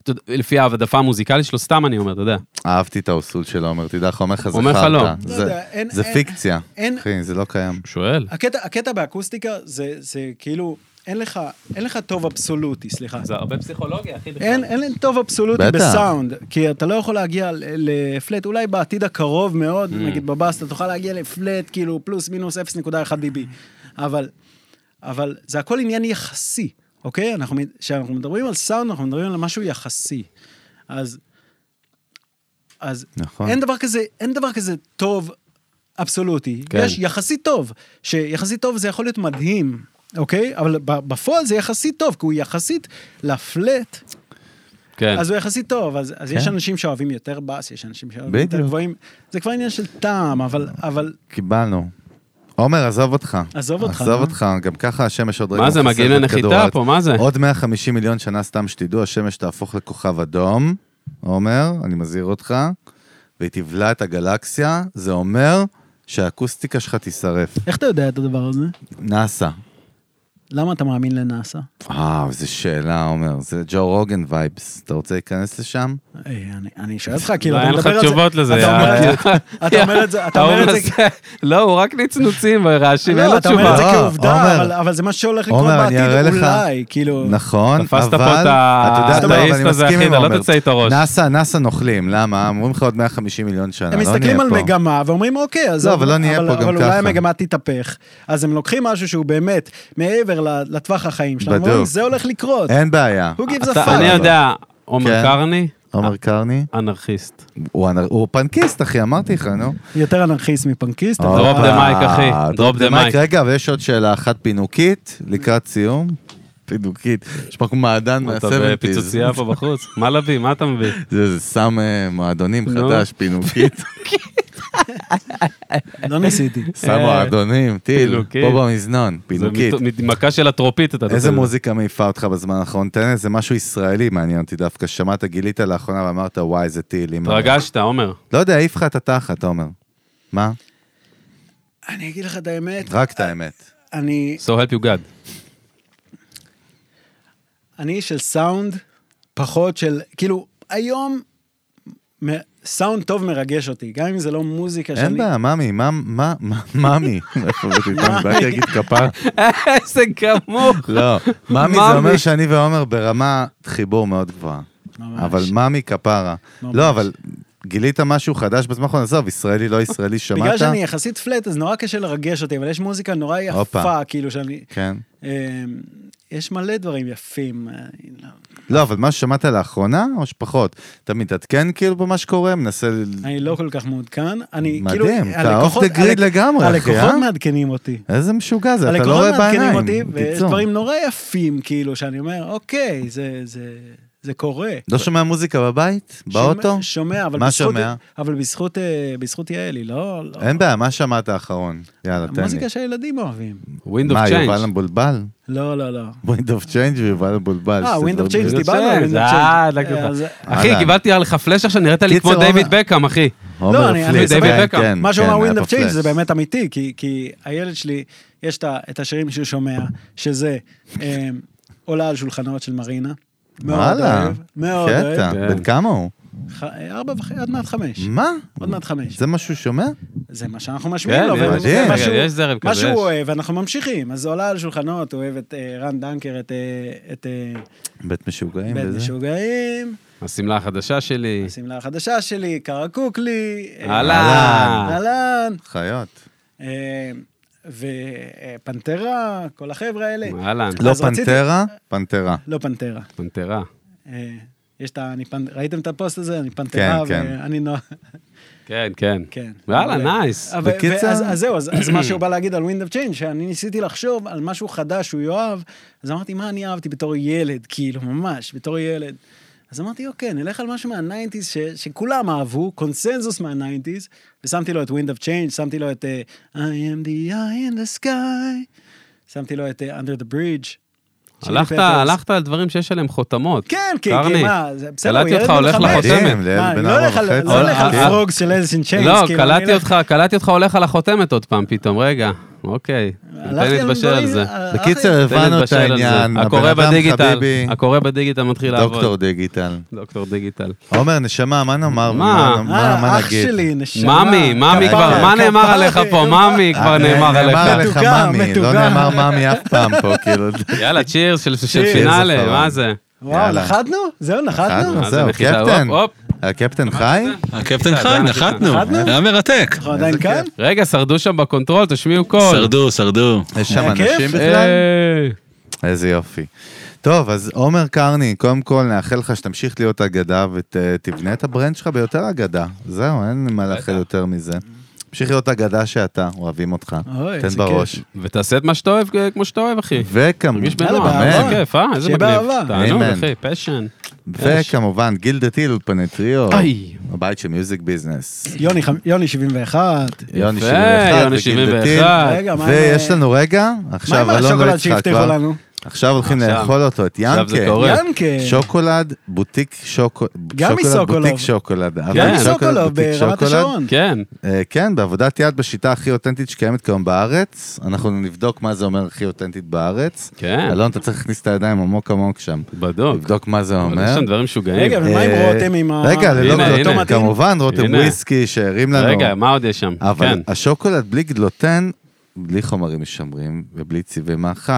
אתה יודע, לפי העדפה המוזיקלית שלו, סתם אני אומר, אתה יודע.
אהבתי את האוסול של עומר, תדע לך, אומר לך זה
אומר לך לא.
חרטא.
לא
זה-
יודע, אין-
זה
אין-
פיקציה,
אין-
אחי, זה לא קיים.
שואל.
הקטע, הקטע באקוסטיקה זה, זה כאילו, אין לך, אין לך טוב אבסולוטי, סליחה.
זה הרבה פסיכולוגיה, אחי.
אין, אין להם טוב אבסולוטי
בטח.
בסאונד, כי אתה לא יכול להגיע ל- לפלט, אולי בעתיד הקרוב
Mm.
מאוד, נגיד בבאס, אתה תוכל להגיע לפלט, כאילו, פלוס מינוס 0.1 dB. אבל, אבל זה הכל עניין יחסי, אוקיי? אנחנו, מ- כשאנחנו מדברים על סאונד, אנחנו מדברים על משהו יחסי. אז, אז
נכון.
אין, דבר כזה, אין דבר כזה טוב אבסולוטי.
כן.
כן. יש יחסית טוב, שיחסית טוב זה יכול להיות מדהים, אוקיי? אבל ב- בפועל זה יחסית טוב, כי הוא יחסית לפלט.
כן.
אז הוא יחסית טוב, אז, אז יש אנשים שאוהבים יותר בס, יש אנשים שאוהבים יותר
בדיוק.
גבוהים. זה כבר עניין של טעם, אבל, אבל
קיבלנו. עומר, עזוב אותך.
עזוב אותך,
עזוב
אה?
אותך, גם ככה השמש עוד רגע...
מה זה,
מכסה
מגיעים
את
לנחיתה
כדור הארץ.
פה, מה זה?
עוד 150 מיליון שנה, סתם שתדעו, השמש תהפוך לכוכב אדום, עומר, אני מזהיר אותך, והיא תבלע את הגלקסיה, זה אומר שהאקוסטיקה שלך תישרף.
איך אתה יודע את הדבר הזה?
נאסא.
למה אתה מאמין לנאסא?
וואו, זו שאלה, עומר, זה ג'ו רוגן וייבס. אתה רוצה להיכנס לשם?
היי, אה, אני- אני שואל אותך, כאילו,
לא,
אתה
אין לך
מדבר על זה.
תשובות לזה,
אתה אומר
יאללה.
את זה- אתה אומר את זה, אתה אומר את זה,
לא, הוא רק נצנוצים ורעשים, אין
לא,
לו
אתה אומר את זה
תשובה.
אה,
כעובדה,
עומר.
אבל- אבל זה מה שהולך לקרות
עומר, אני אראה
בעתיד,
לך.
אולי, כאילו...
נכון, אבל...
תפסת פה את ה-
אתה יודע- לא, אבל אני
האתאיסט הזה,
מסכים
אחי,
עם
אתה לא
עומר.
תצא איתו ראש.
נאסא, נאסא נוכלים, למה? אומרים לך עוד 150 מיליון שנה,
הם
לא
מסתכלים
נהיה
על
פה.
מגמה ואומרים אוקיי, אז
לא, אבל לא נהיה פה גם
אבל אולי
ככה."
המגמה תתהפך, אז הם לוקחים משהו שהוא באמת מעבר ל- לטווח החיים שלהם,
בדיוק.
אומרים זה הולך לקרות,
אין בעיה.
who gives a
אתה- אני
fuck.
יודע, עומר
כן.
קרני,
עומר קרני,
אנרכיסט.
הוא אנ- הוא פנקיסט, אחי, אמרתי לך, נו.
יותר אנרכיסט מפנקיסט, אבל-
דרופ דה מייק, אחי.
אה,
דרופ דה מייק.
רגע, אבל יש עוד שאלה אחת פינוקית, לקראת סיום. פינוקית. יש פה כמו מעדן
אתה
מה-70's.
בפיצוצייה פה בחוץ? מה להביא? מה אתה מביא?
זה זה סם אה, מועדונים
נו.
חדש, פינוקית.
לא ניסיתי.
סם מועדונים, טיל,
אה, פינוקית.
פה במזנון,
זה
פינוקית.
מת- מכה של הטרופית. אתה נותן
איזה
לזה.
מוזיקה מעיפה אותך בזמן האחרון? תן איזה משהו ישראלי מעניין אותי דווקא. שמעת, גילית לאחרונה ואמרת, וואי, איזה טיל. אימא."
התרגשת, עומר.
לא יודע, העיף לך את התחת, עומר. מה?
אני אגיד לך את האמת,
רק את האמת.
אני
So help you God.
אני איש של סאונד, פחות של, כאילו, היום מ- סאונד טוב מרגש אותי, גם אם זה לא מוזיקה שאני...
אין בעיה, מאמי, מה, מה, מה- מאמי. איפה הבאתי את מאמי? באתי להגיד כפר.
איזה גמור.
לא, מאמי זה
מאמי.
אומר שאני ועומר ברמה חיבור מאוד גבוהה.
ממש.
אבל מאמי כפרה.
ממש.
לא, אבל גילית משהו חדש בזמן האחרון, עזוב, ישראלי, לא ישראלי, שמעת?
בגלל שאני יחסית פלט, אז נורא קשה לרגש אותי, אבל יש מוזיקה נורא יפה,
הופה.
כאילו שאני...
כן.
אה, יש מלא דברים יפים. אה, לא-
לא, אבל מה ששמעת לאחרונה, או שפחות? אתה מתעדכן כאילו במה שקורה, מנסה... ל-
אני לא כל כך מעודכן. אני
מדהים,
כאילו...
אתה
הלקוחות-
off the grid
הלק-
לגמרי, אחי, אה?
הלקוחות מעדכנים אותי.
איזה משוגע זה, אתה לא
הלקוחות
רואה
מעדכנים אותי,
בעיניים.
ויש
קיצור.
דברים נורא יפים, כאילו, שאני אומר, אוקיי, זה- זה- זה קורה.
לא שומע מוזיקה בבית? באוטו?
שומע- שומע, אבל
מה
בזכות...
שומע?
אבל בזכות, אה, בזכות יעלי, לא... לא-
אין בעיה, מה שמעת האחרון? יאללה, תן לי.
המוזיקה שהילדים אוהבים.
ווינד אוף
מה, יובל
צ'יינג.
המבולבל?
לא, לא, לא.
ווינד אוף צ'יינג' ויובל המבולבל.
אה,
שזה
Wind of
דברים
Change,
בדיוק.
דיברנו על Wind of Change. אה, אז-
אחי,
אהלן.
קיבלתי עליך פלאש עכשיו, נראית לי
קיצר,
כמו דיוויד
עומר.
בקאם, אחי.
עומר
לא, אני-
פליק,
אני-
כן,
דייוויד
כן,
בקאם.
מה
כן,
שאומר
היה
ווינד
פה
אוף צ'יינג
פלאש.
זה באמת אמיתי, כי- כי הילד שלי, יש את ה- את השירים שהוא שומע, שזה אה, עולה על שולחנות של מרינה. מאוד
וואלה,
אוהב, מאוד
קטע.
אוהב.
כן.
בן כמה הוא?
ח- אה, ארבע וחצי, עד מעט חמש.
מה?
עוד מעט חמש.
זה מה שהוא שומע?
זה מה שאנחנו משמיעים לו,
כן,
וזה
מדהים.
מה שהוא-
יש זרם
מה
כזה,
שהוא
יש.
אוהב, אנחנו ממשיכים. אז זה עולה על שולחנות, הוא אוהב את אה, רן דנקר, את, אה, את אה,
בית משוגעים
בית
וזה.
משוגעים,
השמלה החדשה שלי.
השמלה החדשה שלי, קרקוק לי. אה,
אהלן.
אהלן.
חיות.
אה, ופנטרה, כל החבר'ה האלה.
אהלן.
לא
אז רציתי-
פנטרה, פנטרה.
לא פנטרה.
פנתרה.
אה, יש את הניפן... ראיתם את הפוסט הזה?
כן,
הניפנתרה,
כן.
ואני נועה...
כן, כן.
כן.
וואלה,
אבל-
נייס.
אבל-
בקיצר-
ואז- אז זהו, אז אז מה שהוא בא להגיד על ווינד צ'יינג, שאני ניסיתי לחשוב על משהו חדש שהוא יאהב, אז אמרתי, מה אני אהבתי בתור ילד, כאילו, ממש, בתור ילד. אז אמרתי, אוקיי, נלך על משהו מהניינטיז ש- שכולם אהבו, קונסנזוס מהניינטיז, ושמתי לו את Wind of Change, שמתי לו את אה, I am the eye in the sky, שמתי לו את אה, Under the Bridge. Chili
הלכת,
Peppers.
הלכת על דברים שיש עליהם חותמות.
כן, כי
קרני,
כי מה, זה בסדר,
קלטתי
ילד
אותך
בן
הולך
חמש. כן,
לחותמת.
מדהים,
מה,
לילד בן
אני לא
ארבע
הולך על-
וחצי.
לא הולך על
אה,
פרוגס של איזה
כן,
צ'יינס.
לא, קלטתי אותך, קלטתי אותך הולך על החותמת עוד פעם פתאום, רגע, אוקיי. תן
הלכתי על
להתבשל על
דברים,
זה.
אה,
בקיצר,
הלכתי-
תן
הבנו את
להתבשל על זה.
העניין.
הקורא
הבן אדם
בדיגיטל,
חביבי,
הקורא בדיגיטל מתחיל לעבוד.
דוקטור דיגיטל.
דוקטור דיגיטל.
עומר, נשמה, מה נאמר?
מה?
מה-
אה,
מה- מה
אח
נגיד?
שלי, נשמה.
ממי, ממי
כפרה,
כבר, מה נאמר
כפרה,
עליך פה?
כפרה.
ממי כבר
אה,
נאמר עליך.
נאמר
מתוקה,
עליך מאמי, לא
מתוקה.
נאמר מאמי אף פעם פה, כאילו.
יאללה, צ'ירס של של
צ'ירס,
פינאלה,
אחרון.
מה זה?
וואו,
יאללה.
נחתנו? זהו, נחתנו?
נחתנו.
מה זה
אה, זהו,
נחיתה?
קפטן.
הופ, הופ.
הקפטן חי?
הקפטן
אה,
חי,
זה
נחתנו,
נחתנו?
היה מרתק.
אנחנו עדיין כאן?
רגע, שרדו שם בקונטרול, תשמיעו
נכון.
קול. אה,
שרדו, שרדו.
יש שם
היה כיף?
אנשים בכלל?
היי.
איזה יופי. טוב, אז עומר קרני, קודם כל נאחל לך שתמשיך להיות אגדה ותבנה את הברנד שלך ביותר אגדה. זהו, אין מה לאחל יותר מזה. תמשיך להיות אגדה שאתה, אוהבים אותך.
אוי,
תן
איזה
בראש.
ותעשה את מה שאתה אוהב אה, כמו שאתה אוהב, אחי.
וכמובן,
תרגיש בנועם,
יאללה,
איזה
באהבה.
כיף, אה? איזה
שיהיה
מגניב.
באהבה.
תענוג,
אמן.
אחי, פשן.
וכמובן, גילדת היל אולפנטריו,
כן. איי.
הבית של מיוזיק ביזנס.
יוני חמ- יוני 71.
יוני
יפה,
71,
יוני
וגילדת היל.
71.
רגע, מה עם,
ויש לנו רגע,
מה עם
עכשיו אלון לא
השוקולד
יצחק
שהבטיחו
כבר,
לנו?
עכשיו הולכים
עכשיו.
לאכול אותו, את
עכשיו זה
ינקה.
קורה.
ינקה.
שוקולד, בוטיק שוקולד,
גם מסוקולוב. כן.
בוטיק שוקולד, אבל
גם
גם סוקולו
בוטיק
ברמת
שוקולד.
השרון.
כן,
אה, כן, בעבודת יד בשיטה הכי אותנטית שקיימת כיום בארץ, אנחנו נבדוק מה זה אומר הכי אותנטית בארץ.
כן,
אלון, אתה צריך להכניס את הידיים עמוק עמוק שם,
בדוק.
לבדוק מה זה
אבל יש
אומר.
שם דברים משוגעים.
רגע, ומה עם
אה,
רותם עם ה...
רגע, ללא
הנה,
גלוטן,
הנה.
כמובן, רותם
הנה.
וויסקי שהרים לנו.
רגע, מה עוד יש שם? כן.
אבל השוקולד בלי גלוטן, בלי חומרים משמרים ובלי צבעי מאכל.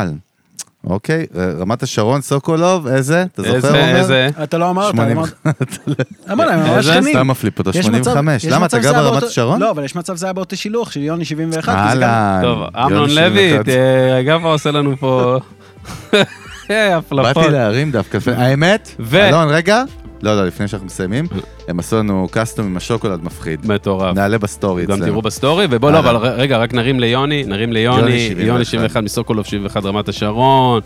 אוקיי, אה, רמת השרון, סוקולוב, איזה? אתה זוכר?
איזה,
עומר?
איזה,
אתה לא אמרת,
שמונים-
אמרת... אמרת, הם ממש
איזה?
שכנים.
סתם מפליפ אותו,
יש מצב-
85.
יש
למה,
מצב
אתה גר
זה היה
ברמת
באותו-
השרון?
לא, אבל יש מצב זה היה באותו שילוח של יוני 71. כי זה גם-
אהלן.
טוב, אמנון
יוני
לוי,
שמעון טוב.
ת- גברה עושה לנו פה אה, הפלפות.
באתי להרים דווקא, האמת,
ו-
אלון, רגע, לא, לא, לפני שאנחנו מסיימים, הם עשו לנו קאסטום עם השוקולד מפחיד.
מטורף.
נעלה בסטורי
גם תראו
אצלנו.
בסטורי, ובוא לא,
אהלן.
אבל ר- רגע, רק נרים ליוני, נרים
יוני
ליוני,
71.
יוני 71 מסוקולוב 71 רמת השרון.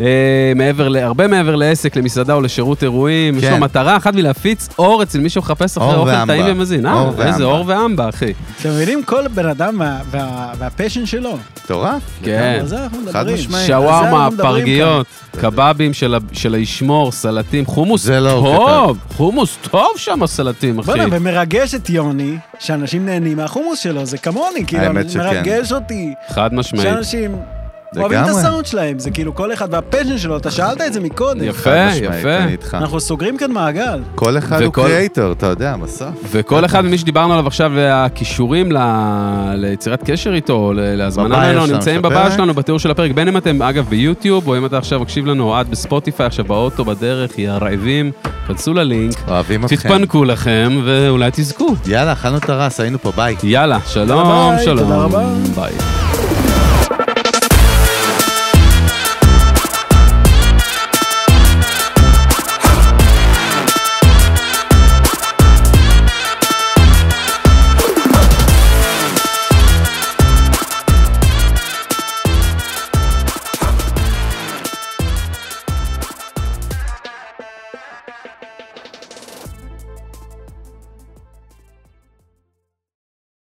אה, מעבר, ל- הרבה מעבר לעסק, למסעדה או לשירות אירועים, יש
כן.
לו מטרה אחת ולהפיץ אור אצל מי שמחפש אחרי
אור
אוכל
ואמבה.
טעים ומזין. אה,
אור
איזה
ואמבה.
אור ואמבה, אחי.
אתם מבינים? כל בן אדם וה- וה- והפשן שלו.
מטורף.
כן.
על זה אנחנו
חד
מדברים.
משמעית.
על זה
שווארמה,
אנחנו מדברים
פרגיות, קבבים של ה- של הישמור, סלטים, חומוס
זה לא הוא
טוב, חומוס טוב שם הסלטים, אחי.
בוא'נה, ומרגש את יוני, שאנשים נהנים מהחומוס שלו, זה כמוני, כאילו,
האמת שכן.
מרגש אותי,
חד משמעית.
שאנשים אוהבים את
לגמרי.
הסאונד שלהם, זה כאילו כל אחד והפשן שלו, אתה שאלת את זה מקודם.
יפה,
חד משמעית,
יפה.
אני איתך.
אנחנו סוגרים כאן מעגל.
כל אחד הוא
וכל-
קריאייטור, אתה יודע, בסוף.
וכל אחד ממי שדיברנו עליו עכשיו, הכישורים ל- ליצירת קשר איתו, ל-
בביו
להזמנה
שלנו
ממנו, נמצאים
של
בבעיה
הפרק.
שלנו, בתיאור של הפרק, בין אם אתם, אגב, ביוטיוב, או אם אתה עכשיו מקשיב לנו, או את בספוטיפיי, עכשיו באוטו, בדרך, יא רעבים, כנסו ללינק,
אוהבים אתכם.
תתפנקו לכם, ואולי תזכו.
יאללה, אכלנו את הרס, היינו פה, ביי.
יאללה,
יאללה,
שלום,
ביי,
שלום.
תודה רבה.
ביי.